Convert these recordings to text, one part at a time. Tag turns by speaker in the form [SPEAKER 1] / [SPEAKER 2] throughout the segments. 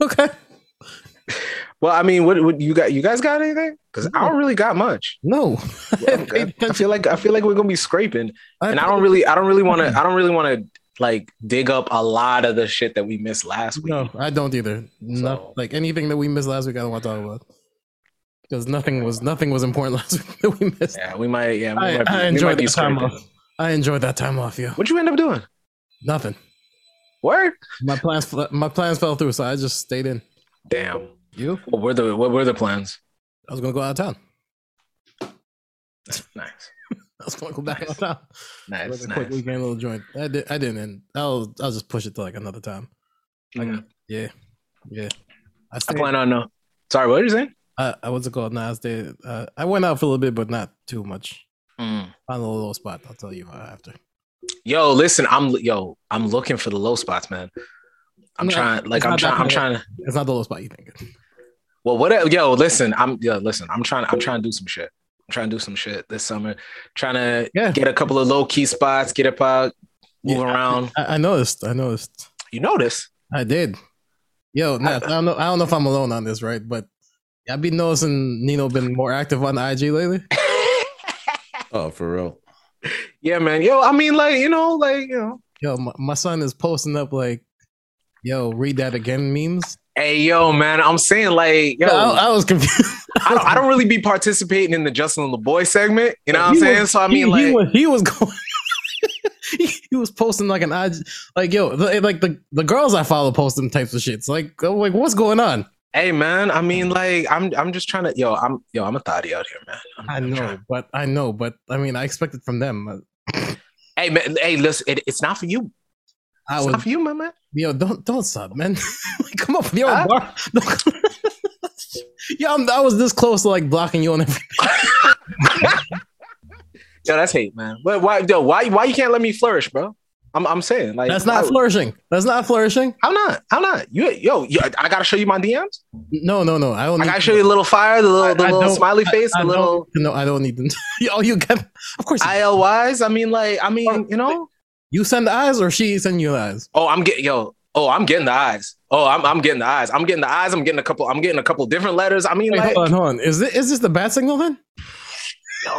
[SPEAKER 1] Okay.
[SPEAKER 2] well, I mean, what, what you got? You guys got anything? Because I don't really got much.
[SPEAKER 1] No.
[SPEAKER 2] I'm good. I feel like I feel like we're gonna be scraping, and I don't really, I don't really want to, I don't really want to like dig up a lot of the shit that we missed last week.
[SPEAKER 1] No, I don't either.
[SPEAKER 2] So-
[SPEAKER 1] Not, like anything that we missed last week, I don't want to talk about. Because nothing was nothing was important last week that we missed.
[SPEAKER 2] Yeah, we might. Yeah, we
[SPEAKER 1] I,
[SPEAKER 2] might be,
[SPEAKER 1] I
[SPEAKER 2] we might
[SPEAKER 1] enjoyed
[SPEAKER 2] be
[SPEAKER 1] that time
[SPEAKER 2] scraping.
[SPEAKER 1] off. I enjoyed that time off, yo.
[SPEAKER 2] What'd you end up doing?
[SPEAKER 1] Nothing.
[SPEAKER 2] Word?
[SPEAKER 1] My plans fl- my plans fell through, so I just stayed in.
[SPEAKER 2] Damn.
[SPEAKER 1] You?
[SPEAKER 2] What were the What were the plans?
[SPEAKER 1] I was gonna go out of town.
[SPEAKER 2] Nice,
[SPEAKER 1] I was gonna go back
[SPEAKER 2] Nice.
[SPEAKER 1] out of town.
[SPEAKER 2] nice,
[SPEAKER 1] like a quick
[SPEAKER 2] nice.
[SPEAKER 1] weekend little joint. I did. I didn't. And I'll. I'll just push it to like another time. Like,
[SPEAKER 2] Mhm.
[SPEAKER 1] Yeah. Yeah. I
[SPEAKER 2] I
[SPEAKER 1] stayed.
[SPEAKER 2] plan on no. Sorry, what did you say?
[SPEAKER 1] I, I what's it called? Nah, I stayed. Uh, I went out for a little bit, but not too much.
[SPEAKER 2] Mm.
[SPEAKER 1] Found a little spot. I'll tell you uh, after.
[SPEAKER 2] Yo, listen, I'm yo, I'm looking for the low spots, man. I'm
[SPEAKER 1] No,
[SPEAKER 2] trying, like,
[SPEAKER 1] it's
[SPEAKER 2] I'm
[SPEAKER 1] not that
[SPEAKER 2] trying, I'm
[SPEAKER 1] bad.
[SPEAKER 2] trying to.
[SPEAKER 1] It's not the little spot you think.
[SPEAKER 2] Well, what? Yo, listen, I'm yo, listen, I'm trying, I'm trying to do some shit. I'm trying to do some shit this summer. Trying to
[SPEAKER 1] Yeah.
[SPEAKER 2] get a couple of low key spots, get up out, move
[SPEAKER 1] Yeah, I-
[SPEAKER 2] around.
[SPEAKER 1] I, I noticed. I noticed.
[SPEAKER 2] You notice?
[SPEAKER 1] I did. Yo, nah, I, don't know. I don't know if I'm alone on this, right? But I've been noticing Nino been more active on IG lately.
[SPEAKER 3] Oh, for real.
[SPEAKER 2] yeah, man. Yo, I mean, like, you know, like, you know.
[SPEAKER 1] Yo, my, my son is posting up like, yo, read that again memes.
[SPEAKER 2] Hey, yo, man. I'm saying, like, yo,
[SPEAKER 1] I, I was confused.
[SPEAKER 2] I don't, I don't really be participating in the Justin LeBoy segment. You know what I'm
[SPEAKER 1] He
[SPEAKER 2] saying?
[SPEAKER 1] was-
[SPEAKER 2] so I mean,
[SPEAKER 1] he,
[SPEAKER 2] like,
[SPEAKER 1] he was, he was going. he, he was posting like an odd, like yo, the, like the, the girls I follow post them types of shits. Like, I'm like what's going on?
[SPEAKER 2] hey, man. I mean, like, I'm I'm just trying to, yo, I'm yo, I'm a thotty out here, man. I'm-
[SPEAKER 1] I
[SPEAKER 2] I'm
[SPEAKER 1] know,
[SPEAKER 2] trying-
[SPEAKER 1] but I know, but I mean, I expected from them.
[SPEAKER 2] Hey, man. Hey, listen, it, it's not for you.
[SPEAKER 1] I
[SPEAKER 2] It's
[SPEAKER 1] was,
[SPEAKER 2] not for you, my man.
[SPEAKER 1] yo, don't don't sub, man. like, come up, yo,
[SPEAKER 2] Huh?
[SPEAKER 1] bar. yo, I'm, I was this close to like blocking you on everything.
[SPEAKER 2] Yo, that's hate, man. But why, yo, why, why you can't let me flourish, bro? I'm, I'm saying, like,
[SPEAKER 1] That's not
[SPEAKER 2] why-
[SPEAKER 1] flourishing. That's not flourishing.
[SPEAKER 2] How not? How not? You, yo, yo, I gotta show you my DMs.
[SPEAKER 1] No, no, no. I don't.
[SPEAKER 2] I
[SPEAKER 1] Need
[SPEAKER 2] gotta show you the little fire, the little, the
[SPEAKER 1] I- I
[SPEAKER 2] little
[SPEAKER 1] don't-
[SPEAKER 2] smiley face,
[SPEAKER 1] I
[SPEAKER 2] the
[SPEAKER 1] don't-
[SPEAKER 2] little
[SPEAKER 1] no, I don't need them. yo, you get. Of course, you-
[SPEAKER 2] ILYs. I mean, like, I mean, you know.
[SPEAKER 1] you send the eyes or she send you the eyes.
[SPEAKER 2] Oh, I'm getting yo. Oh, I'm getting the eyes. Oh, I'm, I'm getting the eyes. I'm getting the eyes. I'm getting a couple. I'm getting a couple different letters. I mean,
[SPEAKER 1] Wait,
[SPEAKER 2] like,
[SPEAKER 1] hold on, hold on. Is this, is this the bat signal then?
[SPEAKER 2] yo,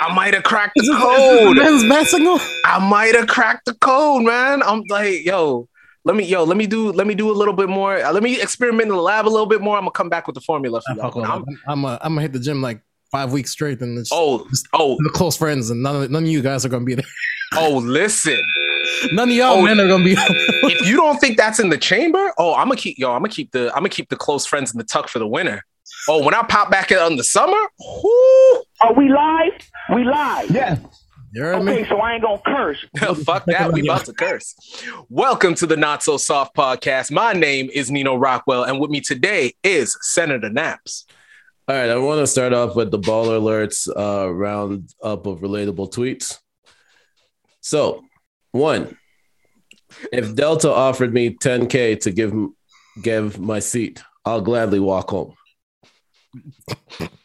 [SPEAKER 2] I might have cracked
[SPEAKER 1] Is
[SPEAKER 2] the
[SPEAKER 1] this, is
[SPEAKER 2] code.
[SPEAKER 1] this the bat signal?
[SPEAKER 2] I might have cracked the code, man. I'm like, yo, let me, yo, let me do, let me do a little bit more. Uh, Let me experiment in the lab a little bit more. I'm gonna come back with the formula for
[SPEAKER 1] Nah, fuck
[SPEAKER 2] you.
[SPEAKER 1] all
[SPEAKER 2] I'm,
[SPEAKER 1] that. I'm uh, I'm gonna hit the gym like five weeks straight, and it's
[SPEAKER 2] oh, oh,
[SPEAKER 1] the close friends, and none of none of you guys are gonna be there.
[SPEAKER 2] oh, listen.
[SPEAKER 1] None of y'all
[SPEAKER 2] Oh.
[SPEAKER 1] men are gonna be.
[SPEAKER 2] If you don't think that's in the chamber, oh, I'm gonna keep, yo, I'm gonna keep the, I'm gonna keep the close friends in the tuck for the winter. Oh, when I pop back in on the summer, whoo.
[SPEAKER 4] Are we live? We live. Yeah.
[SPEAKER 1] you
[SPEAKER 2] Oh
[SPEAKER 1] heard
[SPEAKER 4] Okay,
[SPEAKER 1] me?
[SPEAKER 4] so I ain't gonna curse.
[SPEAKER 2] Fuck that. We about to curse. Welcome to the Not So Soft podcast. My name is Nino Rockwell, and with me today is Senator Naps.
[SPEAKER 3] All right, I want to start off with the ball alerts uh, round up of relatable tweets. So, one, if Delta offered me 10k to give give my seat, I'll gladly walk home.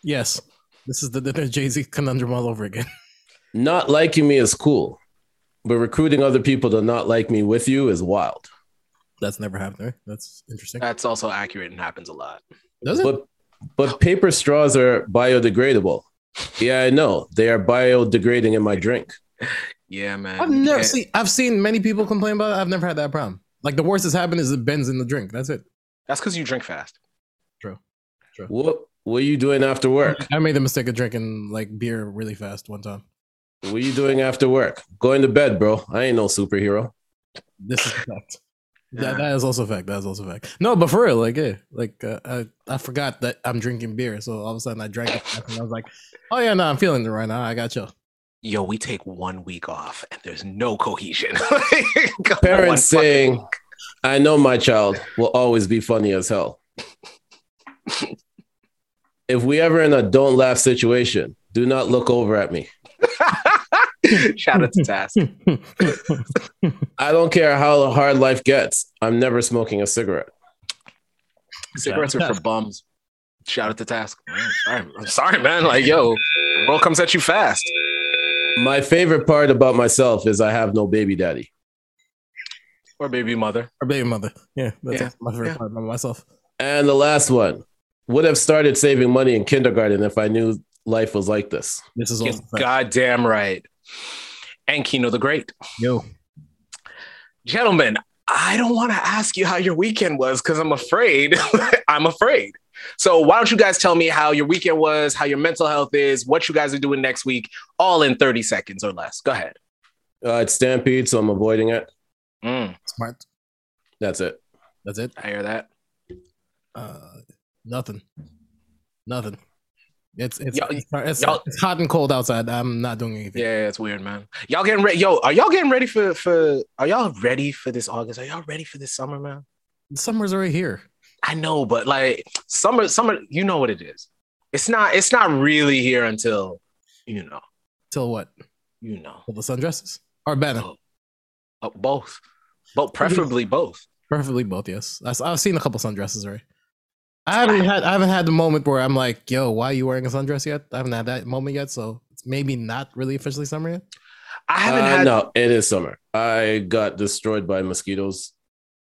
[SPEAKER 1] Yes, this is the, the Jay Z conundrum all over again.
[SPEAKER 3] Not liking me is cool, but recruiting other people to not like me with you is wild.
[SPEAKER 1] That's never happened. Right? That's interesting.
[SPEAKER 2] That's also accurate and happens a lot.
[SPEAKER 1] Does it?
[SPEAKER 3] But but paper straws are biodegradable. Yeah, I know they are biodegrading in my drink.
[SPEAKER 2] Yeah, man.
[SPEAKER 1] I've
[SPEAKER 2] You
[SPEAKER 1] never
[SPEAKER 2] can't-
[SPEAKER 1] seen. I've seen many people complain about it. I've never had that problem. Like the worst that's happened is it bends in the drink. That's it.
[SPEAKER 2] That's because you drink fast.
[SPEAKER 3] What what are you doing after work?
[SPEAKER 1] I made the mistake of drinking like beer really fast one time.
[SPEAKER 3] What are you doing after work? Going to bed, bro. I ain't no superhero.
[SPEAKER 1] This is a fact.
[SPEAKER 2] Yeah.
[SPEAKER 1] That, that is also a fact. That is also a fact. No, but for real, like, yeah, like uh, I, I forgot that I'm drinking beer, so all of a sudden I drank it, back and I was like, oh yeah, no, I'm feeling it right now. I got you.
[SPEAKER 2] Yo, we take one week off and there's no cohesion.
[SPEAKER 3] Parents
[SPEAKER 2] One
[SPEAKER 3] saying,
[SPEAKER 2] fucking-
[SPEAKER 3] I know my child will always be funny as hell. if we ever in a don't laugh situation, do not look over at me.
[SPEAKER 2] Shout out to Task.
[SPEAKER 3] I don't care how hard life gets. I'm never smoking a cigarette.
[SPEAKER 2] Cigarettes
[SPEAKER 1] Shout out
[SPEAKER 2] are
[SPEAKER 1] to
[SPEAKER 2] for bums. Shout out to Task. Man, I'm sorry, I'm sorry, man. Like, yo, the world comes at you fast.
[SPEAKER 3] My favorite part about myself is I have no baby daddy.
[SPEAKER 2] or baby mother.
[SPEAKER 1] Or baby mother. Yeah, that's
[SPEAKER 2] Yeah,
[SPEAKER 1] my favorite
[SPEAKER 2] yeah.
[SPEAKER 1] part about myself.
[SPEAKER 3] And the last one would have started saving money in kindergarten if I knew life was like this.
[SPEAKER 1] This is
[SPEAKER 2] You're
[SPEAKER 1] also fact.
[SPEAKER 2] goddamn right. And Kino the Great.
[SPEAKER 1] yo.
[SPEAKER 2] Gentlemen, I don't want to ask you how your weekend was because I'm afraid. I'm afraid. So why don't you guys tell me how your weekend was, how your mental health is, what you guys are doing next week, all in 30 seconds or less. Go ahead.
[SPEAKER 3] Uh, it's Stampede, so I'm avoiding it.
[SPEAKER 2] Mm,
[SPEAKER 1] Smart.
[SPEAKER 3] That's it.
[SPEAKER 1] That's it.
[SPEAKER 2] I hear that.
[SPEAKER 1] Uh, nothing. Nothing. It's it's,
[SPEAKER 2] Y'all-
[SPEAKER 1] it's, it's,
[SPEAKER 2] y'all-
[SPEAKER 1] it's hot and cold outside. I'm not doing anything.
[SPEAKER 2] Yeah, it's weird, man. Y'all getting ready? Yo, are y'all getting ready for for? Are y'all ready for this August? Are y'all ready for this summer, man?
[SPEAKER 1] Summer's already here.
[SPEAKER 2] I know, but like summer, summer, you know what it is. It's not. It's not really here until you know.
[SPEAKER 1] Till what?
[SPEAKER 2] You know.
[SPEAKER 1] Till the sun dresses? Or better.
[SPEAKER 2] Oh. Uh, both, but preferably both.
[SPEAKER 1] Preferably both, yes. I, have seen a couple sundresses already. I haven't had I haven't had the moment where I'm like, yo, why are you wearing a sundress yet? I haven't had that moment yet, so it's maybe not really officially summer yet.
[SPEAKER 2] I haven't
[SPEAKER 3] Uh,
[SPEAKER 2] had.
[SPEAKER 3] No, it is summer. I got destroyed by mosquitoes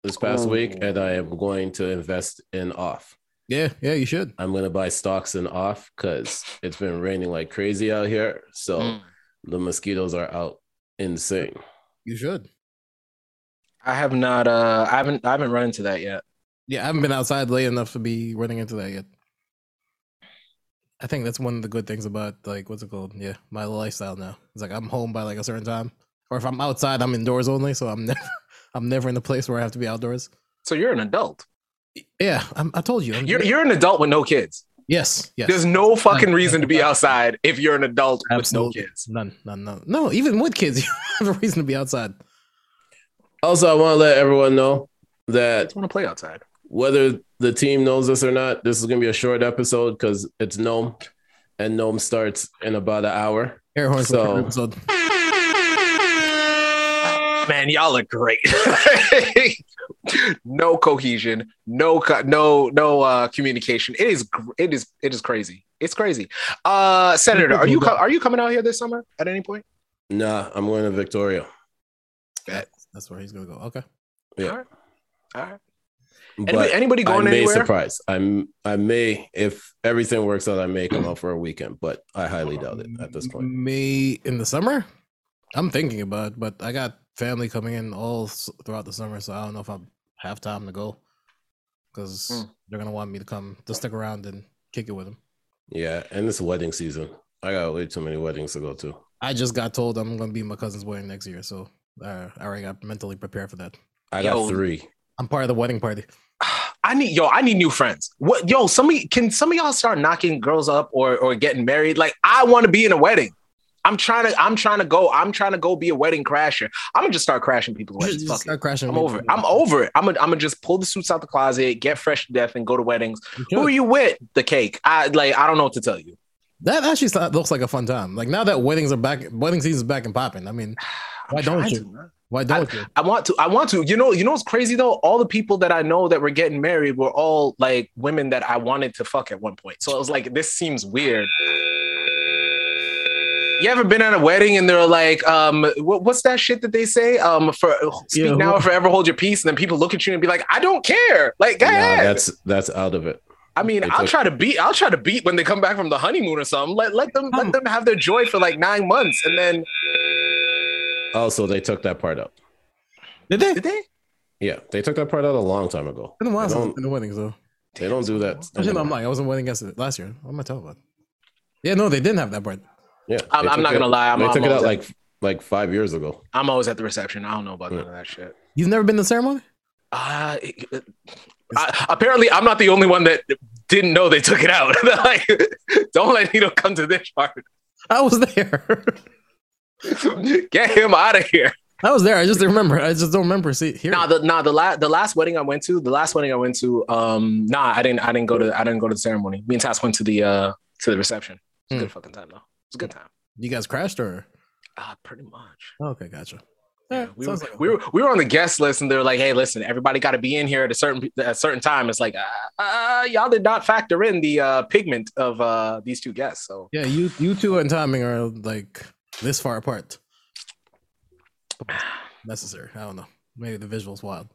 [SPEAKER 3] this past
[SPEAKER 2] Oh.
[SPEAKER 3] week, and I am going to invest in off.
[SPEAKER 1] Yeah, yeah, you should.
[SPEAKER 3] I'm going to buy stocks in off because it's been raining like crazy out here. So
[SPEAKER 2] Mm.
[SPEAKER 3] the mosquitoes are out insane.
[SPEAKER 1] You should.
[SPEAKER 2] I have not. Uh, I haven't. I haven't run into that yet.
[SPEAKER 1] Yeah, I haven't been outside late enough to be running into that yet. I think that's one of the good things about like what's it called? Yeah, my lifestyle now. It's like I'm home by like a certain time, or if I'm outside, I'm indoors only. So I'm never, I'm never in a place where I have to be outdoors.
[SPEAKER 2] So you're an adult.
[SPEAKER 1] Yeah, I'm, I told you. I'm,
[SPEAKER 2] You're you're an adult with no kids.
[SPEAKER 1] yes, yes.
[SPEAKER 2] There's no fucking reason to be outside if you're an adult
[SPEAKER 1] Absolutely.
[SPEAKER 2] with no kids.
[SPEAKER 1] None, none, none. No, even with kids, you have a reason to be outside.
[SPEAKER 3] Also, I want to let everyone know
[SPEAKER 2] I
[SPEAKER 3] that
[SPEAKER 2] just want to play outside.
[SPEAKER 3] whether the team knows this or not, this is going to be a short episode because it's Gnome, and Gnome starts in about an hour.
[SPEAKER 1] Air horns.
[SPEAKER 3] So-
[SPEAKER 1] for episode.
[SPEAKER 2] Man, y'all are great. no cohesion, no co- no no uh, communication. It is gr- it is it is crazy. It's crazy. Uh, Senator, are you co- are you coming out here this summer at any point?
[SPEAKER 3] Nah, I'm going to Victoria.
[SPEAKER 1] That's where he's gonna go. Okay.
[SPEAKER 3] Yeah.
[SPEAKER 2] All right. All right. Anybody,
[SPEAKER 3] But
[SPEAKER 2] anybody going
[SPEAKER 3] I may
[SPEAKER 2] anywhere?
[SPEAKER 3] surprise. I'm I may if everything works out, I may come out for a weekend, but I highly doubt it at this point.
[SPEAKER 1] May in the summer. I'm thinking about, it, but I got family coming in all s- throughout the summer, so I don't know if I have time to go because
[SPEAKER 2] Hmm.
[SPEAKER 1] they're gonna want me to come to stick around and kick it with them.
[SPEAKER 3] Yeah, and it's wedding season. I got way too many weddings to go to.
[SPEAKER 1] I just got told I'm gonna be in my cousin's wedding next year, so uh, I already got mentally prepared for that.
[SPEAKER 3] I got
[SPEAKER 2] Yo.
[SPEAKER 3] three.
[SPEAKER 1] I'm part of the wedding party.
[SPEAKER 2] I need yo, I need new friends. What yo, some of y- can some of y'all start knocking girls up or or getting married? Like I want to be in a wedding. I'm trying to I'm trying to go I'm trying to go be a wedding crasher. I'm gonna just start crashing people's
[SPEAKER 1] You should
[SPEAKER 2] weddings.
[SPEAKER 1] just
[SPEAKER 2] Fuck it.
[SPEAKER 1] start crashing.
[SPEAKER 2] I'm
[SPEAKER 1] with-
[SPEAKER 2] over it. I'm over it. I'm gonna I'm gonna just pull the suits out the closet, get fresh to death, and go to weddings.
[SPEAKER 1] You should.
[SPEAKER 2] Who are you with? The cake. I like I don't know what to tell you.
[SPEAKER 1] That actually so- looks like a fun time. Like now that weddings are back, wedding season's back and popping. I mean,
[SPEAKER 2] I'm
[SPEAKER 1] Why don't
[SPEAKER 2] trying
[SPEAKER 1] you?
[SPEAKER 2] to, man.
[SPEAKER 1] why don't you?
[SPEAKER 2] I want to. I want to. You know. You know what's crazy though? All the people that I know that were getting married were all like women that I wanted to fuck at one point. So I was like, this seems weird. You ever been at a wedding and they're like, um, what, what's that shit that they say? Um, for speak
[SPEAKER 1] Yeah,
[SPEAKER 2] now
[SPEAKER 1] who-
[SPEAKER 2] or forever hold your peace, and then people look at you and be like, I don't care. Like, go
[SPEAKER 3] Nah,
[SPEAKER 2] ahead.
[SPEAKER 3] that's that's out of it.
[SPEAKER 2] I mean,
[SPEAKER 3] It's
[SPEAKER 2] I'll
[SPEAKER 3] like-
[SPEAKER 2] try to beat. I'll try to beat when they come back from the honeymoon or something. Let let them
[SPEAKER 1] Oh.
[SPEAKER 2] let them have their joy for like nine months, and then
[SPEAKER 3] Also, Oh, they took that part out.
[SPEAKER 1] Did they?
[SPEAKER 2] did they?
[SPEAKER 3] Yeah, they took that part out a long time ago.
[SPEAKER 1] Been a while
[SPEAKER 3] They
[SPEAKER 1] since
[SPEAKER 3] don't-
[SPEAKER 1] I've been to weddings though.
[SPEAKER 3] They don't do that.
[SPEAKER 1] Actually, no, I'm
[SPEAKER 3] anymore.
[SPEAKER 1] lying. I wasn't wedding guest last year. What am I talking about? Yeah, no, they didn't have that part.
[SPEAKER 3] Yeah,
[SPEAKER 2] I'm-
[SPEAKER 3] they
[SPEAKER 2] I'm
[SPEAKER 3] took
[SPEAKER 2] not
[SPEAKER 3] it-
[SPEAKER 2] gonna lie, I'm-
[SPEAKER 3] they
[SPEAKER 2] I'm
[SPEAKER 3] took it
[SPEAKER 2] always
[SPEAKER 3] out
[SPEAKER 2] at-
[SPEAKER 3] like like five years ago.
[SPEAKER 2] I'm always at the reception. I don't know about
[SPEAKER 3] Yeah.
[SPEAKER 2] none of that shit.
[SPEAKER 1] You've never been to the ceremony?
[SPEAKER 2] Uh, it- I, apparently, I'm not the only one that didn't know they took it out. like, don't let Nito come to this part.
[SPEAKER 1] I was there.
[SPEAKER 2] Get him out of here.
[SPEAKER 1] I was there. I just didn't remember. I just don't remember. See here.
[SPEAKER 2] Nah, the nah the last the last wedding I went to, the last wedding I went to, um, nah, I didn't I didn't go to I didn't go to the ceremony. Me and Tass went to the uh to the reception. It's a
[SPEAKER 1] Hmm.
[SPEAKER 2] good fucking time though. It's a good time.
[SPEAKER 1] you guys crashed or?
[SPEAKER 2] Ah, pretty much.
[SPEAKER 1] Okay, gotcha.
[SPEAKER 2] Yeah,
[SPEAKER 1] Alright,
[SPEAKER 2] we, were,
[SPEAKER 1] sounds like-
[SPEAKER 2] we were we were on the guest list, and they're like, "Hey, listen, everybody got to be in here at a certain at a certain time." It's like, uh, uh, y'all did not factor in the uh, pigment of uh, these two guests. So
[SPEAKER 1] Yeah, you you two and timing are like this far apart. Necessary. I don't know. Maybe the visual's wild.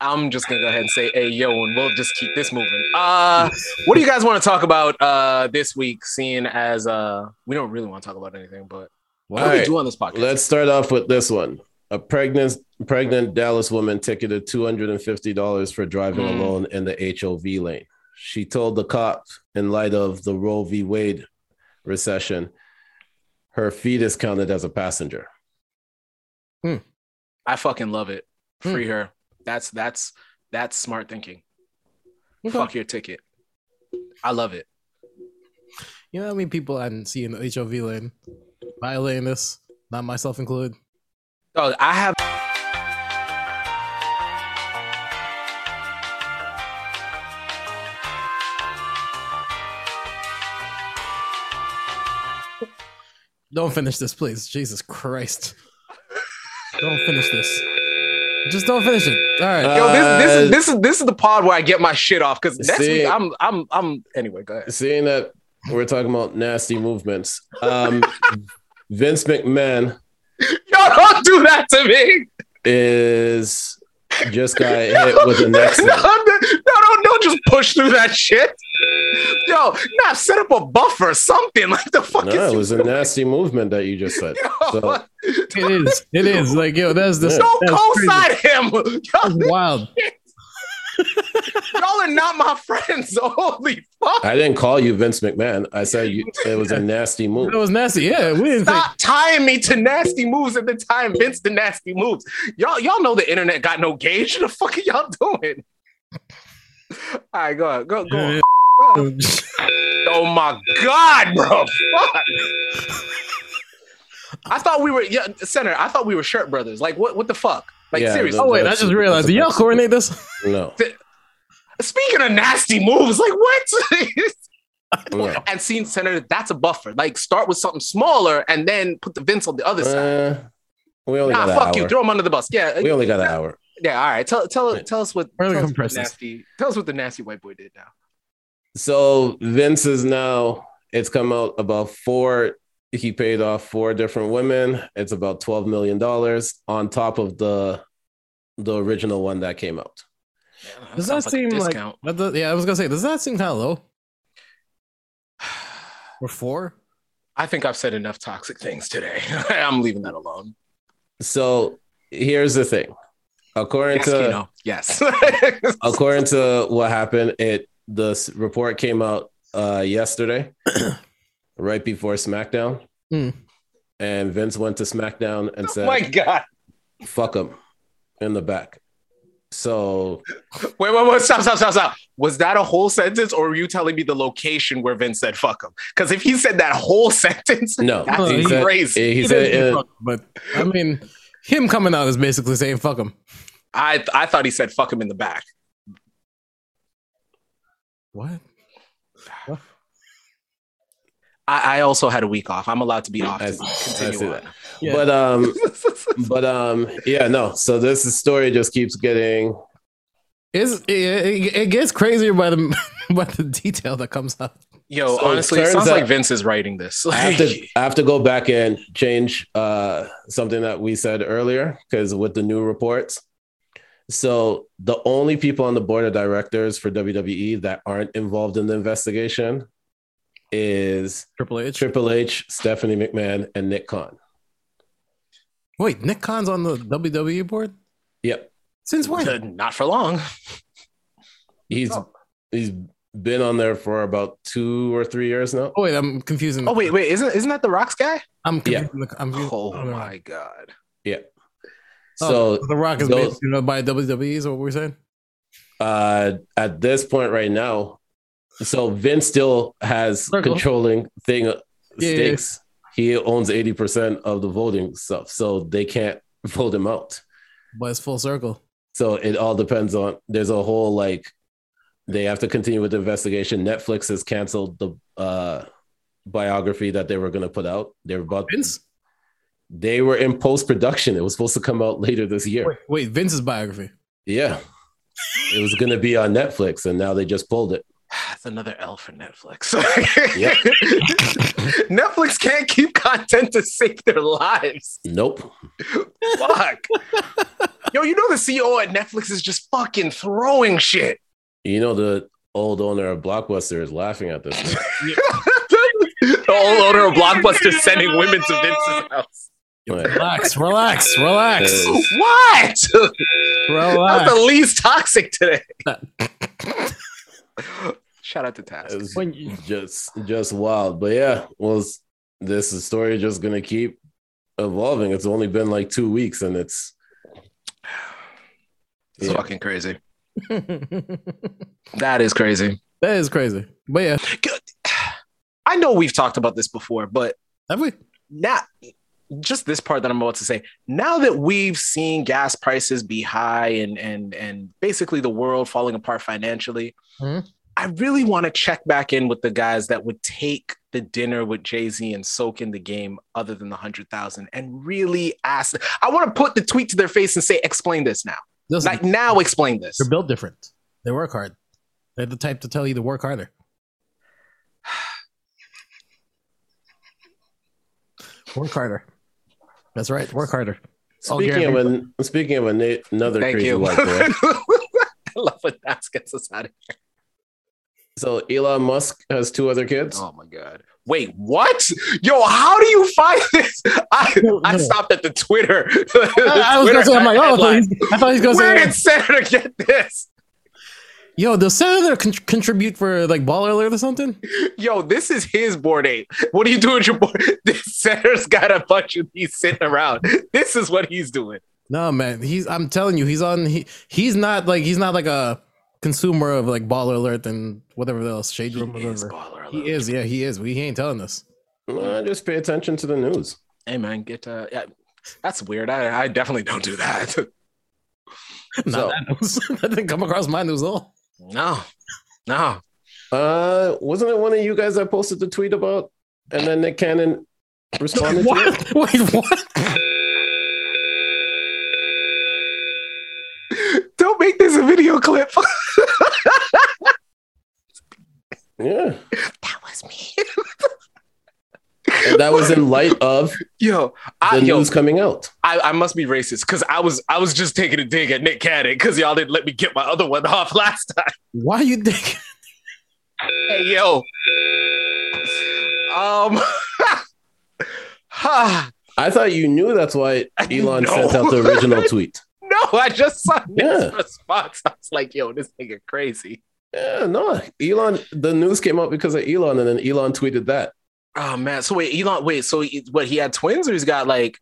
[SPEAKER 2] I'm just gonna go ahead and say, hey, yo, and we'll just keep this moving. Uh, what do you guys want to talk about uh this week? Seeing as uh, we don't really want to talk about anything, but what
[SPEAKER 3] All
[SPEAKER 2] do we
[SPEAKER 3] right.
[SPEAKER 2] do on this podcast?
[SPEAKER 3] Let's start off with this one. A pregnant pregnant Dallas woman ticketed $250 for driving
[SPEAKER 2] Mm.
[SPEAKER 3] alone in the HOV lane. She told the cop in light of the Roe v. Wade recession, her fetus counted as a passenger.
[SPEAKER 2] I fucking love it. Free her. That's that's that's smart thinking.
[SPEAKER 1] Okay.
[SPEAKER 2] Fuck your ticket. I love it.
[SPEAKER 1] You know how many people I didn't see in the HOV lane violating this, not myself included.
[SPEAKER 2] Oh, I have.
[SPEAKER 1] Don't finish this, please. Jesus Christ. don't finish this. Just don't finish it. All right.
[SPEAKER 3] Uh,
[SPEAKER 2] Yo, this this is
[SPEAKER 3] Uh,
[SPEAKER 2] this is this is the pod where I get my shit off because next
[SPEAKER 3] see-
[SPEAKER 2] week I'm I'm I'm anyway. Go ahead.
[SPEAKER 3] Seeing that we're talking about nasty movements, um, Vince McMahon
[SPEAKER 2] Yo, don't do that to me.
[SPEAKER 3] is just got hit with an
[SPEAKER 2] No,
[SPEAKER 3] accident.
[SPEAKER 2] no, don't, don't just push through that shit. Yo, nah, set up a buffer or something. Like the fuck
[SPEAKER 3] No,
[SPEAKER 2] is
[SPEAKER 3] it was a nasty movement that you just said. So
[SPEAKER 1] it is. It is. Like, yo, that's the
[SPEAKER 2] don't
[SPEAKER 1] that's crazy.
[SPEAKER 2] co-sign him. Y'all,
[SPEAKER 1] That's wild.
[SPEAKER 2] y'all are not my friends. Holy fuck.
[SPEAKER 3] I didn't call you Vince McMahon. I said you, it was a nasty move.
[SPEAKER 1] That was nasty. Yeah, we didn't think
[SPEAKER 2] Stop tying me to nasty moves at the time. Vince the nasty moves. Y'all, y'all know the internet got no gauge. What the fuck are y'all doing? All right, go on. Go, go on. Go on. Oh my god, bro. Fuck. I thought we were yeah, center. I thought we were shirt brothers. Like what what the fuck? Like
[SPEAKER 3] Yeah,
[SPEAKER 2] seriously.
[SPEAKER 1] Oh wait, I
[SPEAKER 3] That's-
[SPEAKER 1] just realized. Did y'all
[SPEAKER 3] that's-
[SPEAKER 1] coordinate this?
[SPEAKER 3] No,
[SPEAKER 2] Oh, Speaking of nasty moves, like what?
[SPEAKER 3] no.
[SPEAKER 2] and seeing center, that's a buffer. Like start with something smaller and then put the Vince on the other side.
[SPEAKER 3] Uh, we only
[SPEAKER 2] Nah,
[SPEAKER 3] got an
[SPEAKER 2] fuck
[SPEAKER 3] hour.
[SPEAKER 2] you. Throw him under the bus. Yeah,
[SPEAKER 3] we only got an hour.
[SPEAKER 2] yeah. All right. Tell tell tell us what,
[SPEAKER 1] Where are the
[SPEAKER 2] tell us what
[SPEAKER 1] compressors?
[SPEAKER 2] the nasty. Tell us what the nasty white boy did now.
[SPEAKER 3] So Vince is now. It's come out about four. He paid off four different women. It's about twelve million dollars on top of the the original one that came out.
[SPEAKER 2] Yeah,
[SPEAKER 1] Does that
[SPEAKER 2] sounds a
[SPEAKER 1] seem like?
[SPEAKER 2] discount.
[SPEAKER 1] that does- yeah, I was gonna say. Does that seem kind of low? Or four?
[SPEAKER 2] I think I've said enough toxic things today. I'm leaving that alone.
[SPEAKER 3] So here's the thing. According
[SPEAKER 2] Yes,
[SPEAKER 3] to
[SPEAKER 2] Keno. Yes.
[SPEAKER 3] according to what happened, it the s- report came out uh, yesterday, right before SmackDown,
[SPEAKER 1] Hmm.
[SPEAKER 3] and Vince went to SmackDown and said,
[SPEAKER 2] Oh my God.
[SPEAKER 3] "Fuck him," in the back. So
[SPEAKER 2] Wait, wait, wait. Stop, stop, stop, stop. Was that a whole sentence or were you telling me the location where Vince said fuck him? Because if he said that whole sentence,
[SPEAKER 3] no,
[SPEAKER 2] that's
[SPEAKER 1] No, he
[SPEAKER 3] said-
[SPEAKER 2] crazy.
[SPEAKER 3] he
[SPEAKER 1] He
[SPEAKER 3] said,
[SPEAKER 1] didn't say
[SPEAKER 3] uh,
[SPEAKER 1] fuck, but I mean, him coming out is basically saying fuck him.
[SPEAKER 2] I, I thought he said fuck him in the back.
[SPEAKER 1] What?
[SPEAKER 2] I, I also had a week off. I'm allowed to be off.
[SPEAKER 3] I
[SPEAKER 2] to
[SPEAKER 3] see- I see
[SPEAKER 2] continue on.
[SPEAKER 1] Yeah.
[SPEAKER 3] but um, but um, yeah, no. So this story just keeps getting
[SPEAKER 1] It's, it, it, it gets crazier by the by the detail that comes out.
[SPEAKER 2] Yo,
[SPEAKER 3] So it
[SPEAKER 2] honestly, it
[SPEAKER 3] turns
[SPEAKER 2] sounds like
[SPEAKER 3] out-
[SPEAKER 2] Vince is writing this.
[SPEAKER 3] I have to I have to go back and change uh, something that we said earlier because with the new reports. So the only people on the board of directors for WWE that aren't involved in the investigation is
[SPEAKER 1] Triple H.
[SPEAKER 3] Triple H, Stephanie McMahon, and Nick Khan.
[SPEAKER 1] Wait, Nick Khan's on the WWE board.
[SPEAKER 3] Yep,
[SPEAKER 1] Since when?
[SPEAKER 2] Not for long.
[SPEAKER 3] he's he's been on there for about two or three years now.
[SPEAKER 1] Oh wait, I'm confusing.
[SPEAKER 2] Oh, wait, wait. Isn't isn't that the Rocks guy?
[SPEAKER 1] I'm
[SPEAKER 3] Yeah.
[SPEAKER 1] confusing. The, I'm confusing-
[SPEAKER 2] Oh,
[SPEAKER 1] no, no, no.
[SPEAKER 2] my God.
[SPEAKER 3] So
[SPEAKER 1] the Rock is
[SPEAKER 3] those-
[SPEAKER 1] based you know, by WWE. Is what we're saying.
[SPEAKER 3] uh, at this point right now, so Vince still has
[SPEAKER 1] Circle.
[SPEAKER 3] controlling thing
[SPEAKER 1] yeah, yeah.
[SPEAKER 3] stakes. He owns eighty percent of the voting stuff, so they can't vote him out.
[SPEAKER 1] But it's full circle.
[SPEAKER 3] So it all depends on. There's a whole like they have to continue with the investigation. Netflix has canceled the uh, biography that they were going to put out. They were about
[SPEAKER 1] Vince.
[SPEAKER 3] they were in post production. It was supposed to come out later this year.
[SPEAKER 1] Wait, wait, Vince's biography.
[SPEAKER 3] Yeah, it was going to be on Netflix, and now they just pulled it.
[SPEAKER 2] That's another L for Netflix.
[SPEAKER 3] Yep.
[SPEAKER 2] Netflix can't keep content to save their lives.
[SPEAKER 3] Nope.
[SPEAKER 2] Fuck. Yo, you know the CEO at Netflix is just fucking throwing shit.
[SPEAKER 3] You know the old owner of Blockbuster is laughing at this.
[SPEAKER 2] the old owner of Blockbuster sending women to Vince's house.
[SPEAKER 3] Like,
[SPEAKER 1] Relax, relax, relax,
[SPEAKER 3] uh,
[SPEAKER 2] What? That's
[SPEAKER 1] relax.
[SPEAKER 2] the least toxic today. Shout out to Task.
[SPEAKER 3] it's
[SPEAKER 5] When you,
[SPEAKER 3] just just wild. But yeah, well, s- this is story just gonna keep evolving. It's only been like two weeks, and it's
[SPEAKER 2] It's
[SPEAKER 3] Yeah.
[SPEAKER 2] fucking crazy.
[SPEAKER 1] that
[SPEAKER 2] That is crazy.
[SPEAKER 1] is crazy. But yeah,
[SPEAKER 2] I know we've talked about this before, but
[SPEAKER 1] have we?
[SPEAKER 2] now just this part that I'm about to say. Now that we've seen gas prices be high and and and basically the world falling apart financially,
[SPEAKER 3] Hmm?
[SPEAKER 1] Mhm.
[SPEAKER 2] I really want to check back in with the guys that would take the dinner with Jay Z and soak in the game other than the hundred thousand and really ask. I want to put the tweet to their face and say, "Explain this now.
[SPEAKER 1] Listen,
[SPEAKER 2] Like now, explain this."
[SPEAKER 1] they're built different. They work hard. They're the type to tell you to work harder. work harder. That's right. Work harder. Oh,
[SPEAKER 3] speaking of an, speaking of an, another
[SPEAKER 2] Thank
[SPEAKER 3] crazy
[SPEAKER 2] you.
[SPEAKER 3] white boy.
[SPEAKER 2] I love when Nas gets us out of here.
[SPEAKER 3] So Elon Musk has two other kids.
[SPEAKER 2] Oh my god. Wait, what? Yo, how do you find this? I,
[SPEAKER 1] No,
[SPEAKER 2] I
[SPEAKER 1] no.
[SPEAKER 2] stopped at the Twitter. the
[SPEAKER 1] I, I was
[SPEAKER 2] Twitter
[SPEAKER 1] gonna say, I'm like, oh, I thought
[SPEAKER 2] headline.
[SPEAKER 1] he's- I thought he's gonna
[SPEAKER 2] Where
[SPEAKER 1] say,
[SPEAKER 2] did Senator get this?
[SPEAKER 1] yo, does Senator con- contribute for like ball alert or something?
[SPEAKER 2] Yo, this is his board ape. What are you doing with your board? This Senator's got a bunch of these sitting around. This is what he's doing.
[SPEAKER 1] No, man. He's. I'm telling you, he's on. He he's not like he's not like a consumer of like baller alert and whatever else shade room.
[SPEAKER 2] He is
[SPEAKER 1] whatever.
[SPEAKER 2] baller alert.
[SPEAKER 1] He is. Yeah, he is. We, he ain't telling us.
[SPEAKER 2] Oh.
[SPEAKER 3] Uh, just pay attention to the news.
[SPEAKER 2] Hey man, get uh yeah, that's weird. I, I definitely don't do that.
[SPEAKER 3] So-
[SPEAKER 1] Not that news. that didn't come across my news at all.
[SPEAKER 2] No. No.
[SPEAKER 3] Uh, wasn't it one of you guys that posted the tweet about, and then Nick Cannon responded to
[SPEAKER 1] What?
[SPEAKER 3] it?
[SPEAKER 1] Wait, what?
[SPEAKER 2] Don't make this a video clip.
[SPEAKER 3] Yeah,
[SPEAKER 2] that was me.
[SPEAKER 3] and that was in light of
[SPEAKER 2] Yo, I,
[SPEAKER 3] the
[SPEAKER 2] Ah, yo,
[SPEAKER 3] news coming out.
[SPEAKER 2] I, I must be racist because I was I was just taking a dig at Nick Cannon because y'all didn't let me get my other one off last time.
[SPEAKER 1] Why you think?
[SPEAKER 2] Hey yo. Um ha,
[SPEAKER 3] I thought you knew that's why Elon
[SPEAKER 2] No.
[SPEAKER 3] sent out the original tweet.
[SPEAKER 2] no, I just saw Nick's
[SPEAKER 3] Yeah.
[SPEAKER 2] response. I was like, yo, this nigga crazy.
[SPEAKER 3] Yeah, no, Elon. The news came out because of Elon, and then Elon tweeted that.
[SPEAKER 2] Oh man. So wait, Elon, wait, so he- what he had twins or he's got like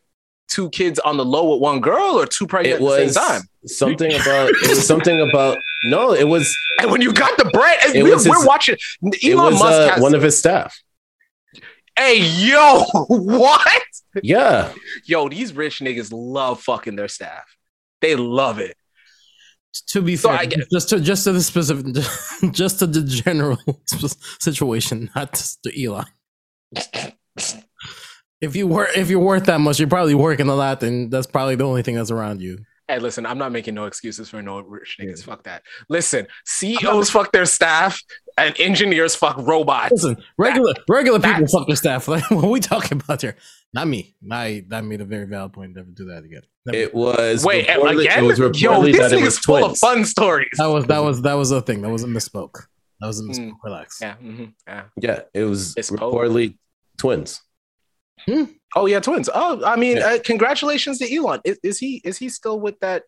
[SPEAKER 2] two kids on the low with one girl or two pregnant
[SPEAKER 3] It
[SPEAKER 2] at the
[SPEAKER 3] was
[SPEAKER 2] same time?
[SPEAKER 3] something about. It was something about. No, it was.
[SPEAKER 2] And when you got the bread, and
[SPEAKER 3] It
[SPEAKER 2] we're,
[SPEAKER 3] was his-
[SPEAKER 2] we're watching
[SPEAKER 3] it
[SPEAKER 2] Elon
[SPEAKER 3] was
[SPEAKER 2] Musk
[SPEAKER 3] uh,
[SPEAKER 2] has
[SPEAKER 3] one of his staff.
[SPEAKER 2] Hey yo, what?
[SPEAKER 3] Yeah,
[SPEAKER 2] Yo, these rich niggas love fucking their staff. They love it.
[SPEAKER 1] To be
[SPEAKER 2] So
[SPEAKER 1] fair,
[SPEAKER 2] I get-
[SPEAKER 1] just to just to the specific, just to the general situation, not just to Elon. If you were if you're worth that much, you're probably working a lot, and that's probably the only thing that's around you.
[SPEAKER 2] Hey, listen, I'm not making no excuses for no rich niggas. Fuck that. Listen, CEOs fuck their staff and engineers fuck robots.
[SPEAKER 1] Listen, regular regular people
[SPEAKER 2] that's-
[SPEAKER 1] fuck their staff. Like, what are we talking about here? Not me. I that made a very valid point. Never do that again. Never.
[SPEAKER 3] it was.
[SPEAKER 2] Wait, and
[SPEAKER 3] reported-
[SPEAKER 2] again?
[SPEAKER 3] it was
[SPEAKER 2] Yo,
[SPEAKER 3] reportedly
[SPEAKER 2] this
[SPEAKER 3] that it was
[SPEAKER 2] nigga's full of
[SPEAKER 3] twins.
[SPEAKER 2] fun stories.
[SPEAKER 1] that was that was that was a thing. That was a misspoke. That was a misspoke. Relax.
[SPEAKER 2] Mm. Yeah, mhm, yeah.
[SPEAKER 3] Yeah, it was
[SPEAKER 2] It's Pope.
[SPEAKER 3] reportedly twins.
[SPEAKER 2] Oh yeah, twins. Oh, I mean,
[SPEAKER 3] Yeah.
[SPEAKER 2] uh, congratulations to Elon. Is, is he is he still with that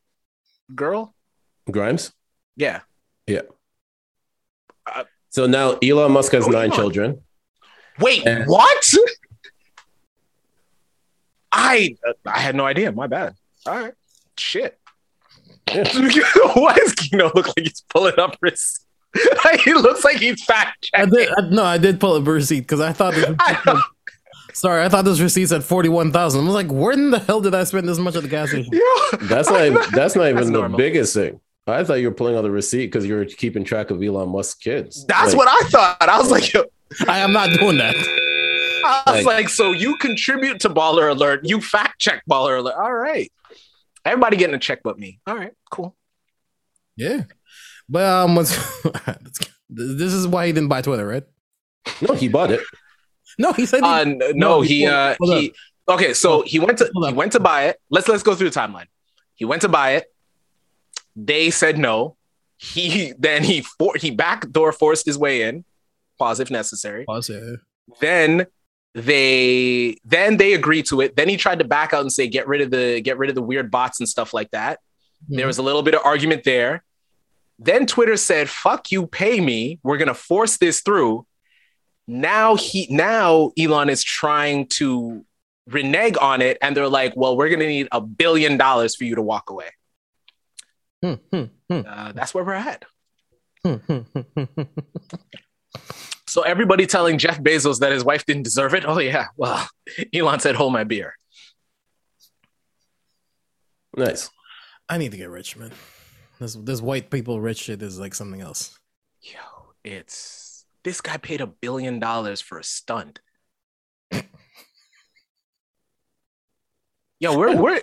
[SPEAKER 2] girl?
[SPEAKER 3] Grimes.
[SPEAKER 2] Yeah.
[SPEAKER 3] So now Elon Musk has
[SPEAKER 2] Uh, Oh,
[SPEAKER 3] nine
[SPEAKER 2] Elon.
[SPEAKER 3] children.
[SPEAKER 2] Wait,
[SPEAKER 3] And-
[SPEAKER 2] what? I I had no idea. My bad. All right. Shit. Why does Kino look like he's pulling up receipts? he looks like he's fact
[SPEAKER 1] I
[SPEAKER 2] checking.
[SPEAKER 1] did, I, no, I did pull up a receipt because I thought. This,
[SPEAKER 2] I-
[SPEAKER 1] sorry, I thought this receipt said forty one thousand. I was like, where in the hell did I spend this much at the gas station?
[SPEAKER 2] Yeah.
[SPEAKER 3] That's not. even- That's not even
[SPEAKER 2] That's
[SPEAKER 3] the
[SPEAKER 2] normal.
[SPEAKER 3] biggest thing. I thought you were pulling out the receipt because you were keeping track of Elon Musk's kids.
[SPEAKER 2] That's what I thought. I was like, yo,
[SPEAKER 1] I am not doing that.
[SPEAKER 2] I was
[SPEAKER 3] Like-
[SPEAKER 2] like, so you contribute to Baller Alert. You fact check Baller Alert. All right. Everybody getting a check but me. All right, cool.
[SPEAKER 1] Yeah, but um, what's, let's get- Th- This is why he didn't buy Twitter, right?
[SPEAKER 3] No, he bought it.
[SPEAKER 1] No, he said he-
[SPEAKER 2] Uh, n- no, he
[SPEAKER 1] hold-
[SPEAKER 2] uh,
[SPEAKER 1] hold up.
[SPEAKER 2] he. Okay, so he went to
[SPEAKER 1] Hold
[SPEAKER 2] he
[SPEAKER 1] up.
[SPEAKER 2] went to buy it. Let's let's go through the timeline. He went to buy it. They said no. He then he for, he backdoor forced his way in, pause if necessary.
[SPEAKER 1] Pause, yeah.
[SPEAKER 2] Then they then they agreed to it. Then he tried to back out and say get rid of the get rid of the weird bots and stuff like that. There was a little bit of argument there. Then Twitter said, "Fuck you, pay me. We're gonna force this through." Now he now Elon is trying to renege on it, and they're like, "Well, we're gonna need a billion dollars for you to walk away."
[SPEAKER 1] Hmm, hmm,
[SPEAKER 2] Uh, that's where we're at.
[SPEAKER 1] hmm, hmm, hmm, hmm, hmm.
[SPEAKER 2] So everybody telling Jeff Bezos that his wife didn't deserve it. Oh yeah, well, Elon said, "Hold my beer."
[SPEAKER 3] Nice.
[SPEAKER 1] I need to get rich, man. This this white people rich shit is like something else.
[SPEAKER 2] Yo, it's this guy paid a billion dollars for a stunt. Yo, we're we're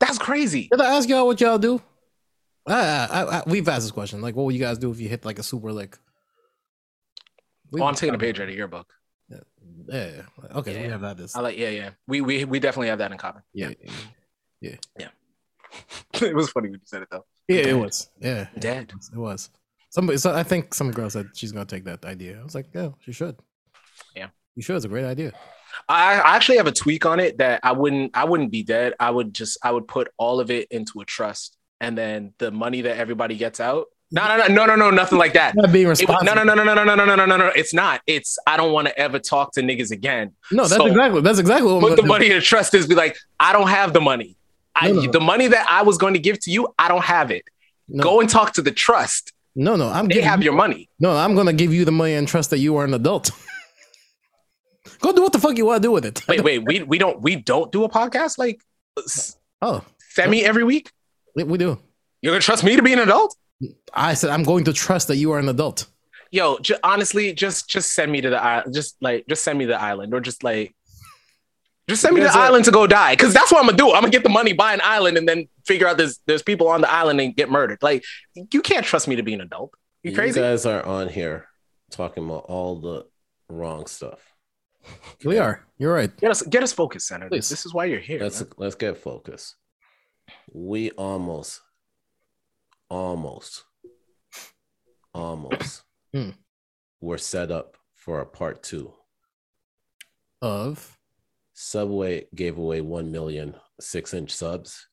[SPEAKER 2] that's crazy.
[SPEAKER 1] Did I ask y'all what y'all do? Ah, I, I, we've asked this question. Like, what would you guys do if you hit like a super lick? We-
[SPEAKER 2] Oh, I'm taking a page out of your book.
[SPEAKER 1] Yeah. yeah. Okay, so we
[SPEAKER 2] Yeah.
[SPEAKER 1] have that. This.
[SPEAKER 2] I like yeah, yeah. We we we definitely have that in common.
[SPEAKER 1] Yeah.
[SPEAKER 2] it was funny when you said it though.
[SPEAKER 1] Yeah, it was. Yeah, it
[SPEAKER 2] Dead.
[SPEAKER 1] was. it was. Somebody, so I think some girl said she's gonna take that idea. I was like, yeah, she should.
[SPEAKER 2] Yeah.
[SPEAKER 1] you should. It's a great idea.
[SPEAKER 2] I, I actually have a tweak on it that I wouldn't I wouldn't be dead. I would just I would put all of it into a trust and then the money that everybody gets out. No, no, no, no, no, no, nothing like that.
[SPEAKER 1] Not
[SPEAKER 2] It,
[SPEAKER 1] being
[SPEAKER 2] no,
[SPEAKER 1] responsible.
[SPEAKER 2] no, no, no, no, no, no, no, no, no, no. It's not. It's I don't want to ever talk to niggas again.
[SPEAKER 1] No, that's
[SPEAKER 2] So-
[SPEAKER 1] exactly. That's exactly what.
[SPEAKER 2] put
[SPEAKER 1] I'm
[SPEAKER 2] the
[SPEAKER 1] gonna do.
[SPEAKER 2] money in a trust is be like, I don't have the money. I,
[SPEAKER 1] No, no.
[SPEAKER 2] The money that I was going to give to you, I don't have it.
[SPEAKER 1] No,
[SPEAKER 2] Go and talk to the trust.
[SPEAKER 1] no, no. I'm
[SPEAKER 2] They
[SPEAKER 1] giving
[SPEAKER 2] have your money.
[SPEAKER 1] No, I'm gonna give you the money and trust that you are an adult. Go do what the fuck you want to do with it.
[SPEAKER 2] Wait, wait, we, we don't we don't do a podcast like s-
[SPEAKER 1] Oh,
[SPEAKER 2] semi every week.
[SPEAKER 1] we- we do.
[SPEAKER 2] You're gonna trust me to be an adult?
[SPEAKER 1] I said I'm going to trust that you are an adult.
[SPEAKER 2] Yo, j- honestly, just just send me to the island. Just like just send me to the island, or just like just send me to the
[SPEAKER 3] Because, uh,
[SPEAKER 2] island to go die. Because that's what I'm gonna do. I'm gonna get the money, buy an island, and then figure out there's there's people on the island and get murdered. Like you can't trust me to be an adult. You crazy?
[SPEAKER 3] guys are on here talking about all the wrong stuff.
[SPEAKER 1] We are. You're right.
[SPEAKER 2] Get us, get us focused, Senator.
[SPEAKER 1] Please.
[SPEAKER 2] This is why you're here.
[SPEAKER 3] Let's
[SPEAKER 2] man.
[SPEAKER 3] let's get focused. We almost, almost, almost
[SPEAKER 1] Hmm.
[SPEAKER 3] were set up for a part two.
[SPEAKER 1] Of
[SPEAKER 3] Subway gave away 1 million six inch subs,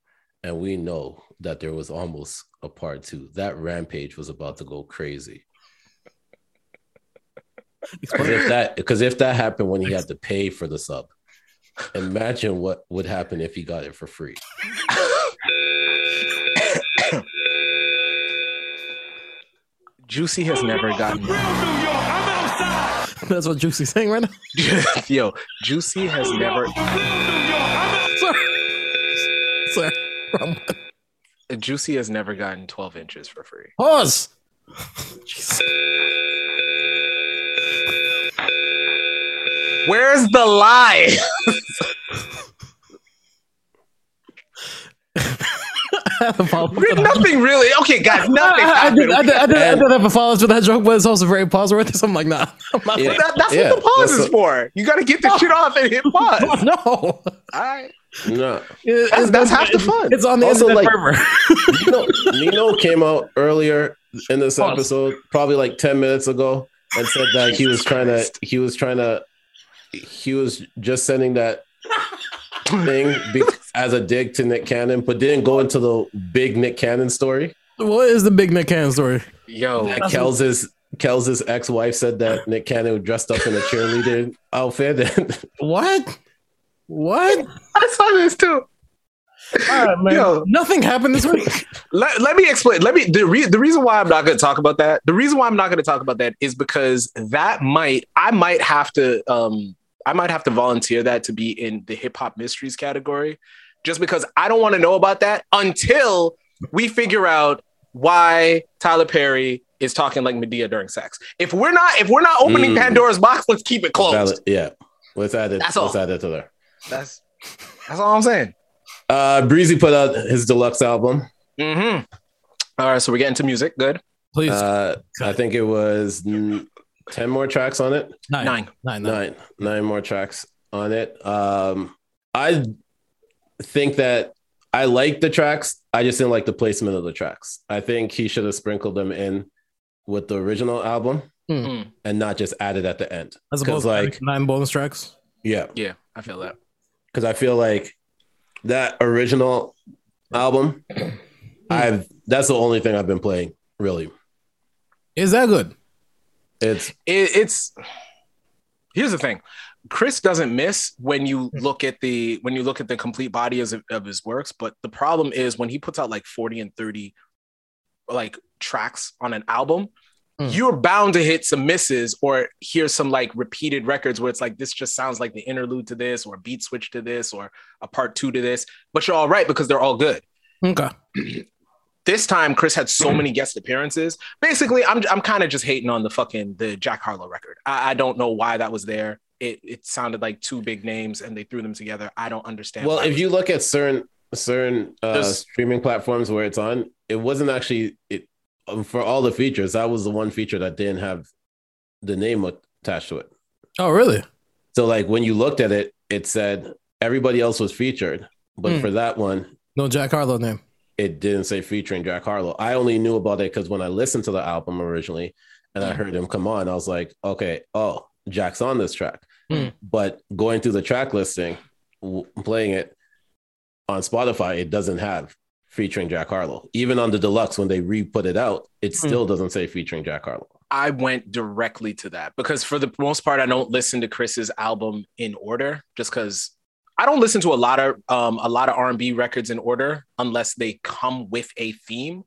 [SPEAKER 3] and we know that there was almost a part two. That rampage was about to go crazy. Because if that because if that happened when he had to pay for the sub, imagine what would happen if he got it for free.
[SPEAKER 2] Juicy has never gotten
[SPEAKER 1] that's what Juicy's saying right now.
[SPEAKER 2] yo. Juicy has never
[SPEAKER 1] Sorry. Sorry. Wrong one.
[SPEAKER 2] Juicy has never gotten twelve inches for free.
[SPEAKER 1] Pause. Jesus.
[SPEAKER 2] Where's the lie?
[SPEAKER 1] I had to follow up with that.
[SPEAKER 2] nothing really. Okay, guys, nothing.
[SPEAKER 1] I, I, did,
[SPEAKER 2] happened.
[SPEAKER 1] I, did, I, did, I did have a follow-up to that joke, but it's also very pause worthy. So I'm like, nah, I'm not.
[SPEAKER 3] Yeah.
[SPEAKER 2] That- that's
[SPEAKER 3] Yeah,
[SPEAKER 2] what the pause
[SPEAKER 3] that's
[SPEAKER 2] is for.
[SPEAKER 3] what-
[SPEAKER 2] You got to get the shit off and hit pause. All
[SPEAKER 1] No,
[SPEAKER 2] right.
[SPEAKER 3] No.
[SPEAKER 1] It-
[SPEAKER 2] That's- that's half the fun.
[SPEAKER 1] It's on the
[SPEAKER 3] Also,
[SPEAKER 1] internet
[SPEAKER 3] like-
[SPEAKER 1] forever.
[SPEAKER 3] Nino, Nino came out earlier in this
[SPEAKER 1] Pause.
[SPEAKER 3] episode, probably like 10 minutes ago, and said that he was trying to he was trying to he was just sending that thing be- as a dig to Nick Cannon, but didn't go into the big Nick Cannon story.
[SPEAKER 1] What is the big Nick Cannon story?
[SPEAKER 2] Yo,
[SPEAKER 3] That Kels's Kels's ex-wife said that Nick Cannon dressed up in a cheerleader outfit. And
[SPEAKER 1] What? What?
[SPEAKER 2] I saw this too.
[SPEAKER 1] All right, man.
[SPEAKER 2] Yo.
[SPEAKER 1] Nothing happened this week.
[SPEAKER 2] let, let me explain. Let me the, re- the reason why I'm not going to talk about that. The reason why I'm not going to talk about that is because that might I might have to um I might have to volunteer that to be in the hip hop mysteries category, just because I don't want to know about that until we figure out why Tyler Perry is talking like Medea during sex. If we're not if we're not opening
[SPEAKER 3] Mm.
[SPEAKER 2] Pandora's box, let's keep it closed.
[SPEAKER 3] Valid- yeah. Let's add it.
[SPEAKER 2] That's
[SPEAKER 3] Let's
[SPEAKER 2] all.
[SPEAKER 3] add it to there.
[SPEAKER 2] That's that's all I'm saying.
[SPEAKER 3] Uh, Breezy put out his deluxe album.
[SPEAKER 2] Mm-hmm. Mhm. All right, so we're getting to music. Good.
[SPEAKER 1] Please.
[SPEAKER 3] Uh, I think it was mm, 10 more tracks on it.
[SPEAKER 1] nine, nine,
[SPEAKER 2] Nine.
[SPEAKER 1] nine,
[SPEAKER 3] nine nine more tracks on it um i think that i like the tracks i just didn't like the placement of the tracks i think he should have sprinkled them in with the original album
[SPEAKER 1] Hmm.
[SPEAKER 3] and not just added at the end
[SPEAKER 1] As opposed
[SPEAKER 3] because
[SPEAKER 1] to
[SPEAKER 3] like
[SPEAKER 1] nine bonus tracks.
[SPEAKER 3] yeah
[SPEAKER 2] Yeah, I feel that.
[SPEAKER 3] because i feel like that original album i've that's the only thing i've been playing really
[SPEAKER 1] Is that good?
[SPEAKER 3] it's
[SPEAKER 2] It, it's here's the thing. Chris doesn't miss when you look at the when you look at the complete body of, of his works, but the problem is when he puts out like 40 and 30 like tracks on an album,
[SPEAKER 1] Mm.
[SPEAKER 2] you're bound to hit some misses or hear some like repeated records where it's like this just sounds like the interlude to this or a beat switch to this or a part two to this, but you're all right because they're all good.
[SPEAKER 1] Okay.
[SPEAKER 2] this time Chris had so many guest appearances. Basically, I'm I'm kind of just hating on the fucking the Jack Harlow record. I, I don't know why that was there. It it sounded like two big names and they threw them together. I don't understand.
[SPEAKER 3] well
[SPEAKER 2] why
[SPEAKER 3] if
[SPEAKER 2] it
[SPEAKER 3] you look at certain certain uh,
[SPEAKER 2] There's-
[SPEAKER 3] streaming platforms where it's on it wasn't actually it um, for all the features that was the one feature that didn't have the name attached to it
[SPEAKER 1] Oh, really?
[SPEAKER 3] so like when you looked at it it said everybody else was featured but
[SPEAKER 1] Hmm.
[SPEAKER 3] for that one
[SPEAKER 1] No Jack Harlow name.
[SPEAKER 3] it didn't say featuring jack harlow i only knew about it because when i listened to the album originally and i heard him come on i was like okay oh jack's on this track
[SPEAKER 1] Hmm.
[SPEAKER 3] but going through the track listing w- playing it on spotify it doesn't have featuring jack harlow even on the deluxe when they re-put it out it
[SPEAKER 1] Hmm.
[SPEAKER 3] still doesn't say featuring jack harlow
[SPEAKER 2] I went directly to that because for the most part, I don't listen to Chris's album in order just because I don't listen to a lot of um, a lot of R and B records in order unless they come with a theme.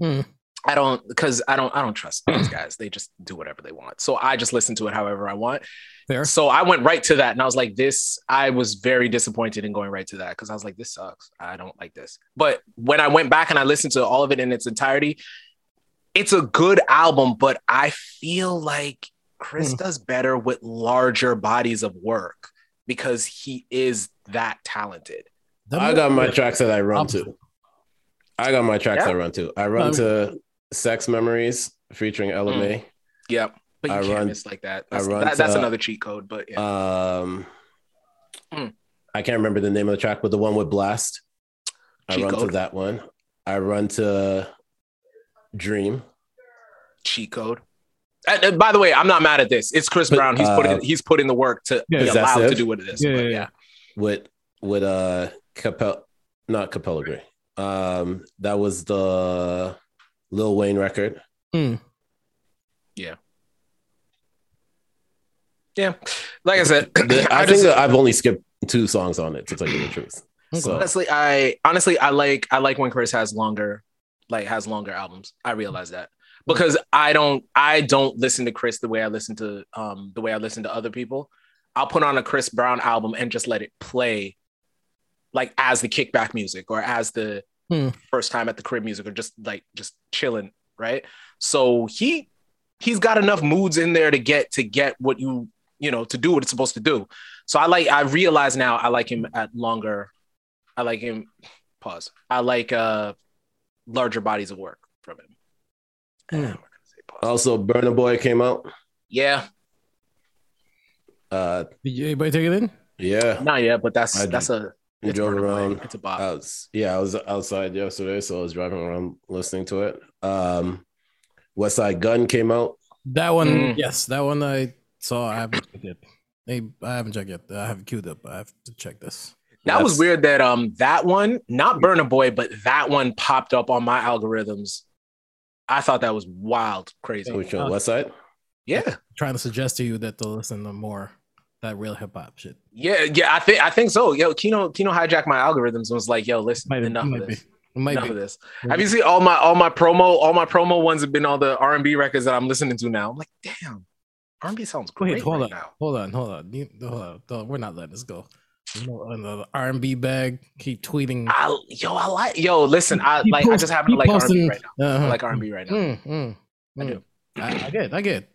[SPEAKER 1] Hmm.
[SPEAKER 2] I don't because I don't I don't trust these guys. They just do whatever they want. So I just listen to it however I want.
[SPEAKER 1] Fair.
[SPEAKER 2] So I went right to that and I was like, this, I was very disappointed in going right to that because I was like, this sucks. I don't like this. But when I went back and I listened to all of it in its entirety, it's a good album, but I feel like Chris
[SPEAKER 3] Hmm.
[SPEAKER 2] does better with larger bodies of work because he is that talented.
[SPEAKER 1] That
[SPEAKER 3] I
[SPEAKER 1] might-
[SPEAKER 3] got my tracks that I run
[SPEAKER 1] Opposite.
[SPEAKER 3] to. I got my tracks
[SPEAKER 2] Yeah.
[SPEAKER 3] I run to. I run
[SPEAKER 1] Um, hmm.
[SPEAKER 3] to Sex Memories featuring LMA.
[SPEAKER 2] Yep. But you
[SPEAKER 3] I
[SPEAKER 2] can't
[SPEAKER 3] run-
[SPEAKER 2] miss like that.
[SPEAKER 3] I
[SPEAKER 2] That's,
[SPEAKER 3] run
[SPEAKER 2] that- that's
[SPEAKER 3] to- uh,
[SPEAKER 2] another cheat code, but yeah.
[SPEAKER 3] Um,
[SPEAKER 2] Mm.
[SPEAKER 3] I can't remember the name of the track, but the one with Blast. I
[SPEAKER 2] Cheat
[SPEAKER 3] run to
[SPEAKER 2] code.
[SPEAKER 3] that one. I run to Dream.
[SPEAKER 2] cheat code. And, and by the way, I'm not mad at this. It's Chris
[SPEAKER 3] But,
[SPEAKER 2] Brown. He's put
[SPEAKER 3] uh,
[SPEAKER 2] in, he's put in the work to
[SPEAKER 1] Yeah.
[SPEAKER 2] be allowed to
[SPEAKER 3] Possessive.
[SPEAKER 2] do what it is.
[SPEAKER 1] Yeah,
[SPEAKER 2] But
[SPEAKER 1] yeah, yeah.
[SPEAKER 3] with with uh Capel not Capella Gray. Um that was the Lil Wayne record.
[SPEAKER 1] Hmm.
[SPEAKER 2] yeah. Like I said,
[SPEAKER 3] The- I,
[SPEAKER 2] I
[SPEAKER 3] think
[SPEAKER 2] just-
[SPEAKER 3] that I've only skipped two songs on it to tell you the truth.
[SPEAKER 1] Okay.
[SPEAKER 3] So
[SPEAKER 2] honestly, I honestly I like I like when Chris has longer like has longer albums. I realize that because I don't I don't listen to Chris the way I listen to um the way I listen to other people. I'll put on a Chris Brown album and just let it play like as the kickback music or as the
[SPEAKER 1] Hmm.
[SPEAKER 2] first time at the crib music or just like just chilling, right? So he he's got enough moods in there to get to get what you you know to do what it's supposed to do. So I like I realize now I like him at longer I like him. Pause. I like uh larger bodies of work from him. Eh,
[SPEAKER 1] Hmm.
[SPEAKER 2] we're gonna say pause.
[SPEAKER 3] also Burner Boy came out.
[SPEAKER 2] Yeah,
[SPEAKER 3] Uh
[SPEAKER 1] Did anybody take it in?
[SPEAKER 3] yeah.
[SPEAKER 2] not yet, but that's
[SPEAKER 3] I
[SPEAKER 2] that's a
[SPEAKER 3] We
[SPEAKER 2] it's
[SPEAKER 3] drove
[SPEAKER 2] Burna Boy.
[SPEAKER 3] around.
[SPEAKER 2] It's a bop.
[SPEAKER 3] I was yeah, I was outside yesterday, so I was driving around listening to it. Um West Side Gun came out.
[SPEAKER 1] That one,
[SPEAKER 2] Mm.
[SPEAKER 1] yes, that one I saw. I haven't checked it. Hey, I haven't checked it. I have it queued up. I have to check this.
[SPEAKER 2] that was
[SPEAKER 3] That's-
[SPEAKER 2] weird that um that one, not Burner Boy, but that one popped up on my algorithms. I thought that was wild, crazy.
[SPEAKER 3] Which one? West Side?
[SPEAKER 2] Yeah,
[SPEAKER 1] trying to suggest to you that to listen to more that real hip hop shit.
[SPEAKER 2] yeah, yeah. I think I think so. Yo, Kino Kino hijacked my algorithms and was like, "Yo, listen,
[SPEAKER 1] Might,
[SPEAKER 2] enough
[SPEAKER 1] might
[SPEAKER 2] of
[SPEAKER 1] be.
[SPEAKER 2] this."
[SPEAKER 1] It might
[SPEAKER 2] Enough
[SPEAKER 1] be.
[SPEAKER 2] of this. Have you seen all my all my promo? All my promo ones have been all the R and B records that I'm listening to now. I'm like, damn, R and B sounds
[SPEAKER 1] Wait,
[SPEAKER 2] great
[SPEAKER 1] hold
[SPEAKER 2] right
[SPEAKER 1] on.
[SPEAKER 2] now.
[SPEAKER 1] Hold on, hold on. You, hold on. Don't- We're not letting this go. You know, in the R&B bag, keep tweeting.
[SPEAKER 2] I, yo, I like yo. Listen, I
[SPEAKER 1] Keep
[SPEAKER 2] like. I
[SPEAKER 1] post-
[SPEAKER 2] just happen to
[SPEAKER 1] keep
[SPEAKER 2] like R and B
[SPEAKER 1] posting-
[SPEAKER 2] right now.
[SPEAKER 1] Uh-huh.
[SPEAKER 2] I like R and B right now.
[SPEAKER 1] Mm, mm,
[SPEAKER 2] I
[SPEAKER 1] mm.
[SPEAKER 2] do.
[SPEAKER 1] I, I get, it, I get. it.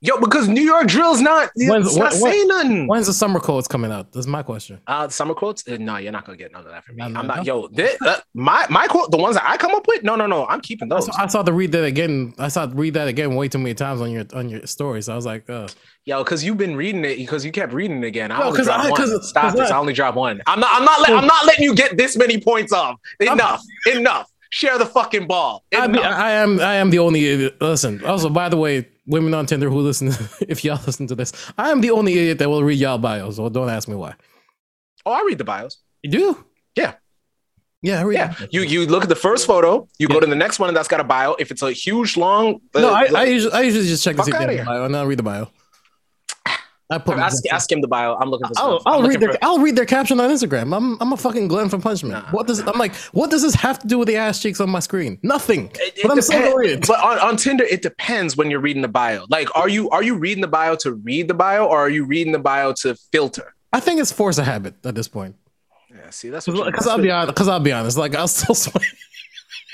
[SPEAKER 2] Yo, because New York drill's not, it's
[SPEAKER 1] When's-
[SPEAKER 2] not
[SPEAKER 1] what- what-
[SPEAKER 2] saying nothing.
[SPEAKER 1] When's the summer codes coming out? That's my question.
[SPEAKER 2] Uh, summer quotes? Uh, no, you're not gonna get none of that from me.
[SPEAKER 1] None of
[SPEAKER 2] I'm
[SPEAKER 1] that,
[SPEAKER 2] not. Yo, thi- uh, my my quote, the ones that I come up with. No, no, no. I'm keeping
[SPEAKER 1] I
[SPEAKER 2] those.
[SPEAKER 1] saw, I saw the read that again. I saw read that again way too many times on your on your story. So I was like, uh,
[SPEAKER 2] Yo, because you've been reading it because you kept reading it again. I
[SPEAKER 1] No,
[SPEAKER 2] only
[SPEAKER 1] 'cause
[SPEAKER 2] dropped
[SPEAKER 1] I- 'cause-
[SPEAKER 2] one. Stop
[SPEAKER 1] 'cause
[SPEAKER 2] this.
[SPEAKER 1] I-
[SPEAKER 2] I only dropped one. I'm not. I'm not. Let, I'm not letting you get this many points off. Enough. enough. Share the fucking ball.
[SPEAKER 1] I,
[SPEAKER 2] Enough.
[SPEAKER 1] I am I am the only idiot. Listen. Also, by the way, women on Tinder who listen, if y'all listen to this, I am the only idiot that will read y'all bios. So don't ask me why.
[SPEAKER 2] oh, I read the bios.
[SPEAKER 1] You do?
[SPEAKER 2] Yeah.
[SPEAKER 1] Yeah. I read
[SPEAKER 2] Yeah,
[SPEAKER 1] them.
[SPEAKER 2] you you look at the first photo. You go to the next one, and that's got a bio. If it's a huge long, uh,
[SPEAKER 1] No, I, I
[SPEAKER 2] I,
[SPEAKER 1] usually I usually just check to
[SPEAKER 2] Fuck
[SPEAKER 1] see if they
[SPEAKER 2] outta
[SPEAKER 1] have a
[SPEAKER 2] here.
[SPEAKER 1] bio, and I'll read the bio. I put.
[SPEAKER 2] ask, ask him the bio. I'm looking for.
[SPEAKER 1] I'll,
[SPEAKER 2] stuff. I'm
[SPEAKER 1] I'll
[SPEAKER 2] looking
[SPEAKER 1] read their
[SPEAKER 2] for-
[SPEAKER 1] I'll read their caption on Instagram. I'm I'm a fucking Glenn from Punchman.
[SPEAKER 2] Nah.
[SPEAKER 1] What does I'm like? What does this have to do with the ass cheeks on my screen? Nothing.
[SPEAKER 2] It- it
[SPEAKER 1] but I'm so
[SPEAKER 2] depend-
[SPEAKER 1] worried.
[SPEAKER 2] But on, on Tinder, it depends when you're reading the bio. Like, are you are you reading the bio to read the bio, or are you reading the bio to filter?
[SPEAKER 1] I think it's force of habit at this point.
[SPEAKER 2] Yeah, see, that's what you-
[SPEAKER 1] Because I'll be honest. Because I'll be honest. Like I'll still swipe.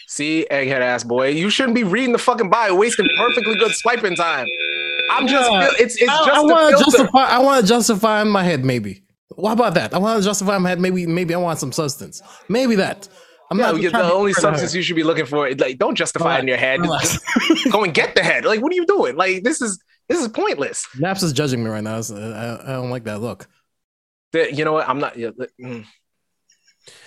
[SPEAKER 2] see, egghead ass boy. You shouldn't be reading the fucking bio, wasting perfectly good swiping time. I'm just,
[SPEAKER 1] Yeah.
[SPEAKER 2] fil- it's it's
[SPEAKER 1] I,
[SPEAKER 2] just
[SPEAKER 1] I
[SPEAKER 2] a
[SPEAKER 1] want to
[SPEAKER 2] filter.
[SPEAKER 1] justify. I want to justify in my head. Maybe. Well, how about that? I want to justify in my head. Maybe. Maybe I want some substance. Maybe that. I'm
[SPEAKER 2] No,
[SPEAKER 1] not
[SPEAKER 2] you-
[SPEAKER 1] trying
[SPEAKER 2] the
[SPEAKER 1] to-
[SPEAKER 2] only substance you should be looking for, like, don't justify it in your head.
[SPEAKER 1] Relax.
[SPEAKER 2] Go and get the head. Like, what are you doing? Like, this is this is pointless.
[SPEAKER 1] Naps is judging me right now. so I, I don't like that look.
[SPEAKER 2] That- You know what? I'm not. yeah, li- mm.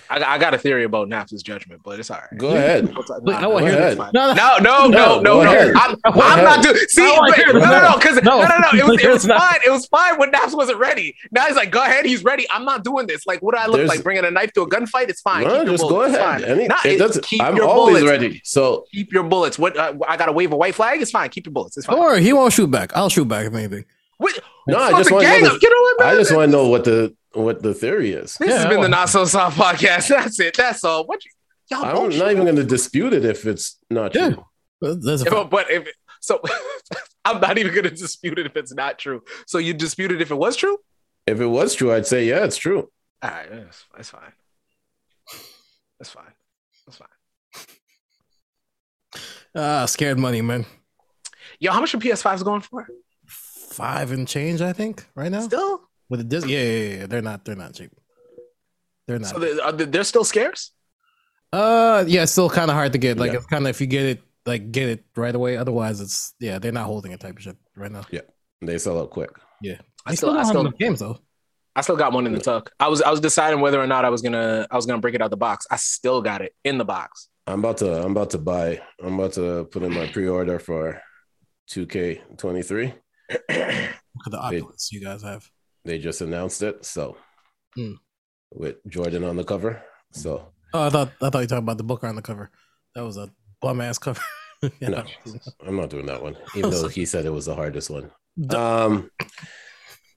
[SPEAKER 2] I, got- I got a theory about Napsa's judgment, but it's all right.
[SPEAKER 3] Go ahead.
[SPEAKER 1] Look, I want to
[SPEAKER 3] go
[SPEAKER 1] hear this.
[SPEAKER 3] ahead.
[SPEAKER 1] No, no.
[SPEAKER 2] No, no,
[SPEAKER 3] No,
[SPEAKER 2] no,
[SPEAKER 3] go
[SPEAKER 2] no, no.
[SPEAKER 3] ahead.
[SPEAKER 2] I'm,
[SPEAKER 3] Go
[SPEAKER 2] I'm
[SPEAKER 3] ahead.
[SPEAKER 2] not doing. See,
[SPEAKER 1] No, I
[SPEAKER 2] wait,
[SPEAKER 1] hear
[SPEAKER 2] no,
[SPEAKER 1] it.
[SPEAKER 2] no, no, because
[SPEAKER 1] No.
[SPEAKER 2] no, no, no. It was, it
[SPEAKER 1] Here's
[SPEAKER 2] was
[SPEAKER 1] not-
[SPEAKER 2] fine. It was fine when Naps wasn't ready. Now he's like, go ahead. He's ready. I'm not doing this. Like, what do I look
[SPEAKER 3] There's-
[SPEAKER 2] like? Bringing a knife to a gunfight? It's fine.
[SPEAKER 3] No,
[SPEAKER 2] Keep your
[SPEAKER 3] just go
[SPEAKER 2] bullets. It's
[SPEAKER 3] ahead.
[SPEAKER 2] fine.
[SPEAKER 3] Any,
[SPEAKER 2] Nah,
[SPEAKER 3] it
[SPEAKER 2] it's-
[SPEAKER 3] doesn't,
[SPEAKER 2] keep
[SPEAKER 3] I'm
[SPEAKER 2] your
[SPEAKER 3] always
[SPEAKER 2] bullets.
[SPEAKER 3] ready. So
[SPEAKER 2] Keep your bullets. What? Uh, I gotta wave a white flag. It's fine. Keep your bullets. It's
[SPEAKER 1] Don't
[SPEAKER 2] fine.
[SPEAKER 1] worry. He won't shoot back. I'll shoot back if anything.
[SPEAKER 2] What?
[SPEAKER 3] No, I
[SPEAKER 2] Fuck
[SPEAKER 3] just
[SPEAKER 2] the
[SPEAKER 3] want to
[SPEAKER 2] gang
[SPEAKER 3] know.
[SPEAKER 2] up. You know what,
[SPEAKER 3] The, I
[SPEAKER 2] man?
[SPEAKER 3] just want to know what the what the theory is.
[SPEAKER 2] This
[SPEAKER 1] Yeah,
[SPEAKER 2] has
[SPEAKER 1] I
[SPEAKER 2] been the
[SPEAKER 1] want-
[SPEAKER 2] Not So Soft podcast. That's it. That's all. What? You, y'all
[SPEAKER 3] I'm
[SPEAKER 2] don't
[SPEAKER 3] not
[SPEAKER 2] shoot.
[SPEAKER 3] even going to dispute it if it's not
[SPEAKER 1] Yeah.
[SPEAKER 3] true.
[SPEAKER 1] That's a
[SPEAKER 2] If- but if so, I'm not even gonna dispute it if it's not true. So you dispute it if it was true?
[SPEAKER 3] If it was true, I'd say yeah, it's true.
[SPEAKER 2] All right, that's, that's fine. That's fine. That's fine.
[SPEAKER 1] Ah, scared money, man.
[SPEAKER 2] Yo, how much are PS5s going for?
[SPEAKER 1] Five and change, I think, right now.
[SPEAKER 2] Still?
[SPEAKER 1] With the Disney, yeah, yeah, yeah, yeah, they're not, they're not cheap. They're not.
[SPEAKER 2] So they, are they, they're still scarce?
[SPEAKER 1] uh, yeah, it's still kind of hard to get. Like,
[SPEAKER 3] Yeah.
[SPEAKER 1] it's kind of if you get it, like get it right away. Otherwise, it's yeah, they're not holding it type of shit right now.
[SPEAKER 3] They sell out quick.
[SPEAKER 2] I
[SPEAKER 1] They
[SPEAKER 2] still, I
[SPEAKER 1] don't have
[SPEAKER 2] still,
[SPEAKER 1] enough games though.
[SPEAKER 2] I still got one in the tuck. I was, I was deciding whether or not I was gonna, I was gonna break it out the box. I still got it in the box.
[SPEAKER 3] I'm about to I'm about to buy. I'm about to put in my pre-order for 2K23.
[SPEAKER 1] Look at the
[SPEAKER 3] Wait.
[SPEAKER 1] Oculus you guys have.
[SPEAKER 3] They just announced it, so
[SPEAKER 1] Hmm.
[SPEAKER 3] with Jordan on the cover. So
[SPEAKER 1] Oh, I thought I thought you were talking about the book on the cover. That was a bum ass cover. yeah.
[SPEAKER 3] No. I'm not doing that one, even though he said it was the hardest one.
[SPEAKER 1] Duh.
[SPEAKER 3] Um,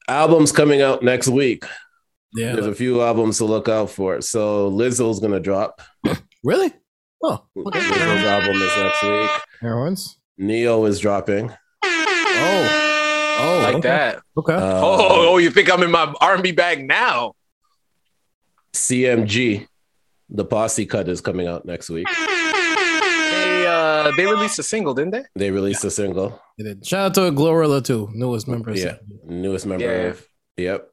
[SPEAKER 3] albums coming out next week.
[SPEAKER 1] yeah.
[SPEAKER 3] There's a few albums to look out for. So Lizzo's gonna drop.
[SPEAKER 1] Really? Oh, okay.
[SPEAKER 3] Lizzo's album is next week.
[SPEAKER 1] Heroines.
[SPEAKER 3] Neo is dropping.
[SPEAKER 1] Oh, oh,
[SPEAKER 2] like
[SPEAKER 1] okay.
[SPEAKER 2] that.
[SPEAKER 1] Okay.
[SPEAKER 3] Uh,
[SPEAKER 2] oh, oh, you think I'm in my R&B bag now?
[SPEAKER 3] CMG, the Posse Cut is coming out next week.
[SPEAKER 2] They, uh, they released a single, didn't they?
[SPEAKER 3] They released a single.
[SPEAKER 1] They did. Shout out to Glorilla too, newest member. of
[SPEAKER 3] Yeah, newest member.
[SPEAKER 2] Yeah.
[SPEAKER 3] Of, yep.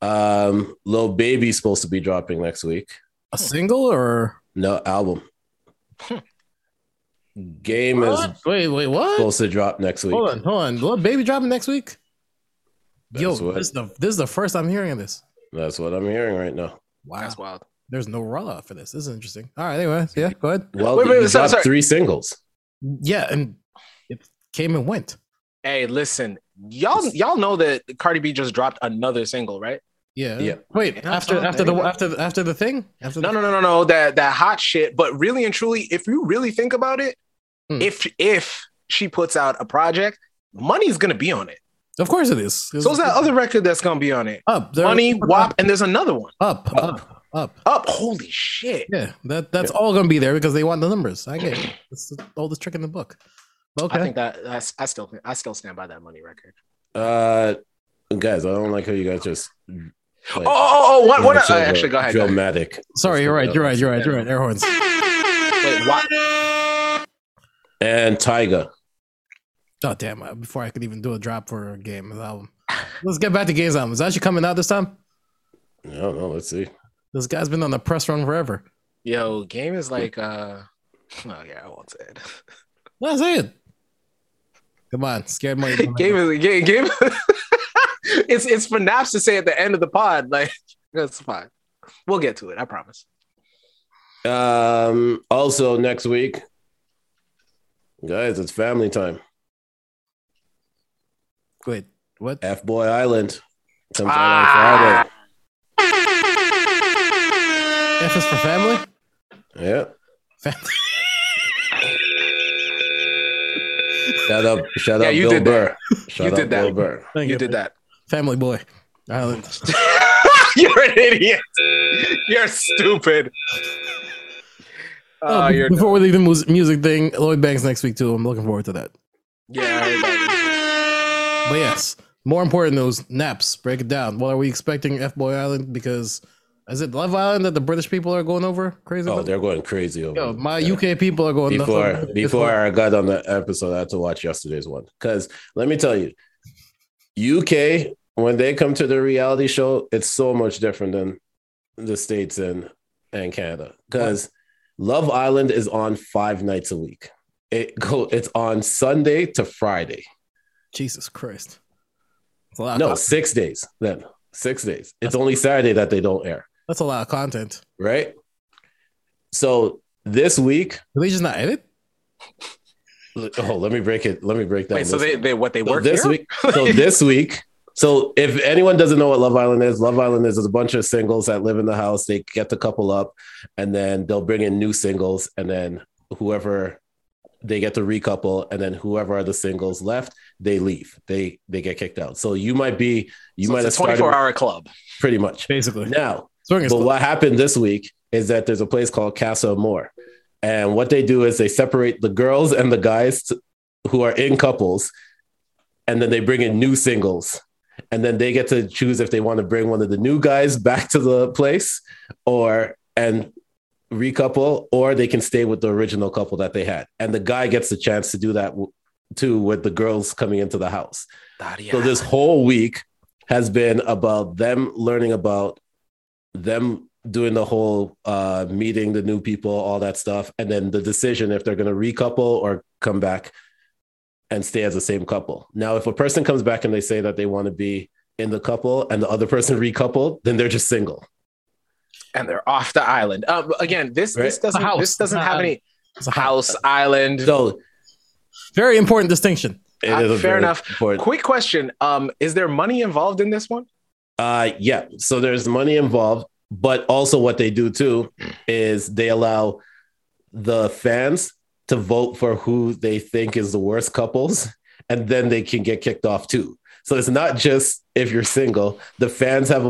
[SPEAKER 3] Um, Lil Baby's supposed to be dropping next week.
[SPEAKER 1] A single or
[SPEAKER 3] No album.
[SPEAKER 2] Hmm.
[SPEAKER 3] Game is
[SPEAKER 1] wait, wait, what?
[SPEAKER 3] supposed to drop next week.
[SPEAKER 1] Hold on, hold on. What baby dropping next week? Yo,
[SPEAKER 3] That's what-
[SPEAKER 1] this is the this is the first I'm hearing of this.
[SPEAKER 3] That's what I'm hearing right now.
[SPEAKER 1] Wow,
[SPEAKER 2] That's wild.
[SPEAKER 1] there's no rollout for this. This is interesting. All right, anyway, yeah, go ahead.
[SPEAKER 3] Well,
[SPEAKER 2] Wait, wait,
[SPEAKER 3] he
[SPEAKER 2] wait, sorry,
[SPEAKER 3] dropped
[SPEAKER 2] sorry.
[SPEAKER 3] three singles.
[SPEAKER 1] Yeah, and it came and went.
[SPEAKER 2] Hey, listen, y'all, y'all know that Cardi B just dropped another single, right?
[SPEAKER 1] Yeah,
[SPEAKER 3] Yeah.
[SPEAKER 1] Wait,
[SPEAKER 2] Yeah,
[SPEAKER 1] after
[SPEAKER 2] oh,
[SPEAKER 1] after the
[SPEAKER 2] there you go.
[SPEAKER 1] after the, after the thing. After
[SPEAKER 2] No,
[SPEAKER 1] the,
[SPEAKER 2] no, no, no, no. That that hot shit. But really and truly, if you really think about it,
[SPEAKER 1] Hmm.
[SPEAKER 2] if if she puts out a project, money's gonna be on it.
[SPEAKER 1] Of course it is.
[SPEAKER 2] So is that other record that's gonna be on it?
[SPEAKER 1] up there-
[SPEAKER 2] Money, WAP, and there's another one.
[SPEAKER 1] up up up.
[SPEAKER 2] Up, holy shit.
[SPEAKER 1] Yeah, that that's all gonna be there because they want the numbers. I get it. That's the oldest trick in the book. But okay.
[SPEAKER 2] I think that that's, I still I still stand by that money record.
[SPEAKER 3] Uh, guys, I don't like how you guys just.
[SPEAKER 2] Oh, oh, oh, what? what
[SPEAKER 3] So
[SPEAKER 2] uh, actually, go ahead. go ahead.
[SPEAKER 3] Dramatic.
[SPEAKER 1] Sorry, you're right. You're right. You're right. You're right. Air horns.
[SPEAKER 2] Wait, WAP.
[SPEAKER 3] And Tyga.
[SPEAKER 1] Oh damn! uh, Before I could even do a drop for a game album, let's get back to games album. Is that actually coming out this time?
[SPEAKER 3] I don't know. Let's see.
[SPEAKER 1] This guy's been on the press run forever.
[SPEAKER 2] Yo, game is like uh oh yeah, I won't say it.
[SPEAKER 1] That's it. Come on, scared money.
[SPEAKER 3] Oh
[SPEAKER 2] Game is game game it's it's for Naps to say at the end of the pod. Like that's fine. We'll get to it, I promise.
[SPEAKER 3] Um, also next week, guys, it's family time.
[SPEAKER 1] Wait, what?
[SPEAKER 3] F Boy Island comes
[SPEAKER 2] Ah.
[SPEAKER 3] out
[SPEAKER 1] F is for family.
[SPEAKER 3] on Friday. Yeah.
[SPEAKER 1] Family.
[SPEAKER 3] Shout out, shout
[SPEAKER 2] Yeah,
[SPEAKER 3] out
[SPEAKER 2] you
[SPEAKER 3] Bill
[SPEAKER 2] did
[SPEAKER 3] Burr.
[SPEAKER 2] that.
[SPEAKER 3] Shout
[SPEAKER 2] You
[SPEAKER 3] out
[SPEAKER 2] did that.
[SPEAKER 3] Bill Burr.
[SPEAKER 1] Thank
[SPEAKER 2] You did that.
[SPEAKER 1] Family boy. Island.
[SPEAKER 2] You're an idiot. You're stupid.
[SPEAKER 1] Oh,
[SPEAKER 2] Uh, you're
[SPEAKER 1] before we leave the mus- music thing, Lloyd Banks next week too. I'm looking forward to that.
[SPEAKER 2] yeah. I heard that.
[SPEAKER 1] But yes, more important news. Naps. Break it down. What are we expecting? F Boy Island because is it Love Island that the British people are going over crazy?
[SPEAKER 3] Oh,
[SPEAKER 1] about?
[SPEAKER 3] they're going crazy over
[SPEAKER 1] Yo,
[SPEAKER 3] there.
[SPEAKER 1] my UK people are going nuts over
[SPEAKER 3] before
[SPEAKER 1] this
[SPEAKER 3] before
[SPEAKER 1] one.
[SPEAKER 3] I got on the episode, I had to watch yesterday's one because let me tell you, UK when they come to the reality show, it's so much different than the states and and Canada because Love Island is on five nights a week. It go it's on Sunday to Friday.
[SPEAKER 1] Jesus Christ. That's a lot. Of
[SPEAKER 3] No,
[SPEAKER 1] con-
[SPEAKER 3] six days then six days. It's
[SPEAKER 1] Uh-huh.
[SPEAKER 3] only Saturday that they don't air,
[SPEAKER 1] that's a lot of content.
[SPEAKER 3] right? So this week,
[SPEAKER 1] Do they just not edit?
[SPEAKER 3] oh, let me break it. Let me break that.
[SPEAKER 2] Wait, so
[SPEAKER 3] list
[SPEAKER 2] they, they what they
[SPEAKER 3] So
[SPEAKER 2] work
[SPEAKER 3] this
[SPEAKER 2] here?
[SPEAKER 3] week. So this week. So if anyone doesn't know what Love Island is, Love Island is a bunch of singles that live in the house. They get the couple up, and then they'll bring in new singles, and then whoever they get to recouple, and then whoever are the singles left, they leave. They they get kicked out. So you might be you
[SPEAKER 2] So
[SPEAKER 3] might have
[SPEAKER 2] it's a 24
[SPEAKER 3] started
[SPEAKER 2] hour club.
[SPEAKER 3] pretty much
[SPEAKER 1] Basically.
[SPEAKER 3] now.
[SPEAKER 1] Swingers
[SPEAKER 3] But
[SPEAKER 1] Club.
[SPEAKER 3] what happened this week is that there's a place called Casa Amor. And what they do is they separate the girls and the guys t- who are in couples, and then they bring in new singles. And then they get to choose if they want to bring one of the new guys back to the place or and recouple, or they can stay with the original couple that they had. And the guy gets the chance to do that w- too with the girls coming into the house.
[SPEAKER 2] Daria.
[SPEAKER 3] So this whole week has been about them learning about them doing the whole uh, meeting the new people, all that stuff, and then the decision if they're going to recouple or come back and stay as the same couple. Now, if a person comes back and they say that they want to be in the couple and the other person recoupled, then they're just single.
[SPEAKER 2] and they're off the island. Um, again, this this
[SPEAKER 3] Right.
[SPEAKER 2] doesn't
[SPEAKER 1] A house.
[SPEAKER 2] this doesn't have any
[SPEAKER 1] It's a house.
[SPEAKER 2] house island.
[SPEAKER 3] So
[SPEAKER 1] Very important distinction.
[SPEAKER 3] it
[SPEAKER 2] Ah,
[SPEAKER 3] is a
[SPEAKER 2] fair
[SPEAKER 3] very
[SPEAKER 2] enough.
[SPEAKER 3] important-
[SPEAKER 2] Quick question: Um, is there money involved in this one?
[SPEAKER 3] Uh, yeah. So there's money involved, but also what they do too is they allow the fans to vote for who they think is the worst couples, and then they can get kicked off too. So it's not just if you're single. The fans have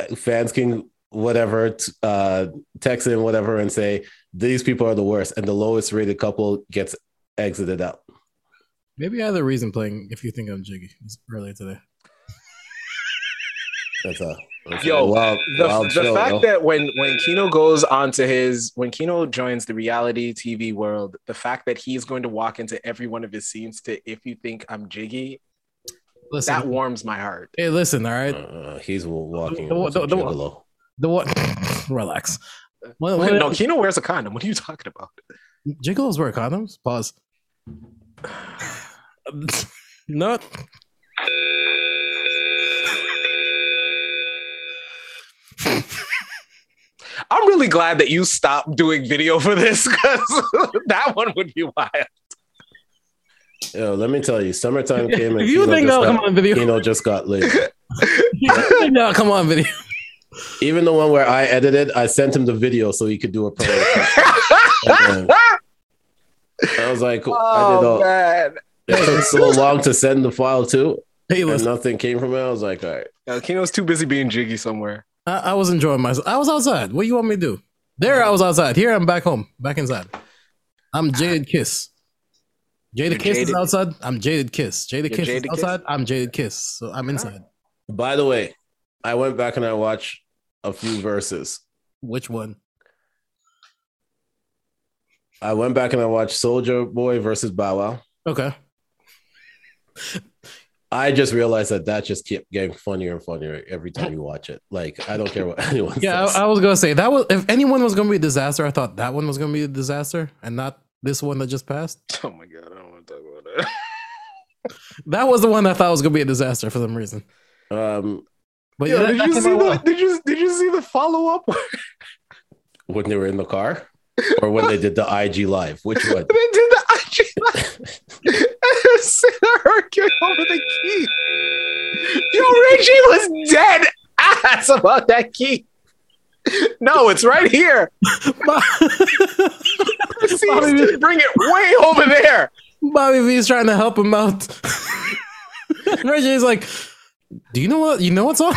[SPEAKER 3] a fans can whatever t- uh, text in whatever and say these people are the worst, and the lowest rated couple gets exited out.
[SPEAKER 1] Maybe I had a reason playing if you think I'm jiggy. It's earlier today.
[SPEAKER 3] That's a that's
[SPEAKER 2] Yo,
[SPEAKER 3] a wild,
[SPEAKER 2] the,
[SPEAKER 3] wild
[SPEAKER 2] the
[SPEAKER 3] show,
[SPEAKER 2] fact
[SPEAKER 3] yo.
[SPEAKER 2] that when when Kino goes onto his when Kino joins the reality TV world, the fact that he's going to walk into every one of his scenes to "If You Think I'm Jiggy"
[SPEAKER 1] Listen.
[SPEAKER 2] that warms my heart.
[SPEAKER 1] hey, listen, all right.
[SPEAKER 3] Uh, he's walking.
[SPEAKER 1] The- the-
[SPEAKER 3] with a
[SPEAKER 1] the-
[SPEAKER 3] gigolo.
[SPEAKER 1] The one relax. When, when,
[SPEAKER 2] No, Kino wears a condom. What are you talking about?
[SPEAKER 1] Jiggles wear condoms. Pause. Not.
[SPEAKER 2] I'm really glad that you stopped doing video for this because that one would be wild.
[SPEAKER 3] Yo, let me tell you, summertime came and
[SPEAKER 1] If you
[SPEAKER 3] Kino
[SPEAKER 1] think
[SPEAKER 3] just
[SPEAKER 1] that'll
[SPEAKER 3] got-
[SPEAKER 1] come on video,
[SPEAKER 3] Kino just got laid.
[SPEAKER 1] if you think that'll come on video.
[SPEAKER 3] Even the one where I edited, I sent him the video so he could do a promo. And then I was like, I did
[SPEAKER 2] oh
[SPEAKER 3] all.
[SPEAKER 2] man.
[SPEAKER 3] It took so long to send the file too,
[SPEAKER 1] Hey,
[SPEAKER 3] and
[SPEAKER 1] listen.
[SPEAKER 3] nothing came from it. I was like, all right.
[SPEAKER 2] No, Kino's too busy being jiggy somewhere.
[SPEAKER 1] I, I was enjoying myself. I was outside. What do you want me to do? There, I was outside. Here, I'm back home, back inside. I'm Jaded Kiss. Jaded
[SPEAKER 2] You're
[SPEAKER 1] Kiss is
[SPEAKER 2] jaded?
[SPEAKER 1] outside. I'm Jaded Kiss. Jaded
[SPEAKER 2] You're
[SPEAKER 1] Kiss
[SPEAKER 2] Jaded
[SPEAKER 1] is
[SPEAKER 2] Kiss?
[SPEAKER 1] outside. I'm Jaded Kiss. So I'm inside.
[SPEAKER 3] By the way, I went back and I watched a few verses.
[SPEAKER 1] Which one?
[SPEAKER 3] I went back and I watched Soldier Boy versus Bow Wow.
[SPEAKER 1] Okay.
[SPEAKER 3] I just realized that that just kept getting funnier and funnier every time you watch it. Like I don't care what anyone
[SPEAKER 1] Yeah,
[SPEAKER 3] says.
[SPEAKER 1] I, I was gonna say that was if anyone was gonna be a disaster, I thought that one was gonna be a disaster and not this one that just passed.
[SPEAKER 2] Oh my god, I don't want to talk about that.
[SPEAKER 1] That was the one I thought was gonna be a disaster for some reason.
[SPEAKER 3] um,
[SPEAKER 1] But
[SPEAKER 2] Yo,
[SPEAKER 1] yeah,
[SPEAKER 2] did
[SPEAKER 1] that
[SPEAKER 2] you
[SPEAKER 1] came
[SPEAKER 2] see
[SPEAKER 1] out
[SPEAKER 2] the
[SPEAKER 1] well.
[SPEAKER 2] did you did you see the follow up?
[SPEAKER 3] when they were in the car, or when they did the IG live, which one?
[SPEAKER 2] they did the IG live. and Sarah Hurricane over the key. Yo, Reggie was dead ass about that key. No, it's right here. See,
[SPEAKER 1] Bobby-
[SPEAKER 2] bring it way over there.
[SPEAKER 1] Bobby V's trying to help him out. Reggie's like, "Do you know what? You know what's on?"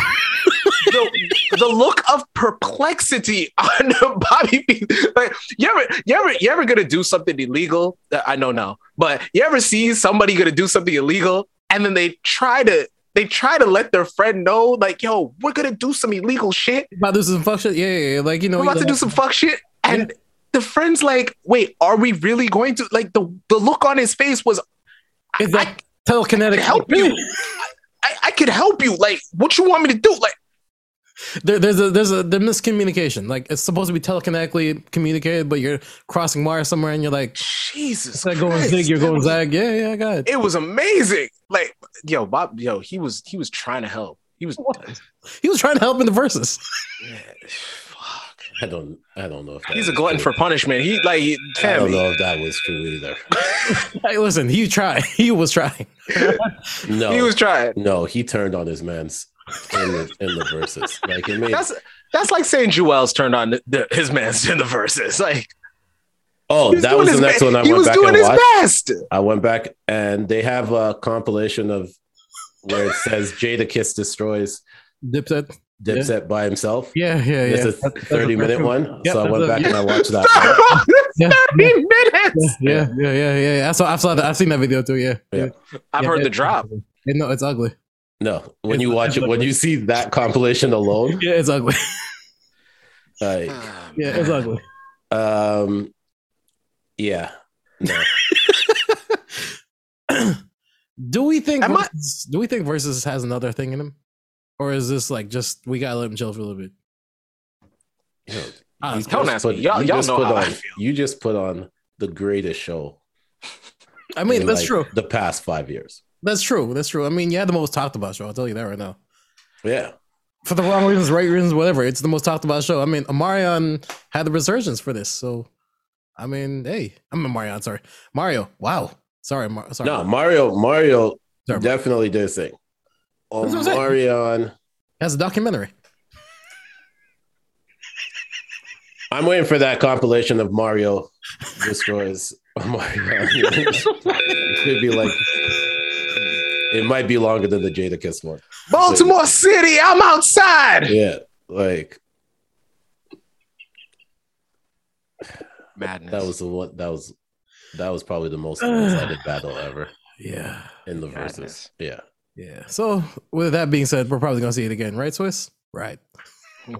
[SPEAKER 2] The, the look of perplexity on Bobby B. Like, you ever, you ever, you ever gonna do something illegal? Uh, I know now, but you ever see somebody gonna do something illegal and then they try to, they try to let their friend know, like, yo, we're gonna do some illegal shit.
[SPEAKER 1] About to do some fuck shit. Yeah, yeah, yeah. Like you know,
[SPEAKER 2] We're about to do some fuck shit. And the friend's like, wait, are we really going to? Like, the, the look on his face was, I,
[SPEAKER 1] It's like telekinetic
[SPEAKER 2] I can help you. I, I could help you. Like, what you want me to do? Like,
[SPEAKER 1] There, there's a there's a the miscommunication. Like it's supposed to be telekinetically communicated, but you're crossing wires somewhere, and you're like,
[SPEAKER 2] Jesus.
[SPEAKER 1] "It's like going
[SPEAKER 2] Christ.
[SPEAKER 1] zig, you're going zag." Yeah, yeah, I got it.
[SPEAKER 2] It was amazing. Like, yo, Bob, yo, he was he was trying to help. He was
[SPEAKER 1] He was trying to help in the verses.
[SPEAKER 2] fuck.
[SPEAKER 3] I don't. I don't know if that
[SPEAKER 2] He's a
[SPEAKER 3] was
[SPEAKER 2] glutton
[SPEAKER 3] true.
[SPEAKER 2] for punishment. He like he-
[SPEAKER 3] I don't
[SPEAKER 2] fam,
[SPEAKER 3] know if that was true either.
[SPEAKER 1] Hey, listen, he tried. He was trying.
[SPEAKER 3] No,
[SPEAKER 2] he was trying.
[SPEAKER 3] no, he turned on his man's in the, in the verses. Like it made.
[SPEAKER 2] That's that's like saying Jewels turned on the, the- his man's in the verses. Like
[SPEAKER 3] oh,
[SPEAKER 2] he was
[SPEAKER 3] that
[SPEAKER 2] doing
[SPEAKER 3] was
[SPEAKER 2] his
[SPEAKER 3] the next
[SPEAKER 2] be-
[SPEAKER 3] one I
[SPEAKER 2] he
[SPEAKER 3] went
[SPEAKER 2] was
[SPEAKER 3] back
[SPEAKER 2] doing
[SPEAKER 3] and
[SPEAKER 2] his
[SPEAKER 3] watched.
[SPEAKER 2] best.
[SPEAKER 3] I went back and they have a compilation of where it says Jada Kiss destroys
[SPEAKER 1] Dipset.
[SPEAKER 3] Dipset by himself.
[SPEAKER 1] Yeah, yeah, yeah.
[SPEAKER 3] It's a
[SPEAKER 1] That's- that's the
[SPEAKER 3] 30 minute
[SPEAKER 1] version.
[SPEAKER 3] one.
[SPEAKER 1] Yep,
[SPEAKER 3] so I
[SPEAKER 1] that's
[SPEAKER 3] went
[SPEAKER 1] a-
[SPEAKER 3] back and I watched that. one.
[SPEAKER 1] Yeah.
[SPEAKER 2] 30 minutes.
[SPEAKER 1] Yeah, yeah, yeah, yeah. yeah. I saw, I saw that. I've seen that video too. Yeah,
[SPEAKER 3] Yeah.
[SPEAKER 2] I've
[SPEAKER 1] Yeah,
[SPEAKER 2] heard
[SPEAKER 1] it-
[SPEAKER 2] the drop.
[SPEAKER 1] Yeah, no, it's ugly.
[SPEAKER 3] No,
[SPEAKER 1] It's-
[SPEAKER 3] when you watch
[SPEAKER 1] it's
[SPEAKER 3] it, when you see that compilation alone,
[SPEAKER 1] Yeah, it's ugly.
[SPEAKER 3] like,
[SPEAKER 1] Yeah, it's ugly.
[SPEAKER 3] um, yeah, no,
[SPEAKER 1] Do we think?
[SPEAKER 2] Am I-
[SPEAKER 1] Versus, do we think versus has another thing in him, or is this like just we gotta let him chill for a little bit?
[SPEAKER 3] You know,
[SPEAKER 1] Ah,
[SPEAKER 3] you
[SPEAKER 1] don't
[SPEAKER 3] just
[SPEAKER 2] ask me. Y'all-
[SPEAKER 3] you
[SPEAKER 2] y'all
[SPEAKER 3] just
[SPEAKER 2] know
[SPEAKER 3] put
[SPEAKER 2] how
[SPEAKER 3] on,
[SPEAKER 2] I feel.
[SPEAKER 3] You just put on the greatest show.
[SPEAKER 1] I mean,
[SPEAKER 3] in,
[SPEAKER 1] that's
[SPEAKER 3] like,
[SPEAKER 1] true.
[SPEAKER 3] The past five years.
[SPEAKER 1] That's true. That's true. I mean, you had the most talked about show. I'll tell you that right now.
[SPEAKER 3] Yeah,
[SPEAKER 1] For the wrong reasons, right reasons, whatever. It's the most talked about show. I mean, Amarion had the resurgence for this. So, I mean, hey, I'm Amarion. Sorry, Mario. Wow. Sorry, Mar- sorry.
[SPEAKER 3] no, Mario, Mario
[SPEAKER 1] Sorry.
[SPEAKER 3] definitely did sing. Oh,
[SPEAKER 1] That's what I'm saying.
[SPEAKER 3] Marion,
[SPEAKER 1] That's a documentary.
[SPEAKER 3] I'm waiting for that compilation of Mario destroys Mario. it could be like it might be longer than the Jada Kiss one.
[SPEAKER 2] Baltimore City, I'm outside.
[SPEAKER 3] Yeah, like
[SPEAKER 2] Madness.
[SPEAKER 3] that was the one. That was that was probably the most excited battle ever
[SPEAKER 1] Yeah.
[SPEAKER 3] in the
[SPEAKER 2] Madness.
[SPEAKER 3] verses. Yeah,
[SPEAKER 1] Yeah. So, with that being said, we're probably gonna see it again, right, Swiss? Right.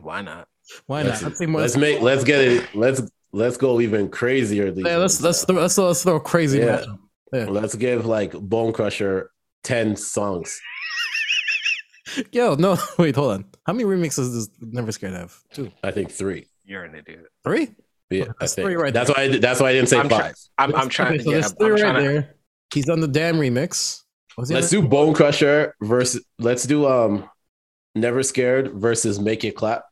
[SPEAKER 2] why not?
[SPEAKER 1] Why
[SPEAKER 3] let's,
[SPEAKER 1] not? I've seen more-
[SPEAKER 3] let's make let's get it. Let's let's go even crazier. These
[SPEAKER 1] Yeah, let's
[SPEAKER 3] ones
[SPEAKER 1] let's
[SPEAKER 3] now.
[SPEAKER 1] throw, let's, throw, let's throw a crazy
[SPEAKER 3] Yeah.
[SPEAKER 1] matchup.
[SPEAKER 3] let's give like Bone Crusher ten songs.
[SPEAKER 1] Yo, no, wait, hold on. How many remixes does Never Scared have? Two,
[SPEAKER 3] I think three.
[SPEAKER 2] You're an idiot.
[SPEAKER 1] three.
[SPEAKER 3] Yeah,
[SPEAKER 1] That's
[SPEAKER 3] I think.
[SPEAKER 1] three right
[SPEAKER 3] that's why I, did- that's why I didn't say
[SPEAKER 2] I'm
[SPEAKER 3] five.
[SPEAKER 2] try- I'm, I'm trying.
[SPEAKER 1] Okay, so
[SPEAKER 2] yeah,
[SPEAKER 1] there's
[SPEAKER 2] I'm-
[SPEAKER 1] 3
[SPEAKER 2] I'm
[SPEAKER 1] right
[SPEAKER 2] trying to-
[SPEAKER 1] there. He's on the damn remix. What's the
[SPEAKER 3] Let's
[SPEAKER 1] other-
[SPEAKER 3] do Bone Crusher versus. Let's do um, Never Scared versus Make It Clap.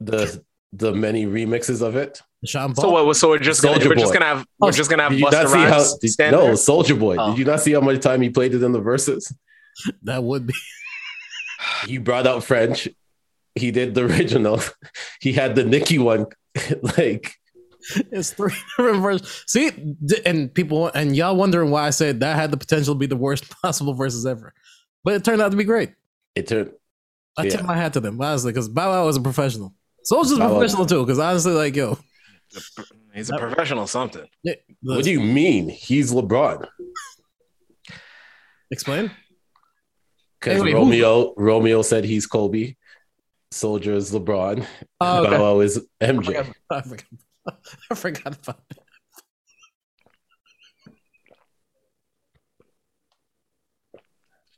[SPEAKER 3] The the many remixes of it.
[SPEAKER 1] Sean Paul.
[SPEAKER 2] So uh, what? So we're just gonna,
[SPEAKER 3] Soulja
[SPEAKER 2] we're just
[SPEAKER 3] Boy.
[SPEAKER 2] gonna have we're
[SPEAKER 1] Oh,
[SPEAKER 2] just gonna have
[SPEAKER 3] Did you
[SPEAKER 2] Busta
[SPEAKER 3] not see how?
[SPEAKER 2] Rhymes
[SPEAKER 3] did-
[SPEAKER 2] stand
[SPEAKER 3] no,
[SPEAKER 2] there?
[SPEAKER 3] Soldier Boy.
[SPEAKER 2] Oh.
[SPEAKER 3] Did you not see how much time he played it in the verses?
[SPEAKER 1] that would be.
[SPEAKER 3] He brought out French. He did the original. He had the Nicki one. like
[SPEAKER 1] It's three different versions. See, d- and people and y'all wondering why I said that had the potential to be the worst possible verses ever, but it turned out to be great.
[SPEAKER 3] it turned.
[SPEAKER 1] I
[SPEAKER 3] Yeah.
[SPEAKER 1] tip my hat to them honestly because Bow Wow was a professional. Soldier's
[SPEAKER 3] Bow Wow.
[SPEAKER 1] professional too because honestly, like yo,
[SPEAKER 2] He's a professional something.
[SPEAKER 3] What do you mean? He's LeBron.
[SPEAKER 1] explain?
[SPEAKER 3] Because
[SPEAKER 1] Anyway, who-
[SPEAKER 3] Romeo Romeo said he's Kobe. Soldier is LeBron.
[SPEAKER 1] Oh, okay.
[SPEAKER 3] Bow Wow is
[SPEAKER 1] I
[SPEAKER 3] MJ.
[SPEAKER 1] forgot, I forgot, I forgot about that.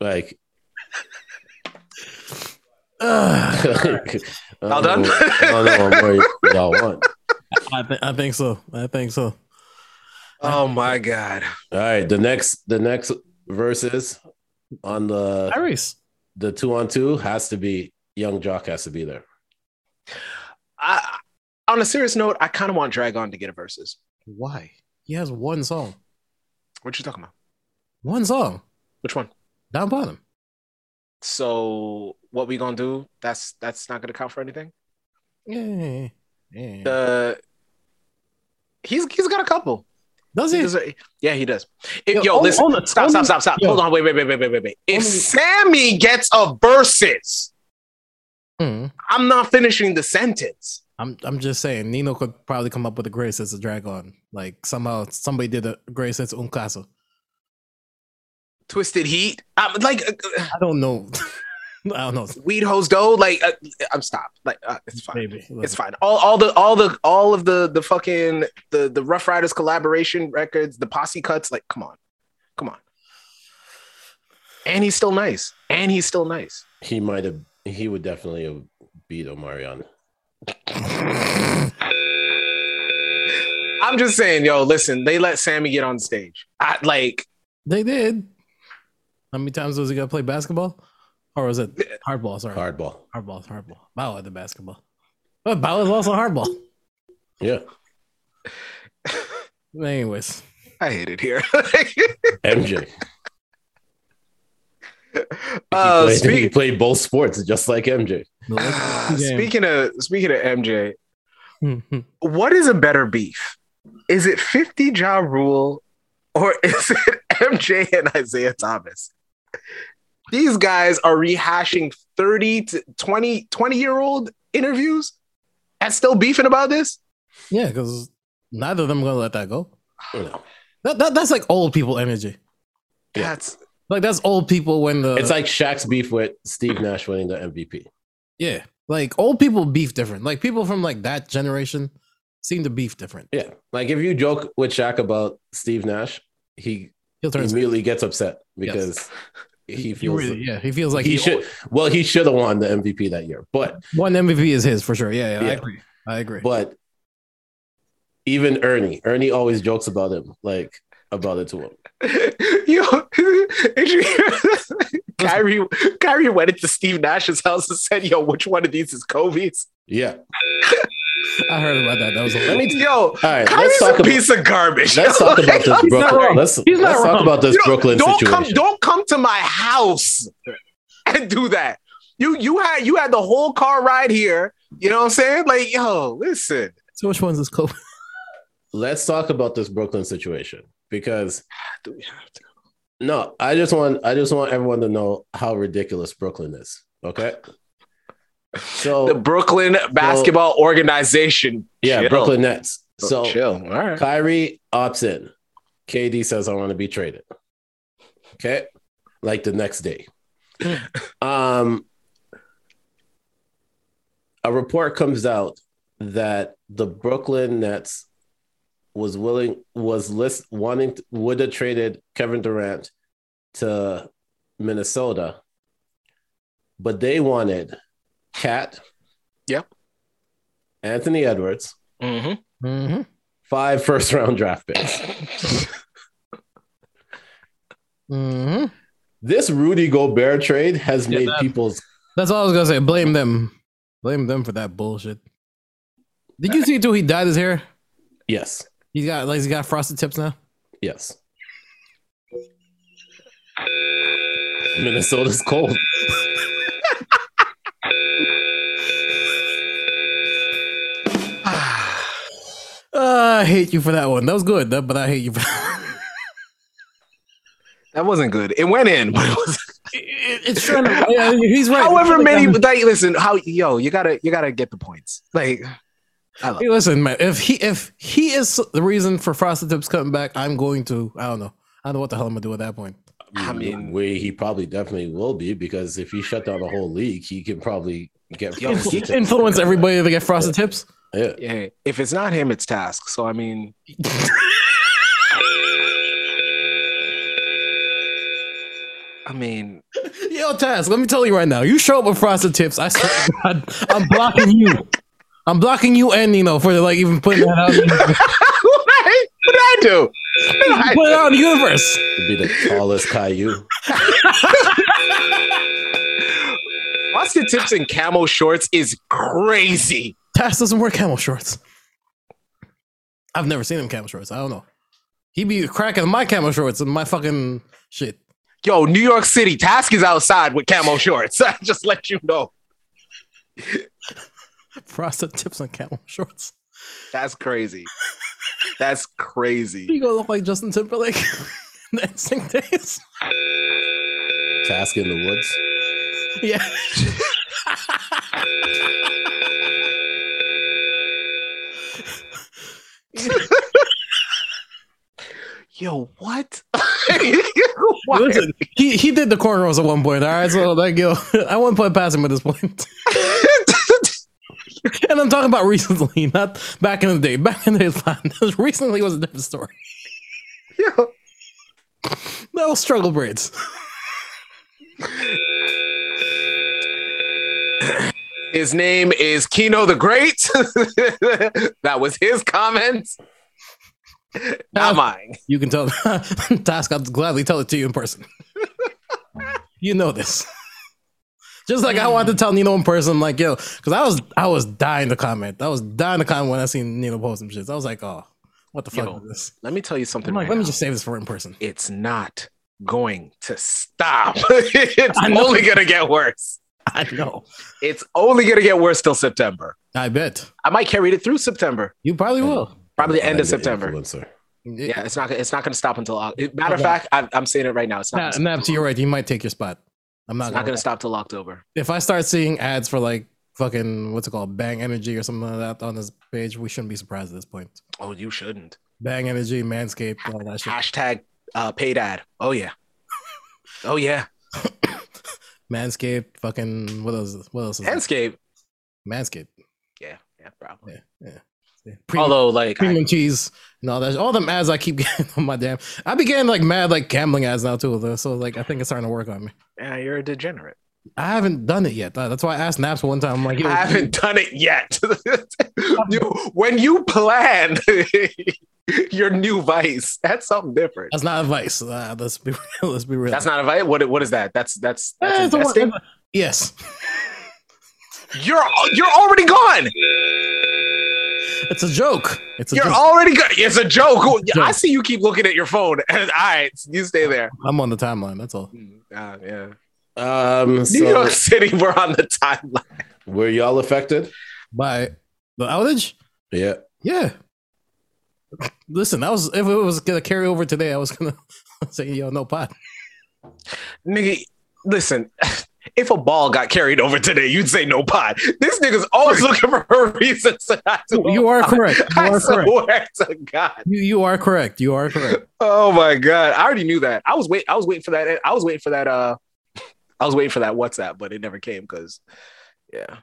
[SPEAKER 3] Like,
[SPEAKER 1] Ugh.
[SPEAKER 3] all
[SPEAKER 2] done?
[SPEAKER 3] I don't know what more y'all want.
[SPEAKER 1] I, th- I think so. I think so.
[SPEAKER 2] Oh my god.
[SPEAKER 3] All right, the next the next verses on the
[SPEAKER 1] Tyrese.
[SPEAKER 3] the two on two has to be Young Jock has to be there.
[SPEAKER 2] I, on a serious note, I kind of want Dragon to get a versus.
[SPEAKER 1] Why? He has one song.
[SPEAKER 2] What you talking about?
[SPEAKER 1] One song.
[SPEAKER 2] Which one?
[SPEAKER 1] Down bottom.
[SPEAKER 2] So what we gonna do? That's that's not gonna count for anything.
[SPEAKER 1] Yeah. yeah.
[SPEAKER 3] Uh,
[SPEAKER 2] The he's he's got a couple.
[SPEAKER 1] Does
[SPEAKER 2] He
[SPEAKER 1] he?
[SPEAKER 2] does- yeah, he does. If, yo,
[SPEAKER 1] Yo, on-
[SPEAKER 2] listen,
[SPEAKER 1] on the-
[SPEAKER 2] stop,
[SPEAKER 1] on
[SPEAKER 2] stop,
[SPEAKER 1] the-
[SPEAKER 2] stop, stop.
[SPEAKER 1] yo.
[SPEAKER 2] Hold on, wait, wait, wait, wait, wait, wait, wait. If
[SPEAKER 1] On the-
[SPEAKER 2] Sammy gets a versus,
[SPEAKER 1] Hmm.
[SPEAKER 2] I'm not finishing the sentence.
[SPEAKER 1] I'm I'm just saying Nino could probably come up with a greatest as a drag on. Like somehow somebody did a greatest as un caso.
[SPEAKER 2] Twisted Heat, I'm like uh,
[SPEAKER 1] I don't know. I don't know.
[SPEAKER 2] Weed Hose Doe, like uh, I'm stopped. Like uh, it's fine.
[SPEAKER 1] Maybe.
[SPEAKER 2] It's fine. All, all the, all the, all of the, the fucking, the, the Rough Riders collaboration records, the posse cuts. Like, come on, come on. And he's still nice. And he's still nice.
[SPEAKER 3] He might have he would definitely have beat Omarion.
[SPEAKER 2] I'm just saying, yo, listen. They let Sammy get on stage. I like.
[SPEAKER 1] They did. How many times was he gonna play basketball? Or was it hardball? Sorry.
[SPEAKER 3] Hardball.
[SPEAKER 1] Hardball, hardball. Bauer the basketball. But Bauer's also hardball.
[SPEAKER 3] Yeah.
[SPEAKER 1] Anyways.
[SPEAKER 2] I hate it here.
[SPEAKER 3] MJ.
[SPEAKER 2] uh,
[SPEAKER 3] he, played, he
[SPEAKER 2] speak,
[SPEAKER 3] played both sports just like MJ.
[SPEAKER 1] the Lakers game.
[SPEAKER 2] speaking of speaking of MJ,
[SPEAKER 1] Mhm.
[SPEAKER 2] what is a better beef? Is it 50 Ja Rule or is it MJ and Isaiah Thomas? These guys are rehashing 30 to 20, 20 year old interviews and still beefing about this?
[SPEAKER 1] yeah, because neither of them gonna let that go.
[SPEAKER 3] No.
[SPEAKER 1] That, that that's like old people energy.
[SPEAKER 3] Yeah.
[SPEAKER 2] That's
[SPEAKER 1] Like that's old people when
[SPEAKER 2] Uh,
[SPEAKER 1] the
[SPEAKER 3] It's like Shaq's beef with Steve Nash winning the MVP.
[SPEAKER 1] Yeah. Like old people beef different. Like people from like that generation seem to beef different.
[SPEAKER 3] Yeah. Like if you joke with Shaq about Steve Nash, he
[SPEAKER 1] He'll turn
[SPEAKER 3] immediately gets upset because he feels
[SPEAKER 1] really, yeah, he feels
[SPEAKER 3] like
[SPEAKER 1] like
[SPEAKER 3] he,
[SPEAKER 1] he,
[SPEAKER 3] should well, he should have won the MVP that year. But
[SPEAKER 1] one MVP is his for sure. Yeah, yeah, I
[SPEAKER 3] Yeah.
[SPEAKER 1] agree. I agree.
[SPEAKER 3] but even Ernie, Ernie always jokes about him, like about it to him.
[SPEAKER 2] yo. did you hear- Kyrie, Kyrie went into Steve Nash's house and said, "Yo, which one of these is Kobe's?"
[SPEAKER 3] Yeah.
[SPEAKER 1] I heard about that. That was
[SPEAKER 3] Let
[SPEAKER 1] a
[SPEAKER 3] me
[SPEAKER 2] Yo,
[SPEAKER 3] all right,
[SPEAKER 2] Kyrie's
[SPEAKER 3] let's
[SPEAKER 2] a
[SPEAKER 3] talk about
[SPEAKER 2] piece of garbage.
[SPEAKER 3] let's talk about this
[SPEAKER 2] I'm sorry.
[SPEAKER 3] Brooklyn. Let's,
[SPEAKER 1] He's not
[SPEAKER 3] let's talk
[SPEAKER 1] wrong.
[SPEAKER 3] about this
[SPEAKER 2] You don't-
[SPEAKER 3] Brooklyn
[SPEAKER 2] don't Come,
[SPEAKER 3] situation.
[SPEAKER 2] don't come to my house and do that. You you had you had the whole car ride here. You know what I'm saying? Like, yo, listen.
[SPEAKER 1] so which one's this Kobe?
[SPEAKER 3] Let's talk about this Brooklyn situation because No, I just want I just want everyone to know how ridiculous Brooklyn is. Okay.
[SPEAKER 2] The
[SPEAKER 3] So
[SPEAKER 2] Brooklyn basketball organization.
[SPEAKER 3] yeah,
[SPEAKER 2] Chill.
[SPEAKER 3] Brooklyn Nets. So
[SPEAKER 2] Oh, chill. All right.
[SPEAKER 3] Kyrie opts in. KD says I want to be traded. Okay. Like the next day. um a report comes out that the Brooklyn Nets was willing was list wanting to- would have traded Kevin Durant to Minnesota, but they wanted Cat.
[SPEAKER 2] Yep.
[SPEAKER 3] Anthony Edwards,
[SPEAKER 2] Mhm.
[SPEAKER 1] Mm-hmm.
[SPEAKER 3] five first round draft picks.
[SPEAKER 1] Mm-hmm.
[SPEAKER 3] This Rudy Gobert trade has
[SPEAKER 1] Yeah,
[SPEAKER 3] made
[SPEAKER 1] that-
[SPEAKER 3] people's
[SPEAKER 1] That's all I was gonna say. Blame them. Blame them for that bullshit. Did you see too? He dyed his hair.
[SPEAKER 3] yes,
[SPEAKER 1] He's got like he's got frosted tips now.
[SPEAKER 3] yes. Minnesota's cold.
[SPEAKER 1] Uh, I hate you for that one. That was good, that- but I hate you. For
[SPEAKER 2] That wasn't good. It went in, but it was
[SPEAKER 1] it, it's trying to. Yeah, he's right.
[SPEAKER 2] however
[SPEAKER 1] Like,
[SPEAKER 2] many
[SPEAKER 3] um,
[SPEAKER 1] I'm-
[SPEAKER 2] like listen, how yo, you gotta you gotta get the points. Like I love
[SPEAKER 1] Hey, listen, man. If he if he is the reason for Frosted Tips coming back, I'm going to. I don't know. I don't know what the hell I'm gonna do at that point.
[SPEAKER 2] I
[SPEAKER 3] I
[SPEAKER 2] mean-
[SPEAKER 3] mean, way he probably definitely will be because if he shut down the whole league, he can probably get
[SPEAKER 2] Yo,
[SPEAKER 3] frosted tips.
[SPEAKER 1] Influence everybody to get Frosted Tips.
[SPEAKER 3] Yeah.
[SPEAKER 2] yeah, if it's not him, it's task. So I mean I mean,
[SPEAKER 1] Yo, Taz, let me tell you right now. You show up with frosted tips. I swear to God, I'm blocking you. I'm blocking you and Nino for like even putting that out. in-
[SPEAKER 2] what did I do? What did
[SPEAKER 1] Put it
[SPEAKER 2] I
[SPEAKER 1] out in the universe.
[SPEAKER 3] It'd be the tallest Caillou.
[SPEAKER 2] do? Frosted tips and camo shorts is crazy.
[SPEAKER 1] Taz doesn't wear camel shorts. I've never seen him camel shorts. I don't know. He be cracking my camel shorts and my fucking shit.
[SPEAKER 2] Yo, New York City, Task is outside with camo shorts. I just let you know.
[SPEAKER 1] Frosted tips and camel shorts.
[SPEAKER 2] That's crazy. That's crazy.
[SPEAKER 1] You gonna look like Justin Timberlake in the instinct days.
[SPEAKER 3] Task in the woods.
[SPEAKER 1] Yeah.
[SPEAKER 2] Yo, what? Why?
[SPEAKER 1] Listen, he, he did the cornrows at one point, all right? So, like, yo, I wouldn't put it past him at this point. And I'm talking about recently, not back in the day. Back in the day, it's fine. recently was a different story.
[SPEAKER 2] Yo,
[SPEAKER 1] That was struggle braids.
[SPEAKER 2] His name is Kino the Great. that was his comment.
[SPEAKER 1] Uh,
[SPEAKER 2] Not mine.
[SPEAKER 1] You can tell Task, I'll gladly tell it to you in person. you know this. Just like I wanted to tell Nino in person, like, yo, because I was I was dying to comment. I was dying to comment when I seen Nino post some shit. I was like, oh, what the fuck
[SPEAKER 2] Yo.
[SPEAKER 1] is this?
[SPEAKER 2] Let me tell you something.
[SPEAKER 1] I'm like,
[SPEAKER 2] right
[SPEAKER 1] let me
[SPEAKER 2] now.
[SPEAKER 1] just save this for in person.
[SPEAKER 2] It's not going to stop. it's
[SPEAKER 1] I know.
[SPEAKER 2] only going to get worse.
[SPEAKER 1] I know.
[SPEAKER 2] It's only going to get worse till September.
[SPEAKER 1] I bet.
[SPEAKER 2] I might carry it through September.
[SPEAKER 1] You probably will.
[SPEAKER 2] Probably the end of
[SPEAKER 3] Like
[SPEAKER 2] September.
[SPEAKER 3] influencer.
[SPEAKER 2] Yeah, it's not. It's not going to stop until. Oc- Matter of fact, I, I'm saying it right now. It's not.
[SPEAKER 1] Nah,
[SPEAKER 2] gonna
[SPEAKER 1] Naps, you're right. You might take your spot.
[SPEAKER 2] It's
[SPEAKER 1] I'm not,
[SPEAKER 2] not
[SPEAKER 1] gonna,
[SPEAKER 2] going to stop till October.
[SPEAKER 1] If I start seeing ads for like fucking what's it called, Bang Energy or something like that on this page, we shouldn't be surprised at this point.
[SPEAKER 2] Oh, you shouldn't.
[SPEAKER 1] Bang Energy, Manscaped, all that shit.
[SPEAKER 2] Hashtag uh, paid ad. Oh yeah. Oh yeah.
[SPEAKER 1] Manscaped, fucking what else? What else? Is
[SPEAKER 2] Manscaped.
[SPEAKER 1] there? Manscaped.
[SPEAKER 2] Yeah. Yeah. Probably.
[SPEAKER 1] Yeah, yeah. yeah. Premium,
[SPEAKER 2] Although, like, I,
[SPEAKER 1] premium cheese and all that. All them ads I keep getting on my damn. I be getting like mad like gambling ads now too. though, So like I think it's starting to work on me.
[SPEAKER 2] yeah, you're a degenerate.
[SPEAKER 1] I haven't done it yet. though. That's why I asked Naps one time. I'm like,
[SPEAKER 2] I
[SPEAKER 1] yo,
[SPEAKER 2] haven't done it yet.
[SPEAKER 1] Um,
[SPEAKER 2] You- when you plan your new vice, that's something different.
[SPEAKER 1] that's not advice. Uh, let's be real. Let's be real.
[SPEAKER 2] That's not a vice. What? What is that? That's that's. that's
[SPEAKER 1] Eh, it's a one-
[SPEAKER 2] investing?
[SPEAKER 1] Yes.
[SPEAKER 2] You're you're already gone.
[SPEAKER 1] It's a joke. It's a
[SPEAKER 2] You're
[SPEAKER 1] joke.
[SPEAKER 2] already good. It's a joke.
[SPEAKER 1] It's a
[SPEAKER 2] I
[SPEAKER 1] joke.
[SPEAKER 2] see you keep looking at your phone. All right, you stay there.
[SPEAKER 1] I'm on the timeline. That's all.
[SPEAKER 2] Ah, yeah.
[SPEAKER 3] Um,
[SPEAKER 2] New
[SPEAKER 3] so
[SPEAKER 2] York City, we're on the timeline.
[SPEAKER 3] were y'all affected?
[SPEAKER 1] By the outage?
[SPEAKER 3] Yeah.
[SPEAKER 1] Yeah. Listen, I was if it was gonna carry over today, I was gonna say, yo, no pot.
[SPEAKER 2] Nigga, listen. If a ball got carried over today, you'd say no pot. This nigga's always looking for reasons to not do
[SPEAKER 1] You are correct. You
[SPEAKER 2] I
[SPEAKER 1] are correct.
[SPEAKER 2] swear to God.
[SPEAKER 1] You, you are correct. You are correct.
[SPEAKER 2] Oh my God. I already knew that. I was wait. I was waiting for that. I was waiting for that. Uh, I was waiting for that WhatsApp, but it never came because, yeah.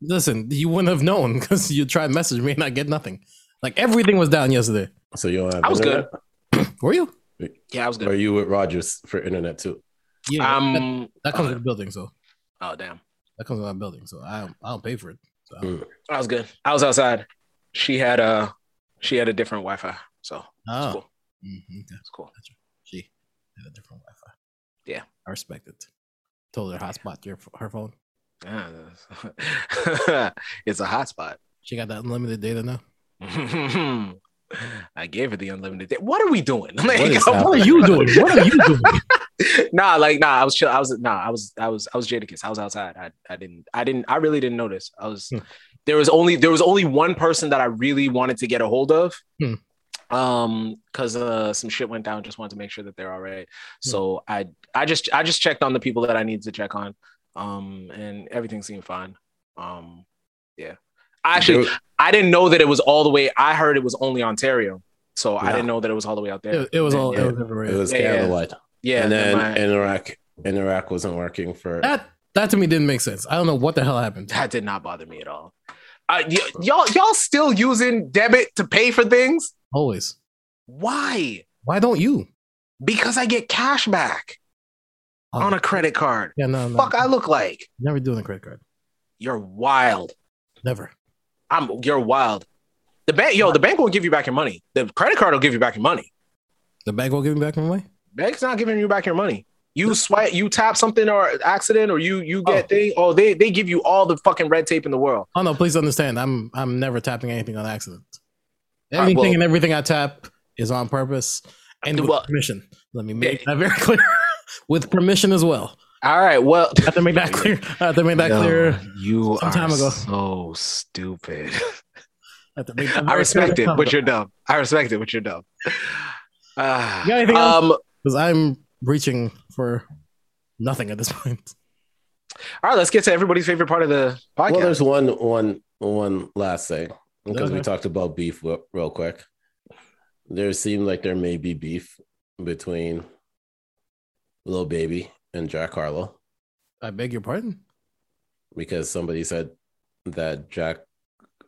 [SPEAKER 1] Listen, you wouldn't have known because you tried to message me and I get nothing. Like everything was down yesterday.
[SPEAKER 3] So you don't have
[SPEAKER 2] I was
[SPEAKER 3] internet?
[SPEAKER 1] Were you?
[SPEAKER 2] Yeah, I was
[SPEAKER 3] Or
[SPEAKER 2] good.
[SPEAKER 3] you with Rogers for internet too?
[SPEAKER 1] Yeah. that,
[SPEAKER 2] Um.
[SPEAKER 1] that comes with the building, so
[SPEAKER 2] Oh damn.
[SPEAKER 1] that comes with my building, so I don't, I don't pay for it. So.
[SPEAKER 3] Mm.
[SPEAKER 2] I was good. I was outside. She had a she had a different Wi-Fi, so it's
[SPEAKER 1] Oh.
[SPEAKER 2] cool.
[SPEAKER 1] Mhm.
[SPEAKER 2] It's cool.
[SPEAKER 1] She had a different Wi-Fi.
[SPEAKER 2] Yeah.
[SPEAKER 1] I respect it. Told her to hotspot your her phone.
[SPEAKER 2] Yeah, that's- it's a hotspot.
[SPEAKER 1] She got that unlimited data now.
[SPEAKER 2] I gave her the unlimited. Day. What are we doing? Like,
[SPEAKER 3] is
[SPEAKER 1] What are you doing? What are you doing?
[SPEAKER 2] nah, like nah. I was chill. I was nah. I was I was I was Jadakiss. I was outside. I, I didn't I didn't I really didn't notice. I was
[SPEAKER 1] Hmm.
[SPEAKER 2] there was only there was only one person that I really wanted to get a hold of.
[SPEAKER 1] Hmm.
[SPEAKER 2] Um, because uh some shit went down, just wanted to make sure that they're all right.
[SPEAKER 1] Hmm.
[SPEAKER 2] So I I just I just checked on the people that I needed to check on. Um and everything seemed fine. Um yeah. I actually
[SPEAKER 3] There-
[SPEAKER 2] I didn't know that it was all the way I heard it was only Ontario. So I
[SPEAKER 3] Yeah.
[SPEAKER 2] didn't know that it was all the way out there.
[SPEAKER 1] It, it was all
[SPEAKER 2] Yeah,
[SPEAKER 1] it was everywhere.
[SPEAKER 3] It was
[SPEAKER 2] Yeah, yeah.
[SPEAKER 3] candlelight.
[SPEAKER 2] yeah Ah,
[SPEAKER 3] and then
[SPEAKER 2] my-
[SPEAKER 3] Interac Interac wasn't working for
[SPEAKER 1] that that to me didn't make sense. I don't know what the hell happened.
[SPEAKER 2] that did not bother me at all. Uh, y- y'all, y'all still using debit to pay for things?
[SPEAKER 1] Always.
[SPEAKER 2] Why?
[SPEAKER 1] Why don't you?
[SPEAKER 2] Because I get cash back. on a credit card.
[SPEAKER 1] Yeah, no, no.
[SPEAKER 2] Fuck, I look like
[SPEAKER 1] Never doing a credit card.
[SPEAKER 2] you're wild.
[SPEAKER 1] Never.
[SPEAKER 2] I'm you're wild. The bank, yo, the bank won't give you back your money. The credit card will give you back your money.
[SPEAKER 1] The bank won't give me back my money.
[SPEAKER 2] Bank's not giving you back your money. You swipe, you tap something or accident, or you you get thing. Oh, they they give you all the fucking red tape in the world.
[SPEAKER 1] Oh no, please understand. I'm I'm never tapping anything on accident.
[SPEAKER 2] All right,
[SPEAKER 1] Anything
[SPEAKER 2] well-
[SPEAKER 1] and everything I tap is on purpose and with
[SPEAKER 2] Well-
[SPEAKER 1] permission. Let me make that very clear. with permission as well.
[SPEAKER 2] All right, well,
[SPEAKER 1] I have to make that clear. I have to make that
[SPEAKER 2] No,
[SPEAKER 1] clear.
[SPEAKER 2] You
[SPEAKER 1] some time
[SPEAKER 2] are
[SPEAKER 1] ago.
[SPEAKER 2] so stupid.
[SPEAKER 1] I, have to make that
[SPEAKER 2] I
[SPEAKER 1] very
[SPEAKER 2] respect it,
[SPEAKER 1] clear.
[SPEAKER 2] but you're dumb. I respect it, but you're dumb. Ah,
[SPEAKER 1] You got anything else?
[SPEAKER 2] um, all
[SPEAKER 1] because I'm reaching for nothing at this point.
[SPEAKER 2] right, let's get to everybody's favorite part of the podcast.
[SPEAKER 3] Well, there's one, one, one last thing because we
[SPEAKER 2] Uh-huh.
[SPEAKER 1] Okay.
[SPEAKER 3] talked about beef w- real quick. There seemed like there may be beef between Lil Baby and Jack Harlow
[SPEAKER 1] I beg your pardon.
[SPEAKER 3] because somebody said that Jack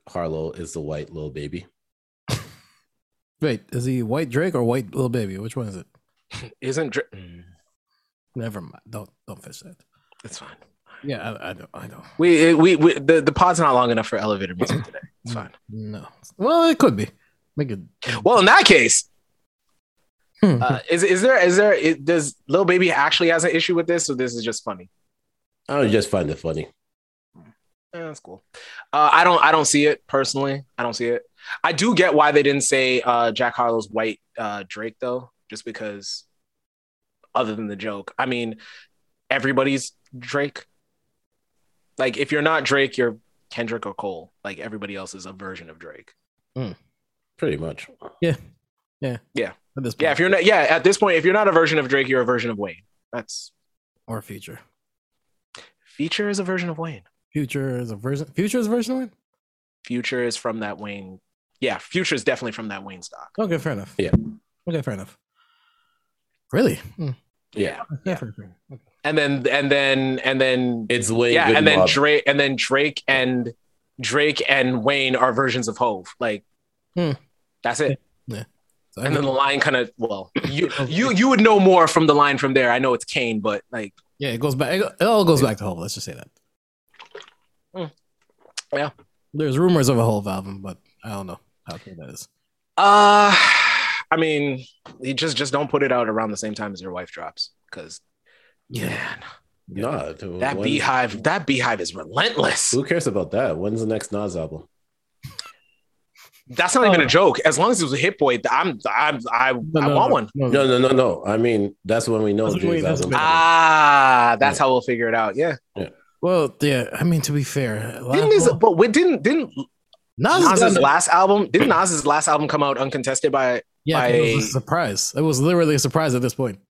[SPEAKER 3] Harlow is the white Lil Baby.
[SPEAKER 1] Wait, is he white Drake or white little baby? Which one is it?
[SPEAKER 2] Isn't Dra- Mm,
[SPEAKER 1] Never mind. Don't don't fish that.
[SPEAKER 2] it's fine.
[SPEAKER 1] Yeah, I, I don't. I don't.
[SPEAKER 2] We, it- we we the, the pod's not long enough for elevator music today. It's fine.
[SPEAKER 1] No. Well, it could be. Make it.
[SPEAKER 2] Well, in that case,
[SPEAKER 1] Hmm.
[SPEAKER 2] uh, is is there is there is, does Lil Baby actually has an issue with this, or this is just funny?
[SPEAKER 3] I would just find it funny.
[SPEAKER 2] Eh, that's cool. Uh, I don't I don't see it personally. I don't see it. I do get why they didn't say uh, Jack Harlow's white uh, Drake though, just because. Other than the joke, I mean, everybody's Drake. Like, if you're not Drake, you're Kendrick or Cole. Like, everybody else is a version of Drake.
[SPEAKER 3] Pretty much.
[SPEAKER 1] At this point,
[SPEAKER 2] Yeah, if you're not, yeah, at this point, if you're not a version of Drake, you're a version of Wayne. That's
[SPEAKER 1] or future.
[SPEAKER 2] Feature is a version of Wayne.
[SPEAKER 1] Future is a version. Future is a version of it.
[SPEAKER 2] Future is from that Wayne. Yeah, Future is definitely from that Wayne stock.
[SPEAKER 1] Okay, fair enough.
[SPEAKER 3] Yeah.
[SPEAKER 1] Okay, fair enough. Really? Hmm.
[SPEAKER 3] Yeah.
[SPEAKER 1] Okay,
[SPEAKER 2] Yeah.
[SPEAKER 1] fair, fair. Okay.
[SPEAKER 2] And then, and then, and then,
[SPEAKER 3] It's way
[SPEAKER 2] yeah,
[SPEAKER 3] good
[SPEAKER 2] and then
[SPEAKER 3] mob.
[SPEAKER 2] Drake, and then Drake and Drake and Wayne are versions of Hove. Like,
[SPEAKER 1] Hmm.
[SPEAKER 2] that's it.
[SPEAKER 1] So I
[SPEAKER 2] And then
[SPEAKER 1] get-
[SPEAKER 2] the line kind of, well, you, you, you would know more from the line from there. I know it's Kane, but like,
[SPEAKER 1] yeah, it goes back. It, it all goes back to Hove. Let's just say that.
[SPEAKER 2] Hmm. Yeah.
[SPEAKER 1] There's rumors of a Hove album, but I don't know how true that is.
[SPEAKER 2] uh, I mean, you just, just don't put it out around the same time as your wife drops. Cause yeah,
[SPEAKER 3] Nah,
[SPEAKER 2] that
[SPEAKER 3] when's-
[SPEAKER 2] beehive, that beehive is relentless.
[SPEAKER 3] Who cares about that? When's the next Nas album?
[SPEAKER 2] That's not even a joke. As long as it was a hit boy, I'm I'm I,
[SPEAKER 1] No,
[SPEAKER 2] I
[SPEAKER 1] no,
[SPEAKER 2] want
[SPEAKER 1] no,
[SPEAKER 2] one.
[SPEAKER 1] No,
[SPEAKER 3] No, no, no, no. I mean, that's when we know
[SPEAKER 1] That's when we-
[SPEAKER 3] Jay's
[SPEAKER 1] that's
[SPEAKER 3] album.
[SPEAKER 1] when-
[SPEAKER 2] Ah, that's how we'll figure it out. Yeah.
[SPEAKER 1] Well, yeah. I mean, to be fair,
[SPEAKER 2] Didn't his, but we didn't didn't
[SPEAKER 1] Nas is
[SPEAKER 2] Nas's
[SPEAKER 1] gonna-
[SPEAKER 2] last album didn't Nas's last album come out uncontested by
[SPEAKER 1] yeah,
[SPEAKER 2] by-
[SPEAKER 1] it was a surprise. It was literally a surprise at this point.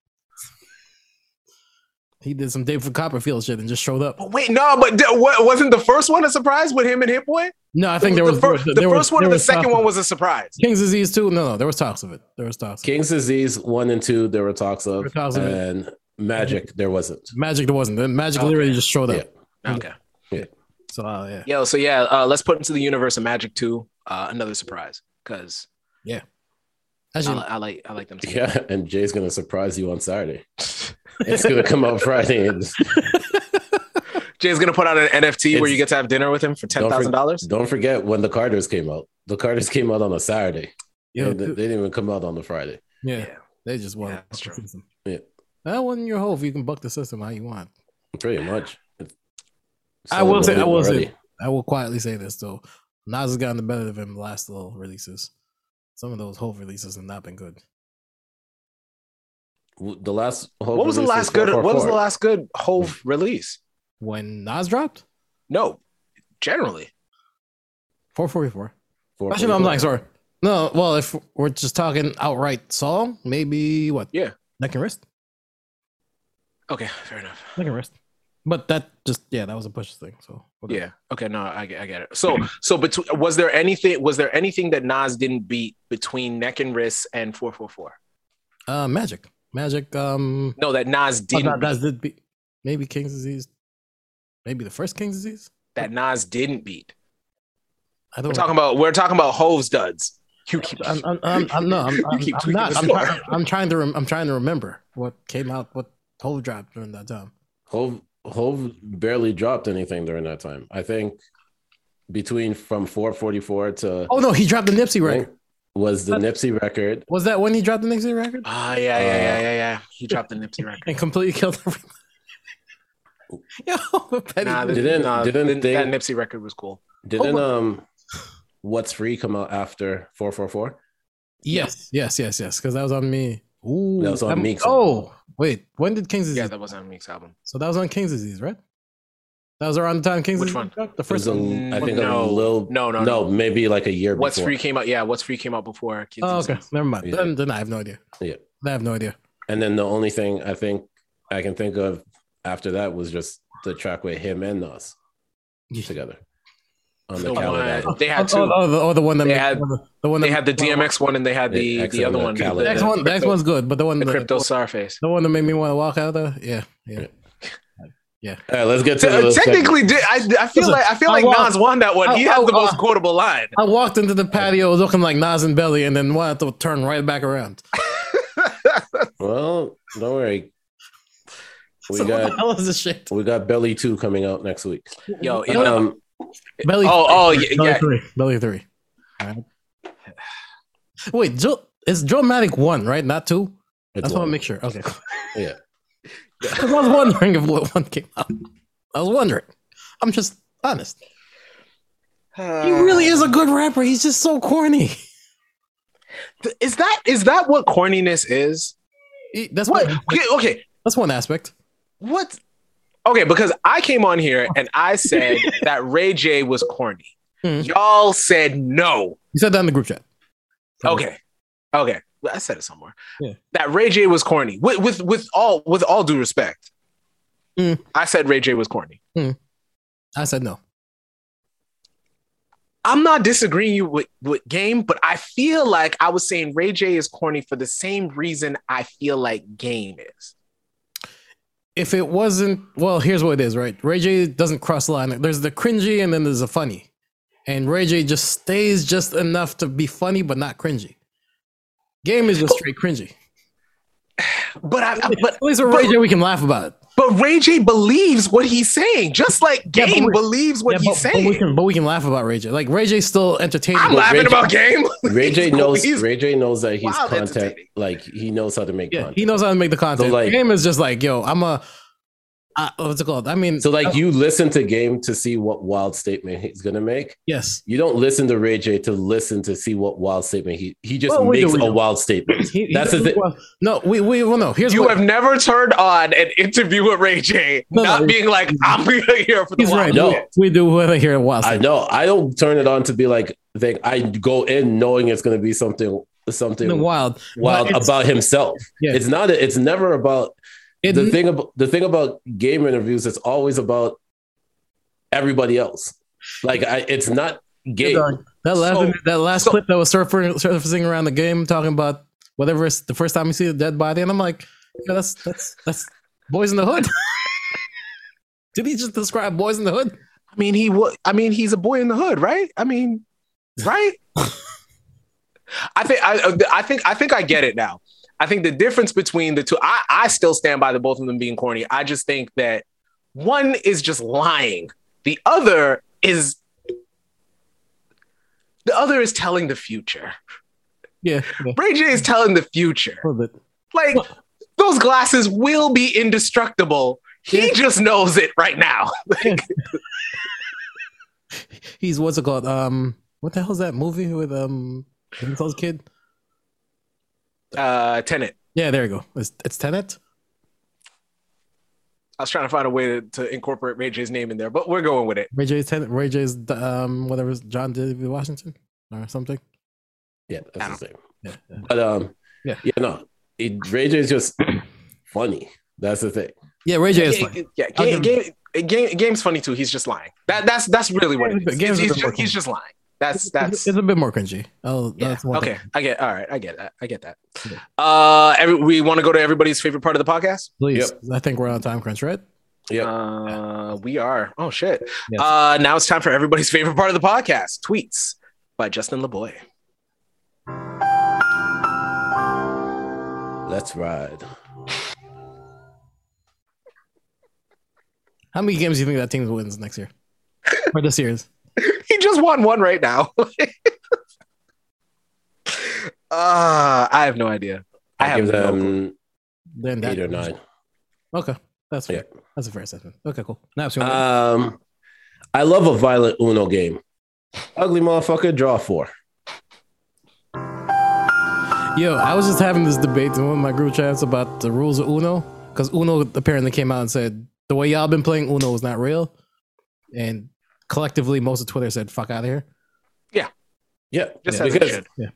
[SPEAKER 1] He did some David Copperfield shit and just showed up.
[SPEAKER 2] but wait no but d- what, wasn't the first one a surprise with him and Hit Boy?
[SPEAKER 1] No, I think there
[SPEAKER 2] the,
[SPEAKER 1] was
[SPEAKER 2] fir-
[SPEAKER 1] there
[SPEAKER 2] the
[SPEAKER 1] was-
[SPEAKER 2] first one
[SPEAKER 1] there
[SPEAKER 2] and the
[SPEAKER 1] was
[SPEAKER 2] second
[SPEAKER 1] talk-
[SPEAKER 2] one was a surprise.
[SPEAKER 1] King's disease too. No, no, there was talks of it. There was talks. Of it.
[SPEAKER 3] King's Disease one and two, there were talks
[SPEAKER 1] There
[SPEAKER 3] of,
[SPEAKER 1] were talks of it.
[SPEAKER 3] and Magic, there wasn't.
[SPEAKER 1] Magic there wasn't. The Magic
[SPEAKER 2] Okay.
[SPEAKER 1] literally just showed up.
[SPEAKER 3] Yeah.
[SPEAKER 2] Okay.
[SPEAKER 1] So uh, yeah,
[SPEAKER 2] Yo, so yeah, uh, let's put into the universe a Magic 2, uh, another surprise cuz I,
[SPEAKER 1] actually,
[SPEAKER 2] I like I like them too.
[SPEAKER 3] Yeah, and Jay's gonna surprise you on Saturday. It's gonna come out Friday. And
[SPEAKER 2] Jay's going to put out an NFT where
[SPEAKER 3] It's-
[SPEAKER 2] you get to have dinner with him for
[SPEAKER 3] forget-
[SPEAKER 2] $10,000.
[SPEAKER 3] don't forget when the Carters came out. The Carters came out on a Saturday.
[SPEAKER 1] yeah,
[SPEAKER 3] And they, they didn't even come out on the Friday.
[SPEAKER 1] yeah,
[SPEAKER 2] yeah.
[SPEAKER 1] they just won.
[SPEAKER 2] Yeah, that's true.
[SPEAKER 1] System.
[SPEAKER 3] Yeah.
[SPEAKER 1] That wasn't your hope. You can buck the system how you want.
[SPEAKER 3] Pretty much.
[SPEAKER 1] I will say- I will say-
[SPEAKER 3] Already.
[SPEAKER 1] I will quietly say this though. Nas has gotten the better of him the last little releases. Some of those whole releases have not been good.
[SPEAKER 3] the last.
[SPEAKER 2] What was the last good? What was the last good Hove release?
[SPEAKER 1] When Nas dropped
[SPEAKER 2] No, generally.
[SPEAKER 1] 444. Actually, no, I'm like, sorry. No, well, if we're just talking outright song, maybe what?
[SPEAKER 2] Yeah.
[SPEAKER 1] Neck and wrist.
[SPEAKER 2] Okay, fair enough.
[SPEAKER 1] Neck and wrist. But that just yeah, that was a push thing. So okay.
[SPEAKER 2] Yeah. Okay. No, I, get- I get it. So, so between was there anything? Was there anything that Nas didn't beat between Neck and Wrist and Four Four Four?
[SPEAKER 1] Uh, magic, magic. Um,
[SPEAKER 2] No, that Nas
[SPEAKER 1] oh,
[SPEAKER 2] didn't.
[SPEAKER 1] that, that did be, maybe King's disease. Maybe the first King's disease.
[SPEAKER 2] that Nas didn't beat.
[SPEAKER 1] I
[SPEAKER 2] We're
[SPEAKER 1] don't.
[SPEAKER 2] talking about we're talking about Hove's duds. You keep.
[SPEAKER 1] Hmm. I'm, I'm, I'm, I'm no, I'm,
[SPEAKER 2] You
[SPEAKER 1] I'm,
[SPEAKER 2] keep
[SPEAKER 1] I'm
[SPEAKER 2] tweaking
[SPEAKER 1] not.
[SPEAKER 2] the
[SPEAKER 1] I'm,
[SPEAKER 2] score.
[SPEAKER 1] try- I'm trying to. Rem- I'm trying to remember what came out. What Whole drop during that time.
[SPEAKER 3] Hove Hove barely dropped anything during that time. I think between from 444 to
[SPEAKER 1] Oh no, he dropped the Nipsey record.
[SPEAKER 3] was the Nipsey record.
[SPEAKER 1] Was that when he dropped the Nipsey record?
[SPEAKER 3] Uh-huh.
[SPEAKER 2] Ah, yeah, yeah,
[SPEAKER 3] Uh,
[SPEAKER 2] yeah, yeah, yeah. He dropped the Nipsey record.
[SPEAKER 1] And completely killed everyone. Yo, Petty.
[SPEAKER 2] Nah, the,
[SPEAKER 3] Didn't-
[SPEAKER 2] nah,
[SPEAKER 3] didn't
[SPEAKER 2] the-
[SPEAKER 3] they-
[SPEAKER 2] that Nipsey record was cool.
[SPEAKER 3] Didn't um What's Free come out after 444?
[SPEAKER 1] yes, yes, yes, yes. Because that was on me. Ooh,
[SPEAKER 3] That was on
[SPEAKER 1] I'm-
[SPEAKER 3] Meek's
[SPEAKER 1] Oh, wait. When did King's Disease?
[SPEAKER 2] Yeah, that was on Meek's album.
[SPEAKER 1] so that was on King's Disease, right? That was around the time King's
[SPEAKER 2] Which
[SPEAKER 1] Disease
[SPEAKER 2] one?
[SPEAKER 1] dropped? The
[SPEAKER 3] It was
[SPEAKER 1] first
[SPEAKER 3] a,
[SPEAKER 1] one.
[SPEAKER 3] I think
[SPEAKER 2] No.
[SPEAKER 3] a little
[SPEAKER 2] No, no,
[SPEAKER 3] no, maybe like a year
[SPEAKER 2] What's
[SPEAKER 3] before.
[SPEAKER 2] free came out? Yeah, what's free came out before. Kids
[SPEAKER 1] Oh,
[SPEAKER 2] These
[SPEAKER 1] okay.
[SPEAKER 2] Days.
[SPEAKER 1] Never mind.
[SPEAKER 3] Yeah.
[SPEAKER 1] Then, then I have no idea.
[SPEAKER 3] Yeah.
[SPEAKER 1] I have no idea.
[SPEAKER 3] And then the only thing I think I can think of after that was just the track with him and Nas together on the,
[SPEAKER 2] The
[SPEAKER 3] Khaled
[SPEAKER 2] one-
[SPEAKER 3] album.
[SPEAKER 2] uh, they had
[SPEAKER 1] Oh,
[SPEAKER 2] two.
[SPEAKER 1] oh, the, oh, the one that
[SPEAKER 2] They
[SPEAKER 1] made-
[SPEAKER 2] had-
[SPEAKER 1] the one that
[SPEAKER 2] They had the DMX one and they had
[SPEAKER 3] Yeah,
[SPEAKER 2] the
[SPEAKER 3] X
[SPEAKER 2] the
[SPEAKER 3] and
[SPEAKER 2] other
[SPEAKER 3] the
[SPEAKER 2] one.
[SPEAKER 3] Khaled.
[SPEAKER 1] The next one, the next one's good, but the one
[SPEAKER 2] The
[SPEAKER 1] that-
[SPEAKER 2] crypto starface.
[SPEAKER 1] The one that made me want to walk out though? Yeah. Yeah.
[SPEAKER 3] Yeah. All right, let's get to
[SPEAKER 1] Uh,
[SPEAKER 2] Te-
[SPEAKER 3] the
[SPEAKER 2] Technically, did, I, I feel
[SPEAKER 1] Listen,
[SPEAKER 2] like I feel
[SPEAKER 1] I
[SPEAKER 2] like
[SPEAKER 1] walked-
[SPEAKER 2] Nas won that one.
[SPEAKER 1] I-
[SPEAKER 2] He has
[SPEAKER 1] I-
[SPEAKER 2] the most
[SPEAKER 1] I-
[SPEAKER 2] quotable line.
[SPEAKER 1] I walked into the patio looking like Nas and Belly and then wanted to turn right back around.
[SPEAKER 3] Well, don't worry. We
[SPEAKER 1] so what the
[SPEAKER 3] got
[SPEAKER 1] hell is this shit?
[SPEAKER 3] we got Belly Two coming out next week.
[SPEAKER 2] Yo, you know,
[SPEAKER 3] Um,
[SPEAKER 1] Belly
[SPEAKER 2] oh, oh, yeah,
[SPEAKER 1] Belly
[SPEAKER 2] yeah.
[SPEAKER 1] three. Belly three. Alright. Wait, Joe it's dramatic one, right? Not two? I
[SPEAKER 3] it's
[SPEAKER 1] just want
[SPEAKER 3] one.
[SPEAKER 1] to make sure. Okay.
[SPEAKER 3] Yeah.
[SPEAKER 1] 'Cause I was wondering if what one came out. I was wondering. I'm just honest. He really is a good rapper. He's just so corny.
[SPEAKER 2] Th- Is that is that what corniness is?
[SPEAKER 1] He- That's
[SPEAKER 2] What?
[SPEAKER 1] one-
[SPEAKER 2] Okay, okay.
[SPEAKER 1] That's one aspect.
[SPEAKER 2] What? Okay, because I came on here and I said that Ray J was corny.
[SPEAKER 1] Mhm.
[SPEAKER 2] Y'all said no.
[SPEAKER 1] You said that in the group chat.
[SPEAKER 2] Okay. Okay. Well, I said it somewhere.
[SPEAKER 1] Yeah.
[SPEAKER 2] That Ray J was corny. With with with all with all due respect.
[SPEAKER 1] Mm.
[SPEAKER 2] I said Ray J was corny.
[SPEAKER 1] I said no.
[SPEAKER 2] I'm not disagreeing you with, with game, but I feel like I was saying Ray J is corny for the same reason I feel like game is.
[SPEAKER 1] if it wasn't well, here's what it is, right? Ray J doesn't cross the line. There's the cringy and then there's the funny. And Ray J just stays just enough to be funny but not cringy. Game is just straight cringy.
[SPEAKER 2] But I, I- but
[SPEAKER 1] At least with Ray J we can laugh about it.
[SPEAKER 2] but Ray J believes what he's saying, just like
[SPEAKER 1] Yeah, but
[SPEAKER 2] game
[SPEAKER 1] we-
[SPEAKER 2] believes what
[SPEAKER 1] Yeah,
[SPEAKER 2] he's
[SPEAKER 1] but, but
[SPEAKER 2] saying.
[SPEAKER 1] we can but we can laugh about Ray J. Like Ray J's still entertaining.
[SPEAKER 2] I'm
[SPEAKER 3] But
[SPEAKER 2] laughing
[SPEAKER 3] Ray J-
[SPEAKER 2] about game.
[SPEAKER 3] Ray J
[SPEAKER 2] He's-
[SPEAKER 3] knows
[SPEAKER 2] he's-
[SPEAKER 3] Ray J knows that he's
[SPEAKER 2] Wow, that's
[SPEAKER 3] content.
[SPEAKER 2] entertaining.
[SPEAKER 3] Like he knows how to make
[SPEAKER 1] yeah,
[SPEAKER 3] content.
[SPEAKER 1] he knows how to make the content.
[SPEAKER 3] So, like-
[SPEAKER 1] Game is just like, yo, I'm a uh, what's it called? I mean, uh,
[SPEAKER 3] So like you listen to Game to see what wild statement he's gonna make.
[SPEAKER 1] yes,
[SPEAKER 3] You don't listen to Ray J to listen to see what wild statement he he just
[SPEAKER 1] Well, we do,
[SPEAKER 3] makes
[SPEAKER 1] we
[SPEAKER 3] a
[SPEAKER 1] do.
[SPEAKER 3] wild statement.
[SPEAKER 1] He- he
[SPEAKER 3] That's the
[SPEAKER 1] doesn't-
[SPEAKER 3] thing.
[SPEAKER 1] well, No, we we well no. Here's
[SPEAKER 2] You
[SPEAKER 1] what
[SPEAKER 2] have never turned on an interview with Ray J,
[SPEAKER 1] No, no,
[SPEAKER 2] not
[SPEAKER 1] he-
[SPEAKER 2] being like, I'm here for the
[SPEAKER 1] he's
[SPEAKER 2] wild
[SPEAKER 1] right.
[SPEAKER 3] No.
[SPEAKER 1] We, we do whether here it was.
[SPEAKER 3] I know. I don't turn it on to be like think I go in knowing it's gonna be something something
[SPEAKER 1] Something
[SPEAKER 3] wild,
[SPEAKER 1] wild. But it's-
[SPEAKER 3] about himself.
[SPEAKER 1] Yeah.
[SPEAKER 3] It's not it's never about
[SPEAKER 1] It,
[SPEAKER 3] the thing about the thing about game interviews it's always about everybody else like I, it's not game
[SPEAKER 1] Dog, That last
[SPEAKER 2] So-
[SPEAKER 1] that last
[SPEAKER 2] so-
[SPEAKER 1] clip that was surfing, surfacing around the game talking about whatever it's the first time you see a dead body, and I'm like, yeah, that's that's that's boys in the hood. Did he just describe boys in the hood?
[SPEAKER 2] I mean, he was. I mean, he's a boy in the hood, right? I mean, right? I think I, I think I think I get it now. I think the difference between the two. I I still stand by the both of them being corny. I just think that one is just lying. The other is the other is telling the future.
[SPEAKER 1] Yeah, yeah,
[SPEAKER 2] Ray J is telling the future.
[SPEAKER 1] a little bit.
[SPEAKER 2] Like those glasses will be indestructible. He just knows it right now.
[SPEAKER 1] He's what's it called? Um, what the hell's that movie with um, Denzel's kid?
[SPEAKER 2] Uh, Tenet.
[SPEAKER 1] Yeah, there you go. It's, it's Tenet.
[SPEAKER 2] I was trying to find a way to, to incorporate Ray J's name in there, but we're going with it.
[SPEAKER 1] Ray J's Tenet. Ray J's um, whatever it's John David Washington or something.
[SPEAKER 3] yeah
[SPEAKER 2] I
[SPEAKER 3] that's the same
[SPEAKER 1] Yeah, yeah.
[SPEAKER 3] but um
[SPEAKER 1] Yeah.
[SPEAKER 3] yeah, no it, ray j is just funny that's the thing
[SPEAKER 1] Yeah, Ray J is.
[SPEAKER 2] yeah,
[SPEAKER 1] fine.
[SPEAKER 2] yeah,
[SPEAKER 1] I'll
[SPEAKER 2] game,
[SPEAKER 1] give him-
[SPEAKER 2] game, game, game's funny too. He's just lying. That that's that's really what it
[SPEAKER 1] Game's-
[SPEAKER 2] is.
[SPEAKER 1] game's
[SPEAKER 2] He's,
[SPEAKER 1] a bit
[SPEAKER 2] just,
[SPEAKER 1] more
[SPEAKER 2] he's just lying. That's that's
[SPEAKER 1] it's a bit more cringy. Oh,
[SPEAKER 2] yeah.
[SPEAKER 1] that's one thing.
[SPEAKER 2] Okay, I get. All right, I get that. I get that.
[SPEAKER 1] Yeah.
[SPEAKER 2] Uh, every, we want to go to everybody's favorite part of the podcast.
[SPEAKER 1] Please,
[SPEAKER 3] Yep.
[SPEAKER 1] I think we're on a time crunch, right?
[SPEAKER 3] yeah
[SPEAKER 2] Uh, we are. Oh shit.
[SPEAKER 1] Yes.
[SPEAKER 2] Uh, now it's time for everybody's favorite part of the podcast: tweets by Justin LeBoy.
[SPEAKER 3] let's ride
[SPEAKER 1] How many games do you think that team wins next year or this year's?
[SPEAKER 2] He just won one right now. uh, Uh, I have no idea. I,
[SPEAKER 3] I
[SPEAKER 2] have
[SPEAKER 3] give
[SPEAKER 2] no clue.
[SPEAKER 3] them
[SPEAKER 1] Then that
[SPEAKER 3] eight or nine.
[SPEAKER 1] Okay, that's fair. That's a fair assessment. Okay, cool. Now, so
[SPEAKER 3] Um, I love a violent Uno game. Ugly motherfucker, draw four.
[SPEAKER 1] Yo, I was just having this debate in one of my group chats about the rules of Uno because Uno apparently came out and said the way y'all been playing Uno is not real, and collectively most of Twitter said "fuck out of here."
[SPEAKER 3] Yeah,
[SPEAKER 2] Just as it
[SPEAKER 3] because
[SPEAKER 2] should.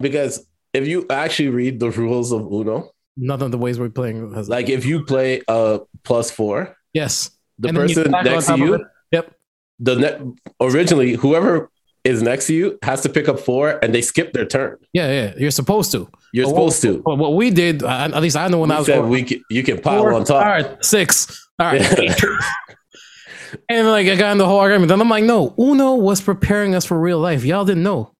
[SPEAKER 3] because if you actually read the rules of Uno,
[SPEAKER 1] None of the ways we're playing has
[SPEAKER 3] like if you play a plus four,
[SPEAKER 1] yes,
[SPEAKER 3] the
[SPEAKER 1] And then you
[SPEAKER 3] person
[SPEAKER 1] stack on
[SPEAKER 3] next to
[SPEAKER 1] top of it.
[SPEAKER 3] you,
[SPEAKER 1] Yep.
[SPEAKER 3] the ne- originally whoever is next to you has to pick up four, and they skip their turn.
[SPEAKER 1] yeah, yeah. You're supposed to.
[SPEAKER 3] You're
[SPEAKER 1] Oh,
[SPEAKER 3] supposed to.
[SPEAKER 1] But what we did, I- at least I know when I
[SPEAKER 3] You
[SPEAKER 1] was
[SPEAKER 3] said
[SPEAKER 1] going-
[SPEAKER 3] we can, you can pile
[SPEAKER 1] Four,
[SPEAKER 3] on top.
[SPEAKER 1] All right, six. All right. And like I got in the whole argument. Then I'm like, no, Uno was preparing us for real life. Y'all didn't know.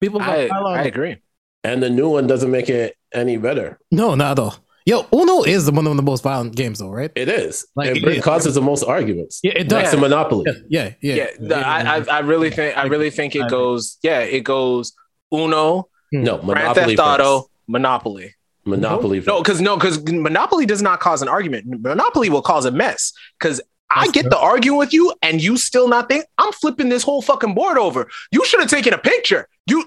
[SPEAKER 1] People
[SPEAKER 2] I,
[SPEAKER 1] got pile on-
[SPEAKER 2] I agree.
[SPEAKER 3] and the new one doesn't make it any better.
[SPEAKER 1] No, not at all. Yo, Uno is the one of the most violent games though, right?
[SPEAKER 3] It is.
[SPEAKER 1] Like,
[SPEAKER 3] and
[SPEAKER 1] it
[SPEAKER 3] it
[SPEAKER 1] is.
[SPEAKER 3] causes the most arguments.
[SPEAKER 1] Yeah, it does.
[SPEAKER 3] Next to Monopoly.
[SPEAKER 1] Yeah, yeah. yeah,
[SPEAKER 2] Yeah, the- I, I, I really think I really think
[SPEAKER 1] I
[SPEAKER 2] it
[SPEAKER 1] agree.
[SPEAKER 2] goes. Yeah, it goes. Uno,
[SPEAKER 3] No,
[SPEAKER 2] Grand
[SPEAKER 3] Monopoly.
[SPEAKER 2] Theft Auto,
[SPEAKER 3] first.
[SPEAKER 2] Monopoly.
[SPEAKER 3] Monopoly.
[SPEAKER 2] No,
[SPEAKER 3] first.
[SPEAKER 2] because no, because Monopoly does not cause an argument. Monopoly will cause a mess. Because I get to arguing with you, and you still not think I'm flipping this whole fucking board over. You should have taken a picture. You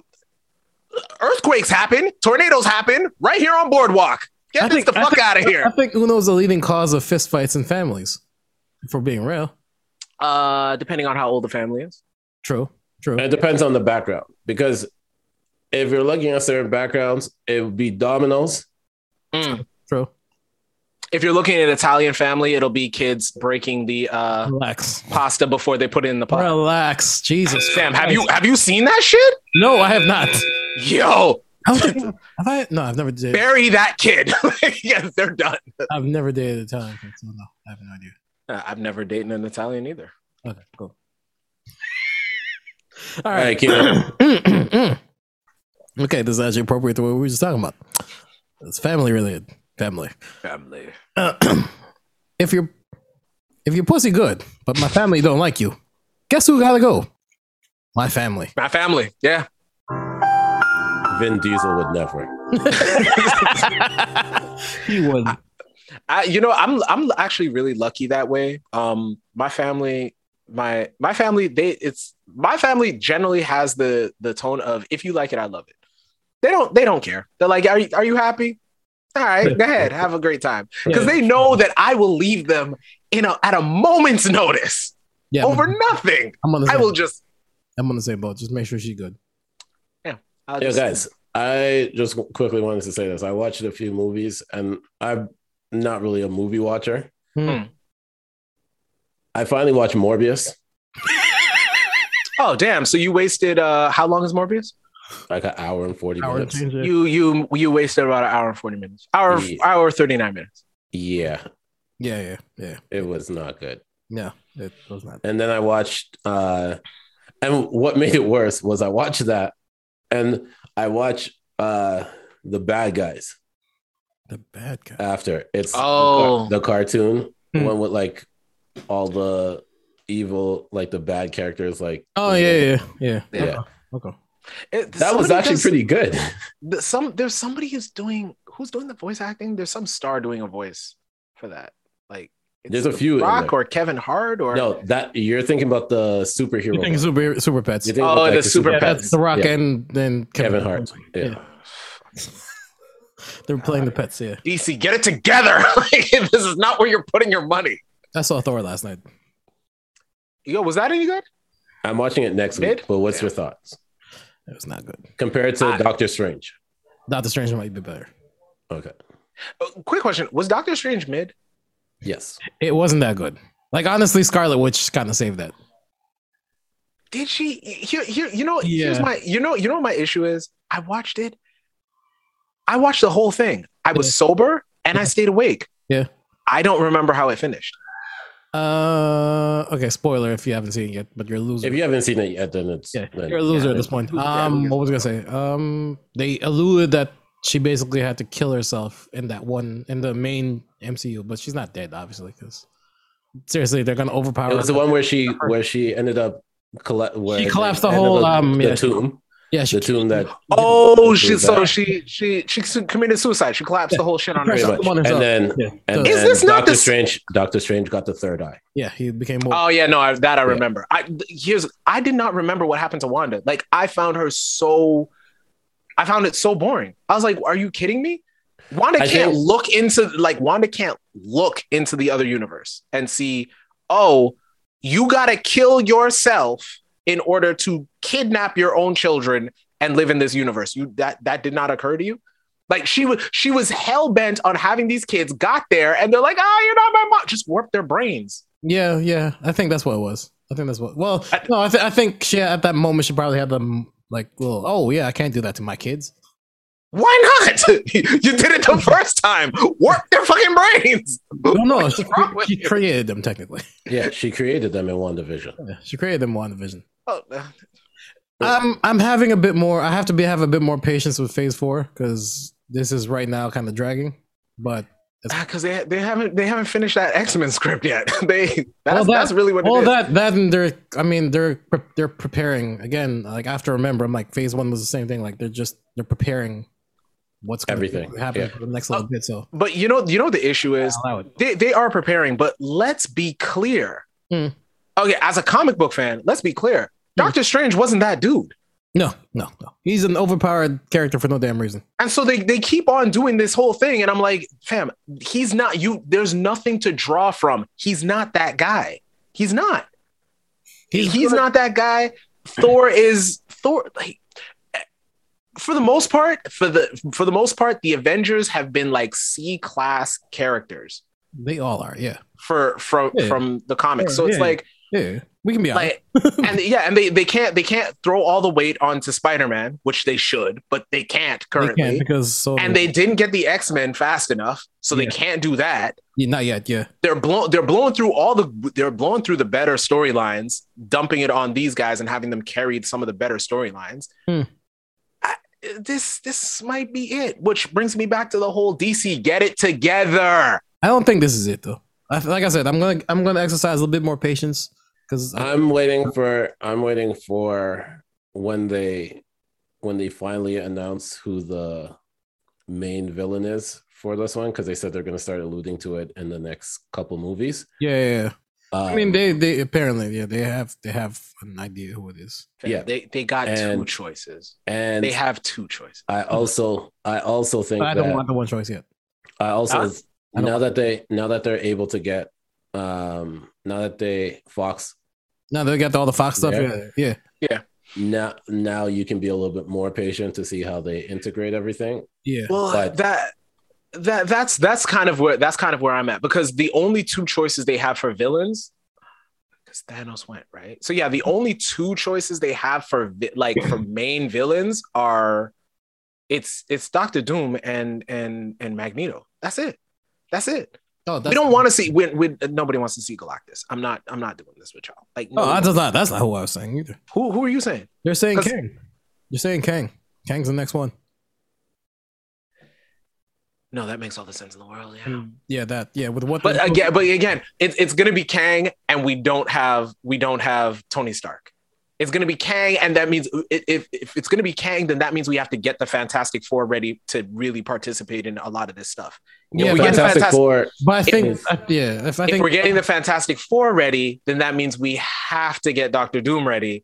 [SPEAKER 2] earthquakes happen, tornadoes happen right here on Boardwalk. Get
[SPEAKER 1] I
[SPEAKER 2] this
[SPEAKER 1] think-
[SPEAKER 2] the
[SPEAKER 1] I
[SPEAKER 2] fuck
[SPEAKER 1] think-
[SPEAKER 2] out of
[SPEAKER 1] I
[SPEAKER 2] here.
[SPEAKER 1] think Uno's the leading cause of fistfights in families. If we're being real.
[SPEAKER 2] Uh, depending on how old the family is.
[SPEAKER 1] True. True.
[SPEAKER 3] It depends on the background because if you're looking at certain backgrounds, it would be dominoes.
[SPEAKER 1] True.
[SPEAKER 2] If you're looking at an Italian family, it'll be kids breaking the uh,
[SPEAKER 1] Relax.
[SPEAKER 2] pasta before they put it in the pot.
[SPEAKER 1] Relax. Jesus.
[SPEAKER 2] Sam, have
[SPEAKER 1] Christ.
[SPEAKER 2] you have you seen that shit?
[SPEAKER 1] No, I have not.
[SPEAKER 2] Yo,
[SPEAKER 1] I don't think- have I? No, I've never dated.
[SPEAKER 2] bury that kid. yes, they're done.
[SPEAKER 1] I've never dated a Italian. person, So no, I have no idea.
[SPEAKER 2] Uh, I've never dated an Italian either.
[SPEAKER 1] Okay, cool. All
[SPEAKER 3] All
[SPEAKER 1] right.
[SPEAKER 3] right, Keenan.
[SPEAKER 1] okay, this is actually appropriate to what we were just talking about. It's family related. Family.
[SPEAKER 2] Family.
[SPEAKER 1] if you're if you're pussy good, but my family don't like you, guess who gotta go? My family.
[SPEAKER 2] My family. Yeah.
[SPEAKER 3] Vin Diesel would never.
[SPEAKER 1] He would.
[SPEAKER 2] I, you know, I'm I'm actually really lucky that way. Um, my family, my my family, they it's my family generally has the the tone of if you like it, I love it. They don't they don't care. They're like, are you, are you happy? All right, go ahead, have a great time. Because they know that I will leave them in a at a moment's notice
[SPEAKER 1] Yeah,
[SPEAKER 2] over nothing.
[SPEAKER 1] I'm on the
[SPEAKER 2] I
[SPEAKER 1] same.
[SPEAKER 2] will just,
[SPEAKER 1] I'm on the same boat. Just make sure she's good.
[SPEAKER 2] I'll
[SPEAKER 3] Yo,
[SPEAKER 2] just
[SPEAKER 3] guys, I just quickly wanted to say this. I watched a few movies and I'm not really a movie watcher.
[SPEAKER 1] Hmm.
[SPEAKER 3] I finally watched Morbius.
[SPEAKER 2] Oh damn! So you wasted uh how long is Morbius?
[SPEAKER 3] Like an hour and 40
[SPEAKER 1] Hour
[SPEAKER 3] minutes.
[SPEAKER 1] change it.
[SPEAKER 2] You you you wasted about an hour and forty minutes. Hour
[SPEAKER 3] Yeah.
[SPEAKER 2] hour thirty nine minutes.
[SPEAKER 3] Yeah,
[SPEAKER 1] yeah, yeah, yeah.
[SPEAKER 3] it was not good.
[SPEAKER 1] No, it was not.
[SPEAKER 3] and then I watched uh and what made it worse was I watched that and I watched uh the bad guys
[SPEAKER 1] The bad guy.
[SPEAKER 3] after it's
[SPEAKER 2] Oh.
[SPEAKER 3] the, car- the cartoon
[SPEAKER 1] Hmm.
[SPEAKER 3] one with like all the evil like the bad characters like
[SPEAKER 1] Oh yeah, yeah, yeah.
[SPEAKER 3] yeah
[SPEAKER 1] Okay.
[SPEAKER 2] It-
[SPEAKER 3] that was
[SPEAKER 2] somebody
[SPEAKER 3] actually
[SPEAKER 2] does-
[SPEAKER 3] pretty good
[SPEAKER 2] th- Some there's somebody who's doing who's doing the voice acting. There's some star doing a voice for that. Like it's
[SPEAKER 3] There's a
[SPEAKER 2] The
[SPEAKER 3] few in
[SPEAKER 2] Rock
[SPEAKER 3] there.
[SPEAKER 2] or Kevin Hart or
[SPEAKER 3] no that you're thinking about the superhero
[SPEAKER 1] You think
[SPEAKER 3] one.
[SPEAKER 1] super super pets?
[SPEAKER 3] You
[SPEAKER 1] Yeah,
[SPEAKER 3] think
[SPEAKER 2] Oh,
[SPEAKER 3] about, like,
[SPEAKER 2] the Super Pets.
[SPEAKER 1] that's The Rock
[SPEAKER 3] Yeah.
[SPEAKER 1] and then
[SPEAKER 3] Kevin Hart yeah.
[SPEAKER 1] Yeah. They're playing the pets. Yeah,
[SPEAKER 2] DC. Get it together. like, this is not where you're putting your money.
[SPEAKER 1] I saw Thor last night.
[SPEAKER 2] Yo, was that any good?
[SPEAKER 3] I'm watching it next
[SPEAKER 2] Mid?
[SPEAKER 3] week but what's
[SPEAKER 2] Yeah.
[SPEAKER 3] your thoughts
[SPEAKER 1] It was not good.
[SPEAKER 3] compared to
[SPEAKER 2] I-
[SPEAKER 3] Doctor Strange
[SPEAKER 1] Doctor Strange might be better.
[SPEAKER 3] okay
[SPEAKER 2] Uh, quick question: Was Doctor Strange mid?
[SPEAKER 3] yes
[SPEAKER 1] It wasn't that good. Like honestly, Scarlet Witch kind of saved that.
[SPEAKER 2] did she here here you know here's
[SPEAKER 1] Yeah.
[SPEAKER 2] my you know you know what my issue is i watched it i watched the whole thing i was
[SPEAKER 1] Yeah.
[SPEAKER 2] sober and i stayed awake
[SPEAKER 1] Yeah.
[SPEAKER 2] i don't remember how it finished
[SPEAKER 1] Uh, okay. Spoiler if you haven't seen it yet, but you're a loser.
[SPEAKER 3] if you haven't seen it yet then it's
[SPEAKER 1] yeah,
[SPEAKER 3] then-
[SPEAKER 1] you're a loser
[SPEAKER 3] yeah,
[SPEAKER 1] at this
[SPEAKER 3] then-
[SPEAKER 1] point.
[SPEAKER 2] Yeah,
[SPEAKER 1] Um,
[SPEAKER 2] losers.
[SPEAKER 1] what was I gonna say? Um, they alluded that she basically had to kill herself in that one in the main MCU, but she's not dead, obviously, because seriously, they're gonna overpower.
[SPEAKER 3] It was
[SPEAKER 1] her.
[SPEAKER 3] the one where she where she ended up colla- where
[SPEAKER 1] She
[SPEAKER 3] they
[SPEAKER 1] collapsed the
[SPEAKER 3] ended
[SPEAKER 1] whole,
[SPEAKER 3] up
[SPEAKER 1] um,
[SPEAKER 3] the
[SPEAKER 1] yeah, she-
[SPEAKER 3] tomb
[SPEAKER 1] yeah, she
[SPEAKER 3] the tomb that
[SPEAKER 2] Oh,
[SPEAKER 3] she
[SPEAKER 2] she so
[SPEAKER 3] died.
[SPEAKER 2] she she she su- committed suicide. She collapsed the whole shit on
[SPEAKER 1] Pretty
[SPEAKER 3] pretty
[SPEAKER 2] herself.
[SPEAKER 3] much.
[SPEAKER 1] someone
[SPEAKER 3] and
[SPEAKER 1] herself.
[SPEAKER 3] then
[SPEAKER 1] Yeah.
[SPEAKER 3] and
[SPEAKER 2] Is
[SPEAKER 3] then
[SPEAKER 2] this not
[SPEAKER 3] Doctor
[SPEAKER 2] the-
[SPEAKER 3] Strange Doctor Strange got the third eye
[SPEAKER 1] yeah, he became more.
[SPEAKER 2] Oh yeah, no, I, that I remember. I th- here's I did not remember what happened to Wanda. Like I found her so, I found it so boring. I was like, are you kidding me? Wanda
[SPEAKER 3] I
[SPEAKER 2] can't
[SPEAKER 3] think-
[SPEAKER 2] look into like Wanda can't look into the other universe and see. Oh, you gotta kill yourself in order to kidnap your own children and live in this universe. You that that did not occur to you. Like she was, she was hell bent on having these kids. Got there, and they're like, "Ah, you're not my mom." Just warp their brains.
[SPEAKER 1] Yeah, yeah, I think that's what it was. I think that's what. Well, no, I, th- I think she at that moment she probably had the mm, like, well, oh yeah, I can't do that to my kids.
[SPEAKER 2] Why not? you did it the first time. Warp their fucking brains.
[SPEAKER 1] No, no,
[SPEAKER 2] What's
[SPEAKER 1] she,
[SPEAKER 2] wrong with
[SPEAKER 1] she
[SPEAKER 2] you?
[SPEAKER 1] created them technically.
[SPEAKER 3] yeah she created them in one division
[SPEAKER 1] Yeah, she created them one division.
[SPEAKER 2] Oh, uh,
[SPEAKER 1] I'm I'm having a bit more. I have to be have a bit more patience with Phase Four because this is right now kind of dragging. But
[SPEAKER 2] Because ah, they they haven't they haven't finished that X Men script yet. they that's,
[SPEAKER 1] Well, that-
[SPEAKER 2] that's really what it
[SPEAKER 1] all
[SPEAKER 2] is.
[SPEAKER 1] that that and they're I mean they're pre- they're preparing again. Like I have to remember, I'm like Phase One was the same thing. Like they're just they're preparing what's gonna
[SPEAKER 3] Everything,
[SPEAKER 1] happen
[SPEAKER 3] yeah.
[SPEAKER 1] for the next
[SPEAKER 2] Oh.
[SPEAKER 1] little bit. So
[SPEAKER 2] But you know you know what the issue is
[SPEAKER 1] allow it.
[SPEAKER 2] they they are preparing. But let's be clear.
[SPEAKER 1] Hmm.
[SPEAKER 2] Okay, as a comic book fan, let's be clear.
[SPEAKER 1] Hmm.
[SPEAKER 2] Doctor Strange wasn't that dude.
[SPEAKER 1] No, no, no. He's an overpowered character for no damn reason.
[SPEAKER 2] And so they, they keep on doing this whole thing. And I'm like, fam, he's not you. There's nothing to draw from. He's not that guy. He's not. He's, not that guy. Thor is Thor. Like, for the most part, for the for the most part, the Avengers have been like C class characters
[SPEAKER 1] They all are. Yeah,
[SPEAKER 2] for from
[SPEAKER 1] Yeah.
[SPEAKER 2] from the comics.
[SPEAKER 1] Yeah,
[SPEAKER 2] so it's
[SPEAKER 1] yeah.
[SPEAKER 2] like
[SPEAKER 1] yeah. We can be honest.
[SPEAKER 2] like and yeah, and they they can't they can't throw all the weight onto Spider Man, which they should, but they can't
[SPEAKER 1] they
[SPEAKER 2] currently.
[SPEAKER 1] can because so
[SPEAKER 2] and they didn't get the X Men fast enough, so they
[SPEAKER 1] Yeah.
[SPEAKER 2] can't do that.
[SPEAKER 1] Yeah, not yet. Yeah,
[SPEAKER 2] they're blown they're blowing through all the they're blowing through the better storylines dumping it on these guys and having them carry some of the better storylines
[SPEAKER 1] Hmm.
[SPEAKER 2] I- this this might be it which brings me back to the whole dc get it together
[SPEAKER 1] I don't think this is it though. I, like I said, I'm gonna I'm gonna exercise a little bit more patience because
[SPEAKER 2] Uh,
[SPEAKER 3] I'm waiting for I'm waiting for when they when they finally announce who the main villain is for this one because they said they're going to start alluding to it in the next couple movies.
[SPEAKER 1] yeah, yeah, yeah. I mean
[SPEAKER 3] Um,
[SPEAKER 1] they they apparently yeah they have they have an idea who it is.
[SPEAKER 3] Yeah.
[SPEAKER 2] they they got two
[SPEAKER 3] And-
[SPEAKER 2] choices
[SPEAKER 3] and
[SPEAKER 2] they have two choices
[SPEAKER 3] I also I also think
[SPEAKER 1] But I don't
[SPEAKER 3] that
[SPEAKER 1] want the one choice yet.
[SPEAKER 3] I also
[SPEAKER 2] Huh?
[SPEAKER 1] I don't-
[SPEAKER 3] now that they now that they're able to get um now that they Fox
[SPEAKER 1] No, they got all the Fox stuff. Yeah,
[SPEAKER 3] Yeah.
[SPEAKER 1] yeah,
[SPEAKER 3] now now you can be a little bit more patient to see how they integrate everything.
[SPEAKER 1] yeah.
[SPEAKER 2] well
[SPEAKER 3] But-
[SPEAKER 2] that that that's that's kind of where that's kind of where i'm at because the only two choices they have for villains because thanos went right so yeah the only two choices they have for vi- like for main villains are it's it's dr doom and and and magneto that's it that's it
[SPEAKER 1] Oh, that's,
[SPEAKER 2] we don't want to see when when nobody wants to see galactus i'm not i'm not doing this with y'all like no,
[SPEAKER 1] Oh, that's not that's not who I was saying either.
[SPEAKER 2] who who are you saying
[SPEAKER 1] They're saying
[SPEAKER 2] 'Cause-
[SPEAKER 1] Kang. You're saying Kang. Kang's the next one.
[SPEAKER 2] no that makes all the sense in the world yeah
[SPEAKER 1] Yeah, that. Yeah, with what?
[SPEAKER 2] But again, but again, it, it's gonna be Kang, and we don't have we don't have Tony Stark. It's gonna be Kang, and that means i- if if it's gonna be Kang, then that means we have to get the Fantastic Four ready to really participate in a lot of this stuff.
[SPEAKER 1] yeah,
[SPEAKER 2] we
[SPEAKER 1] but-
[SPEAKER 2] get
[SPEAKER 3] Fantastic
[SPEAKER 2] Fantastic-
[SPEAKER 3] Four
[SPEAKER 1] But I think,
[SPEAKER 3] is-
[SPEAKER 1] I- yeah, if I
[SPEAKER 2] if
[SPEAKER 1] think,
[SPEAKER 2] we're getting the Fantastic Four ready, then that means we have to get Doctor Doom ready.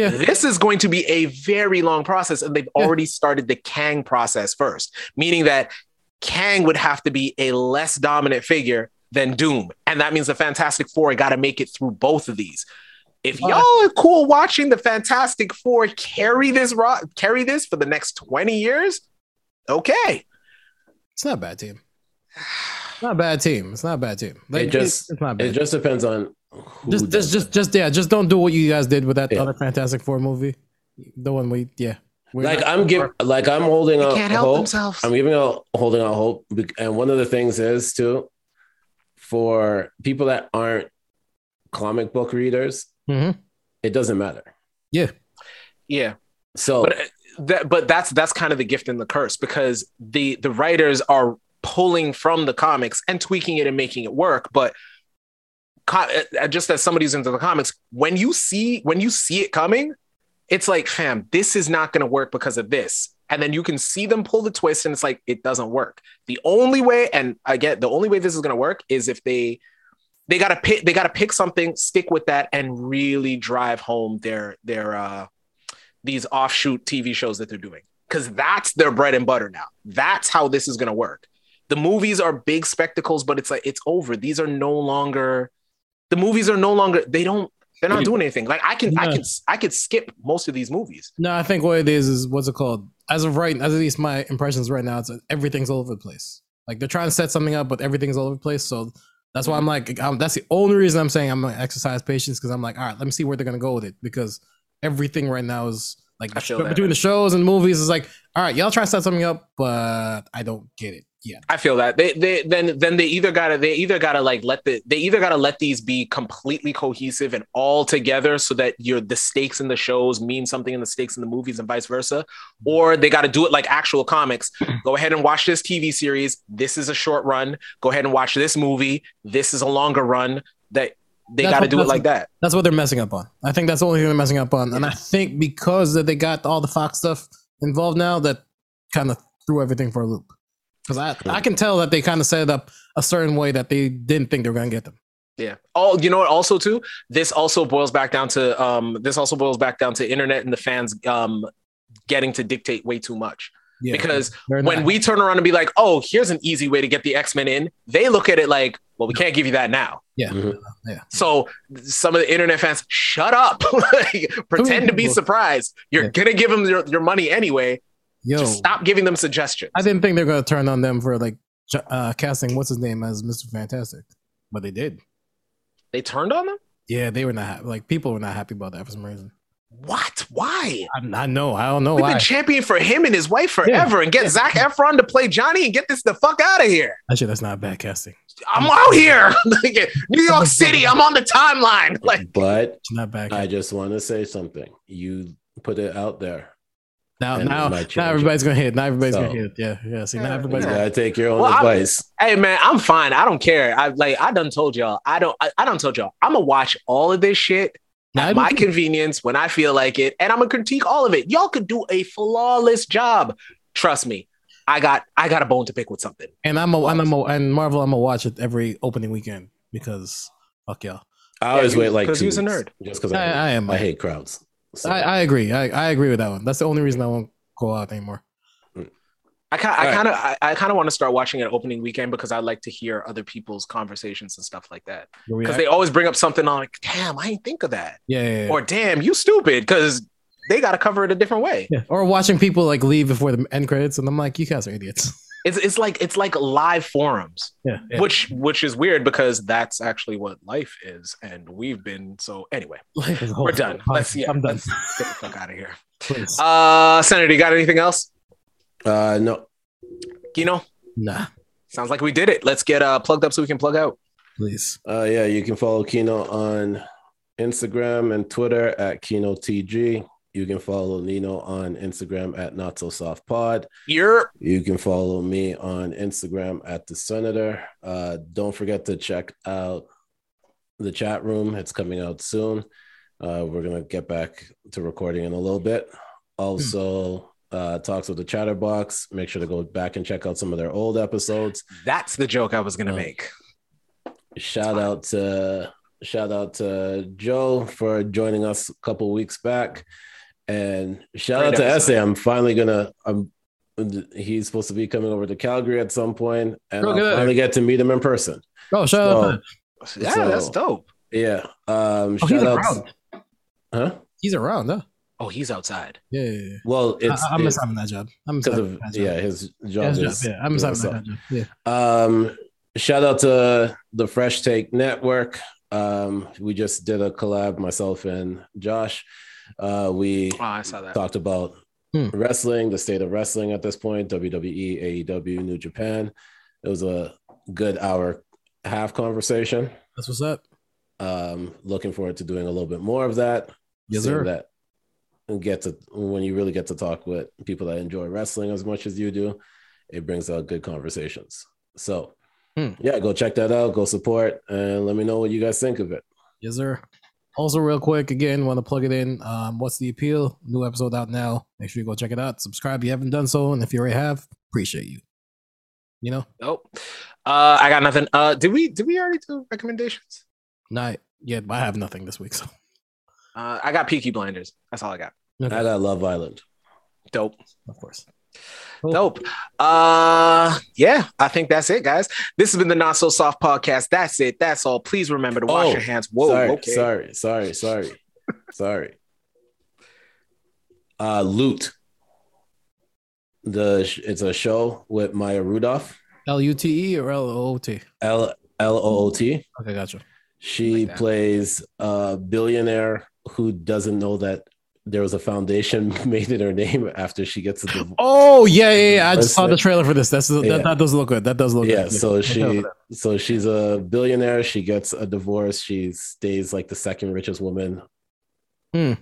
[SPEAKER 1] yeah,
[SPEAKER 2] This is going to be a very long process, and they've
[SPEAKER 1] Yeah.
[SPEAKER 2] already started the Kang process first, meaning that Kang would have to be a less dominant figure than Doom. And that means the Fantastic Four got to make it through both of these. If
[SPEAKER 1] Uh,
[SPEAKER 2] y'all are cool watching the Fantastic Four carry this ro- carry this for the next 20 years, okay.
[SPEAKER 1] it's not a bad team. It's not a bad team. It's not a bad team. Like,
[SPEAKER 3] just-
[SPEAKER 1] it's not
[SPEAKER 3] It
[SPEAKER 1] bad.
[SPEAKER 3] just depends on who
[SPEAKER 1] Just,
[SPEAKER 3] does
[SPEAKER 1] just, just, just, yeah, just don't do what you guys did with that
[SPEAKER 3] Yeah.
[SPEAKER 1] other Fantastic Four movie. The one we, yeah, We're
[SPEAKER 3] like
[SPEAKER 1] not-
[SPEAKER 3] I'm giving like I'm holding
[SPEAKER 2] They
[SPEAKER 3] out
[SPEAKER 2] can't help
[SPEAKER 3] hope.
[SPEAKER 2] themselves.
[SPEAKER 3] I'm giving out holding out hope, be- and one of the things is too for people that aren't comic book readers,
[SPEAKER 1] Mhm.
[SPEAKER 3] it doesn't matter.
[SPEAKER 2] yeah.
[SPEAKER 3] So
[SPEAKER 2] But uh, that but that's that's kind of the gift and the curse because the the writers are pulling from the comics and tweaking it and making it work but co- uh, just as somebody's into the comics when you see when you see it coming it's like fam this is not going to work because of this and then you can see them pull the twist and it's like it doesn't work the only way and again the only way this is going to work is if they they got to pick they got to pick something stick with that and really drive home their their uh these offshoot TV shows that they're doing because that's their bread and butter now. That's how this is going to work. The movies are big spectacles, but it's like it's over. These are no longer the movies are no longer they don't they're not doing anything. Like I can I can I could skip most of these movies.
[SPEAKER 1] No, I think what it is is what's it called? As of right, as at least my impressions right now, it's that everything's all over the place. Like they're trying to set something up, but everything's all over the place. So that's why I'm like, i that's the only reason I'm saying I'm gonna exercise patience because I'm like, all right, let me see where they're gonna go with it because everything right now is like
[SPEAKER 2] I feel
[SPEAKER 1] bet-
[SPEAKER 2] that.
[SPEAKER 1] between the shows and movies is like, all right, y'all try to set something up, but I don't get it yet.
[SPEAKER 2] I feel that they they then then they either gotta they either gotta like let the they either gotta let these be completely cohesive and all together so that your the stakes in the shows mean something and the stakes in the movies and vice versa, or they gotta do it like actual comics. Go ahead and watch this TV series. This is a short run. Go ahead and watch this movie. This is a longer run. That they
[SPEAKER 1] That's
[SPEAKER 2] gotta
[SPEAKER 1] what-
[SPEAKER 2] do it
[SPEAKER 1] that's
[SPEAKER 2] like that.
[SPEAKER 1] That's what they're messing up on. I think that's the only thing they're messing up on, and I think because that they got all the Fox stuff involved now, that kind of threw everything for a loop. Because I, I can tell that they kind of set it up a certain way that they didn't think they were gonna get them.
[SPEAKER 2] Yeah. Oh, you know what? Also, too, this also boils back down to um, this also boils back down to internet and the fans um, getting to dictate way too much.
[SPEAKER 1] Yeah,
[SPEAKER 2] Because
[SPEAKER 1] they're
[SPEAKER 2] when
[SPEAKER 1] not-
[SPEAKER 2] we turn around and be like, "Oh, here's an easy way to get the X Men in," they look at it like, "Well, we can't give you that now."
[SPEAKER 1] Yeah.
[SPEAKER 3] Mhm.
[SPEAKER 1] Yeah.
[SPEAKER 2] So some of the internet fans, shut up, like, pretend to be
[SPEAKER 1] people.
[SPEAKER 2] surprised. You're
[SPEAKER 1] Yeah.
[SPEAKER 2] gonna give them your, your money anyway.
[SPEAKER 1] yo,
[SPEAKER 2] Just stop giving them suggestions.
[SPEAKER 1] I didn't think they were gonna turn on them for like ju- uh, casting what's his name as Mister Fantastic, but they did.
[SPEAKER 2] they turned on them.
[SPEAKER 1] Yeah, they were not happy. Like people were not happy about that for some reason.
[SPEAKER 2] What? Why?
[SPEAKER 1] I, I know. I don't know
[SPEAKER 2] We've
[SPEAKER 1] Oh, why.
[SPEAKER 2] been champion for him and his wife forever, and get Zach Efron to play Johnny and get this the fuck out of here.
[SPEAKER 1] Actually, that's not bad casting.
[SPEAKER 2] I'm out here, Like, New York City. I'm on the timeline. Like,
[SPEAKER 3] but
[SPEAKER 1] It's not bad.
[SPEAKER 3] I
[SPEAKER 1] casting.
[SPEAKER 3] just want to say something. You put it out there.
[SPEAKER 1] now,
[SPEAKER 3] and
[SPEAKER 1] Oh, now,
[SPEAKER 3] my
[SPEAKER 1] now
[SPEAKER 3] change.
[SPEAKER 1] everybody's gonna hit. Now everybody's
[SPEAKER 3] So-
[SPEAKER 1] gonna hit. Yeah, yeah. See, now
[SPEAKER 2] Yeah.
[SPEAKER 3] You
[SPEAKER 1] everybody's.
[SPEAKER 2] Yeah.
[SPEAKER 1] Gonna,
[SPEAKER 3] gotta take your own
[SPEAKER 2] Well, I-
[SPEAKER 3] advice.
[SPEAKER 2] Hey man, I'm fine. I don't care. I like I done told y'all. I don't I, I done told y'all. I'm gonna watch all of this shit
[SPEAKER 1] now
[SPEAKER 2] at
[SPEAKER 1] everybody-
[SPEAKER 2] my convenience when I feel like it, and I'm gonna critique all of it. Y'all could do a flawless job. Trust me. I got I got a bone to pick with something.
[SPEAKER 1] and I'm a, and I'm a, and Marvel. I'm gonna watch it every opening weekend because fuck y'all.
[SPEAKER 3] I always
[SPEAKER 2] you-
[SPEAKER 3] wait like
[SPEAKER 2] 'cause
[SPEAKER 3] two
[SPEAKER 2] you's a
[SPEAKER 3] weeks,
[SPEAKER 2] nerd.
[SPEAKER 3] Just because
[SPEAKER 1] I,
[SPEAKER 3] I,
[SPEAKER 1] I am.
[SPEAKER 3] I hate crowds. So,
[SPEAKER 1] I, I agree. I, I agree with that one. That's the only reason I won't go out anymore.
[SPEAKER 2] I kind I
[SPEAKER 3] Alright.
[SPEAKER 2] kind of I, I kind of want to start watching it opening weekend because I like to hear other people's conversations and stuff like that.
[SPEAKER 1] Your
[SPEAKER 2] Because
[SPEAKER 1] react-
[SPEAKER 2] they always bring up something on like, damn, I ain't think of that,
[SPEAKER 1] yeah, yeah, yeah.
[SPEAKER 2] or damn, you stupid, because they got to cover it a different way.
[SPEAKER 1] Yeah. Or watching people like leave before the end credits, and I'm like, you guys are idiots.
[SPEAKER 2] It's it's like it's like live forums.
[SPEAKER 1] Yeah, yeah.
[SPEAKER 2] which which is weird because that's actually what life is and we've been so anyway
[SPEAKER 1] Life is a whole-
[SPEAKER 2] we're done let's yeah
[SPEAKER 1] I'm done.
[SPEAKER 2] let's get the fuck out of here
[SPEAKER 1] Please.
[SPEAKER 2] uh senator you got anything else
[SPEAKER 3] uh, no,
[SPEAKER 2] you know
[SPEAKER 1] nah,
[SPEAKER 2] sounds like we did it let's get uh plugged up so we can plug out
[SPEAKER 1] please.
[SPEAKER 3] Uh, yeah, you can follow Kino on Instagram and Twitter at Kino TG. You can follow Nino on Instagram at Not So Soft Pod.
[SPEAKER 2] you're
[SPEAKER 3] You can follow me on Instagram at The Senator. Uh, don't forget to check out the chat room. It's coming out soon. Uh, we're gonna get back to recording in a little bit. Also, uh, talks with the Chatterbox. Make sure to go back and check out some of their old episodes.
[SPEAKER 2] that's the joke i was gonna
[SPEAKER 3] Yeah.
[SPEAKER 2] make
[SPEAKER 3] shout out to shout out to Joe for joining us a couple weeks back, and shout
[SPEAKER 2] Great
[SPEAKER 3] out to
[SPEAKER 2] episode.
[SPEAKER 3] Essay. I'm finally gonna. I'm he's supposed to be coming over to Calgary at some point, and
[SPEAKER 1] Oh,
[SPEAKER 3] I'll
[SPEAKER 1] good.
[SPEAKER 3] finally get to meet him in person.
[SPEAKER 1] Oh, shut
[SPEAKER 3] So
[SPEAKER 1] up.
[SPEAKER 2] yeah
[SPEAKER 3] So-
[SPEAKER 2] that's dope
[SPEAKER 3] yeah, um,
[SPEAKER 1] Oh, he's
[SPEAKER 3] shout out.
[SPEAKER 1] around.
[SPEAKER 3] Huh?
[SPEAKER 1] He's around, huh?
[SPEAKER 2] oh he's outside
[SPEAKER 1] Yeah, yeah,
[SPEAKER 3] Well,
[SPEAKER 1] yeah.
[SPEAKER 3] it's
[SPEAKER 1] I, I'm
[SPEAKER 3] it's
[SPEAKER 1] assigning that job. I'm
[SPEAKER 3] because
[SPEAKER 1] assigning
[SPEAKER 3] of
[SPEAKER 1] that job.
[SPEAKER 3] yeah his
[SPEAKER 1] Yeah,
[SPEAKER 3] job
[SPEAKER 1] his job.
[SPEAKER 3] is
[SPEAKER 1] yeah, I'm assigning that job. Yeah.
[SPEAKER 3] Um, shout out to the Fresh Take Network. Um, we just did a collab, myself and Josh. Uh, we
[SPEAKER 2] oh i saw that
[SPEAKER 3] talked about
[SPEAKER 1] Hmm.
[SPEAKER 3] wrestling, the state of wrestling at this point, E, WWE, AEW, New Japan. It was a good hour half conversation.
[SPEAKER 1] That's what's up.
[SPEAKER 3] Um, looking forward to doing a little bit more of that.
[SPEAKER 1] Yes,
[SPEAKER 3] Seeing
[SPEAKER 1] sir.
[SPEAKER 3] That and get to when you really get to talk with people that enjoy wrestling as much as you do, it brings out good conversations. So,
[SPEAKER 1] Hmm.
[SPEAKER 3] yeah, go check that out, go support, and let me know what you guys think of it.
[SPEAKER 1] Yes, sir. Also, real quick, again, want to plug it in. Um, What's the appeal? New episode out now. Make sure you go check it out. Subscribe if you haven't done so, and if you already have, appreciate you. You know,
[SPEAKER 2] Nope. Uh, I got nothing. Uh, did we did we already do recommendations?
[SPEAKER 1] not yet. I have nothing this week, so
[SPEAKER 2] Uh, I got Peaky Blinders. That's all I got.
[SPEAKER 3] I got Love Island.
[SPEAKER 2] Dope.
[SPEAKER 1] of course.
[SPEAKER 2] Dope. Uh, yeah, I think that's it, guys. This has been the Not So Soft podcast. That's it. That's all. Please remember to wash
[SPEAKER 3] Oh,
[SPEAKER 2] your hands. Whoa.
[SPEAKER 3] sorry,
[SPEAKER 2] okay.
[SPEAKER 3] sorry, sorry, sorry, sorry. Uh, Loot. The sh- it's a show with Maya Rudolph,
[SPEAKER 1] L U T E or L O O T?
[SPEAKER 3] L L O O T.
[SPEAKER 1] Okay, gotcha.
[SPEAKER 3] She
[SPEAKER 2] Like that.
[SPEAKER 3] plays a billionaire who doesn't know that there was a foundation made in her name after she gets a divorce.
[SPEAKER 1] Oh yeah, yeah. yeah. I just
[SPEAKER 3] That's
[SPEAKER 1] saw the
[SPEAKER 3] it.
[SPEAKER 1] trailer for this. That's that,
[SPEAKER 3] Yeah.
[SPEAKER 1] that does look good. That
[SPEAKER 2] Oh,
[SPEAKER 1] does look
[SPEAKER 3] yeah,
[SPEAKER 1] good.
[SPEAKER 3] so
[SPEAKER 1] Yeah.
[SPEAKER 3] she so she's a billionaire. She gets a divorce. She stays like the second richest woman
[SPEAKER 1] Hmm.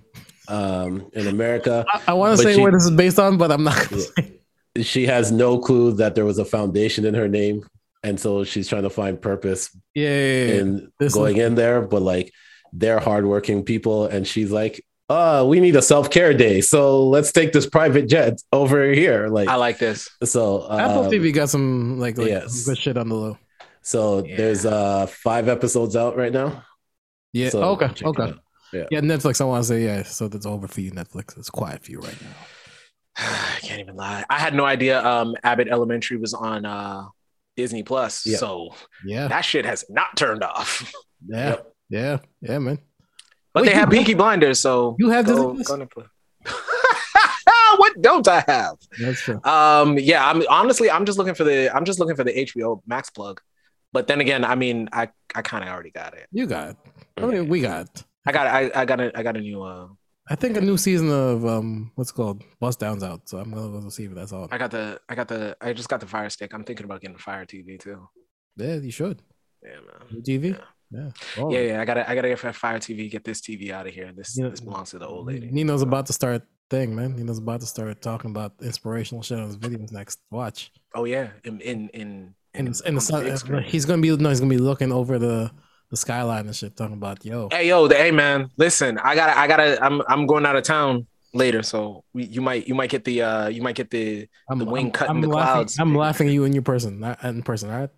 [SPEAKER 3] um, in America.
[SPEAKER 1] I, I want to
[SPEAKER 3] but
[SPEAKER 1] say
[SPEAKER 3] she-
[SPEAKER 1] where this is based on, but I'm not. Gonna
[SPEAKER 3] Yeah.
[SPEAKER 1] say.
[SPEAKER 3] she has no clue that there was a foundation in her name and so she's trying to find purpose
[SPEAKER 1] Yeah, yeah, yeah, yeah.
[SPEAKER 3] in
[SPEAKER 1] This
[SPEAKER 3] going in there but like they're hardworking people and she's like uh we need a self-care day so let's take this private jet over here like
[SPEAKER 2] I like this.
[SPEAKER 3] so um,
[SPEAKER 1] Apple TV got some like, like
[SPEAKER 3] yes.
[SPEAKER 1] some good shit on the low.
[SPEAKER 3] so
[SPEAKER 2] Yeah.
[SPEAKER 3] there's uh five episodes out right now
[SPEAKER 1] Yeah.
[SPEAKER 3] so
[SPEAKER 1] okay.
[SPEAKER 3] check it
[SPEAKER 1] Okay.
[SPEAKER 3] out.
[SPEAKER 1] Yeah, Netflix. I want to say yeah. So that's over for you, Netflix. It's quiet for you right now.
[SPEAKER 2] I can't even lie. I had no idea um Abbott Elementary was on uh Disney Plus.
[SPEAKER 3] Yeah.
[SPEAKER 2] So
[SPEAKER 1] Yeah.
[SPEAKER 2] that shit has not turned off.
[SPEAKER 1] Yeah.
[SPEAKER 3] Yep.
[SPEAKER 1] Yeah. Yeah, man.
[SPEAKER 2] But
[SPEAKER 1] Wait,
[SPEAKER 2] they
[SPEAKER 1] you
[SPEAKER 2] have
[SPEAKER 1] have-
[SPEAKER 2] Peaky Blinders, so
[SPEAKER 1] You have
[SPEAKER 2] go, go
[SPEAKER 1] Disney Plus?
[SPEAKER 2] Netflix. what don't I have?
[SPEAKER 1] That's true.
[SPEAKER 2] Um, yeah, I'm honestly I'm just looking for the I'm just looking for the HBO Max plug. But then again, I mean I I kind of already got it.
[SPEAKER 1] You got. It. I mean, we got. It.
[SPEAKER 2] I got I, I got a I got a new uh
[SPEAKER 1] I think a new season of um, what's it called Bust Downs out. So I'm gonna go see if that's all.
[SPEAKER 2] I got the I got the I just got the Fire Stick. I'm thinking about getting a Fire TV too.
[SPEAKER 1] Yeah, you should.
[SPEAKER 2] Yeah, man.
[SPEAKER 1] New TV. Yeah. Oh.
[SPEAKER 2] Yeah, yeah, I gotta I gotta get a Fire TV. Get this TV out of here. This
[SPEAKER 1] You know-
[SPEAKER 2] this belongs to the old lady.
[SPEAKER 1] Nino's about to start thing, man. Nino's about to start talking about inspirational shit on his videos next. Watch.
[SPEAKER 2] Oh yeah, in in in in-
[SPEAKER 1] And it's, and
[SPEAKER 2] on
[SPEAKER 1] it's
[SPEAKER 2] the
[SPEAKER 1] not,
[SPEAKER 2] big screen.
[SPEAKER 1] he's gonna be no, he's gonna be looking over the the skyline and shit, talking about yo.
[SPEAKER 2] Hey yo, the, hey man, listen, I gotta I gotta I'm I'm going out of town later, so we, you might you might get the uh you might get the
[SPEAKER 1] I'm
[SPEAKER 2] the wing
[SPEAKER 1] I'm,
[SPEAKER 2] cut in
[SPEAKER 1] I'm
[SPEAKER 2] the
[SPEAKER 1] laughing,
[SPEAKER 2] clouds.
[SPEAKER 1] I'm laughing at you in your person, not in person. All right.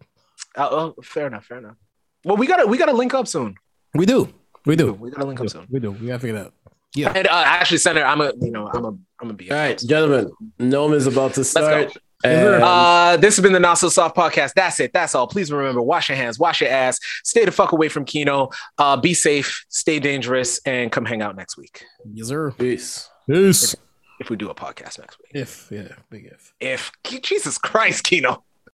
[SPEAKER 2] Uh, oh, fair enough, fair enough. Well, we gotta we gotta link up soon.
[SPEAKER 1] We do. We do.
[SPEAKER 2] We gotta link up soon.
[SPEAKER 1] We do. We gotta figure that out.
[SPEAKER 2] And uh, actually, Senator, I'm a you know I'm a I'm gonna be.
[SPEAKER 3] all right gentlemen gnome is about to
[SPEAKER 2] go.
[SPEAKER 3] start
[SPEAKER 1] Yes,
[SPEAKER 3] and
[SPEAKER 2] Uh, this has been the Not So Soft podcast. That's it. That's all. Please remember: wash your hands, wash your ass, stay the fuck away from Kino. Uh, be safe, stay dangerous, and come hang out next week
[SPEAKER 1] Yes, sir.
[SPEAKER 3] peace
[SPEAKER 1] Peace.
[SPEAKER 2] if we do a podcast next week.
[SPEAKER 1] If yeah, big if.
[SPEAKER 2] If Jesus Christ, Kino.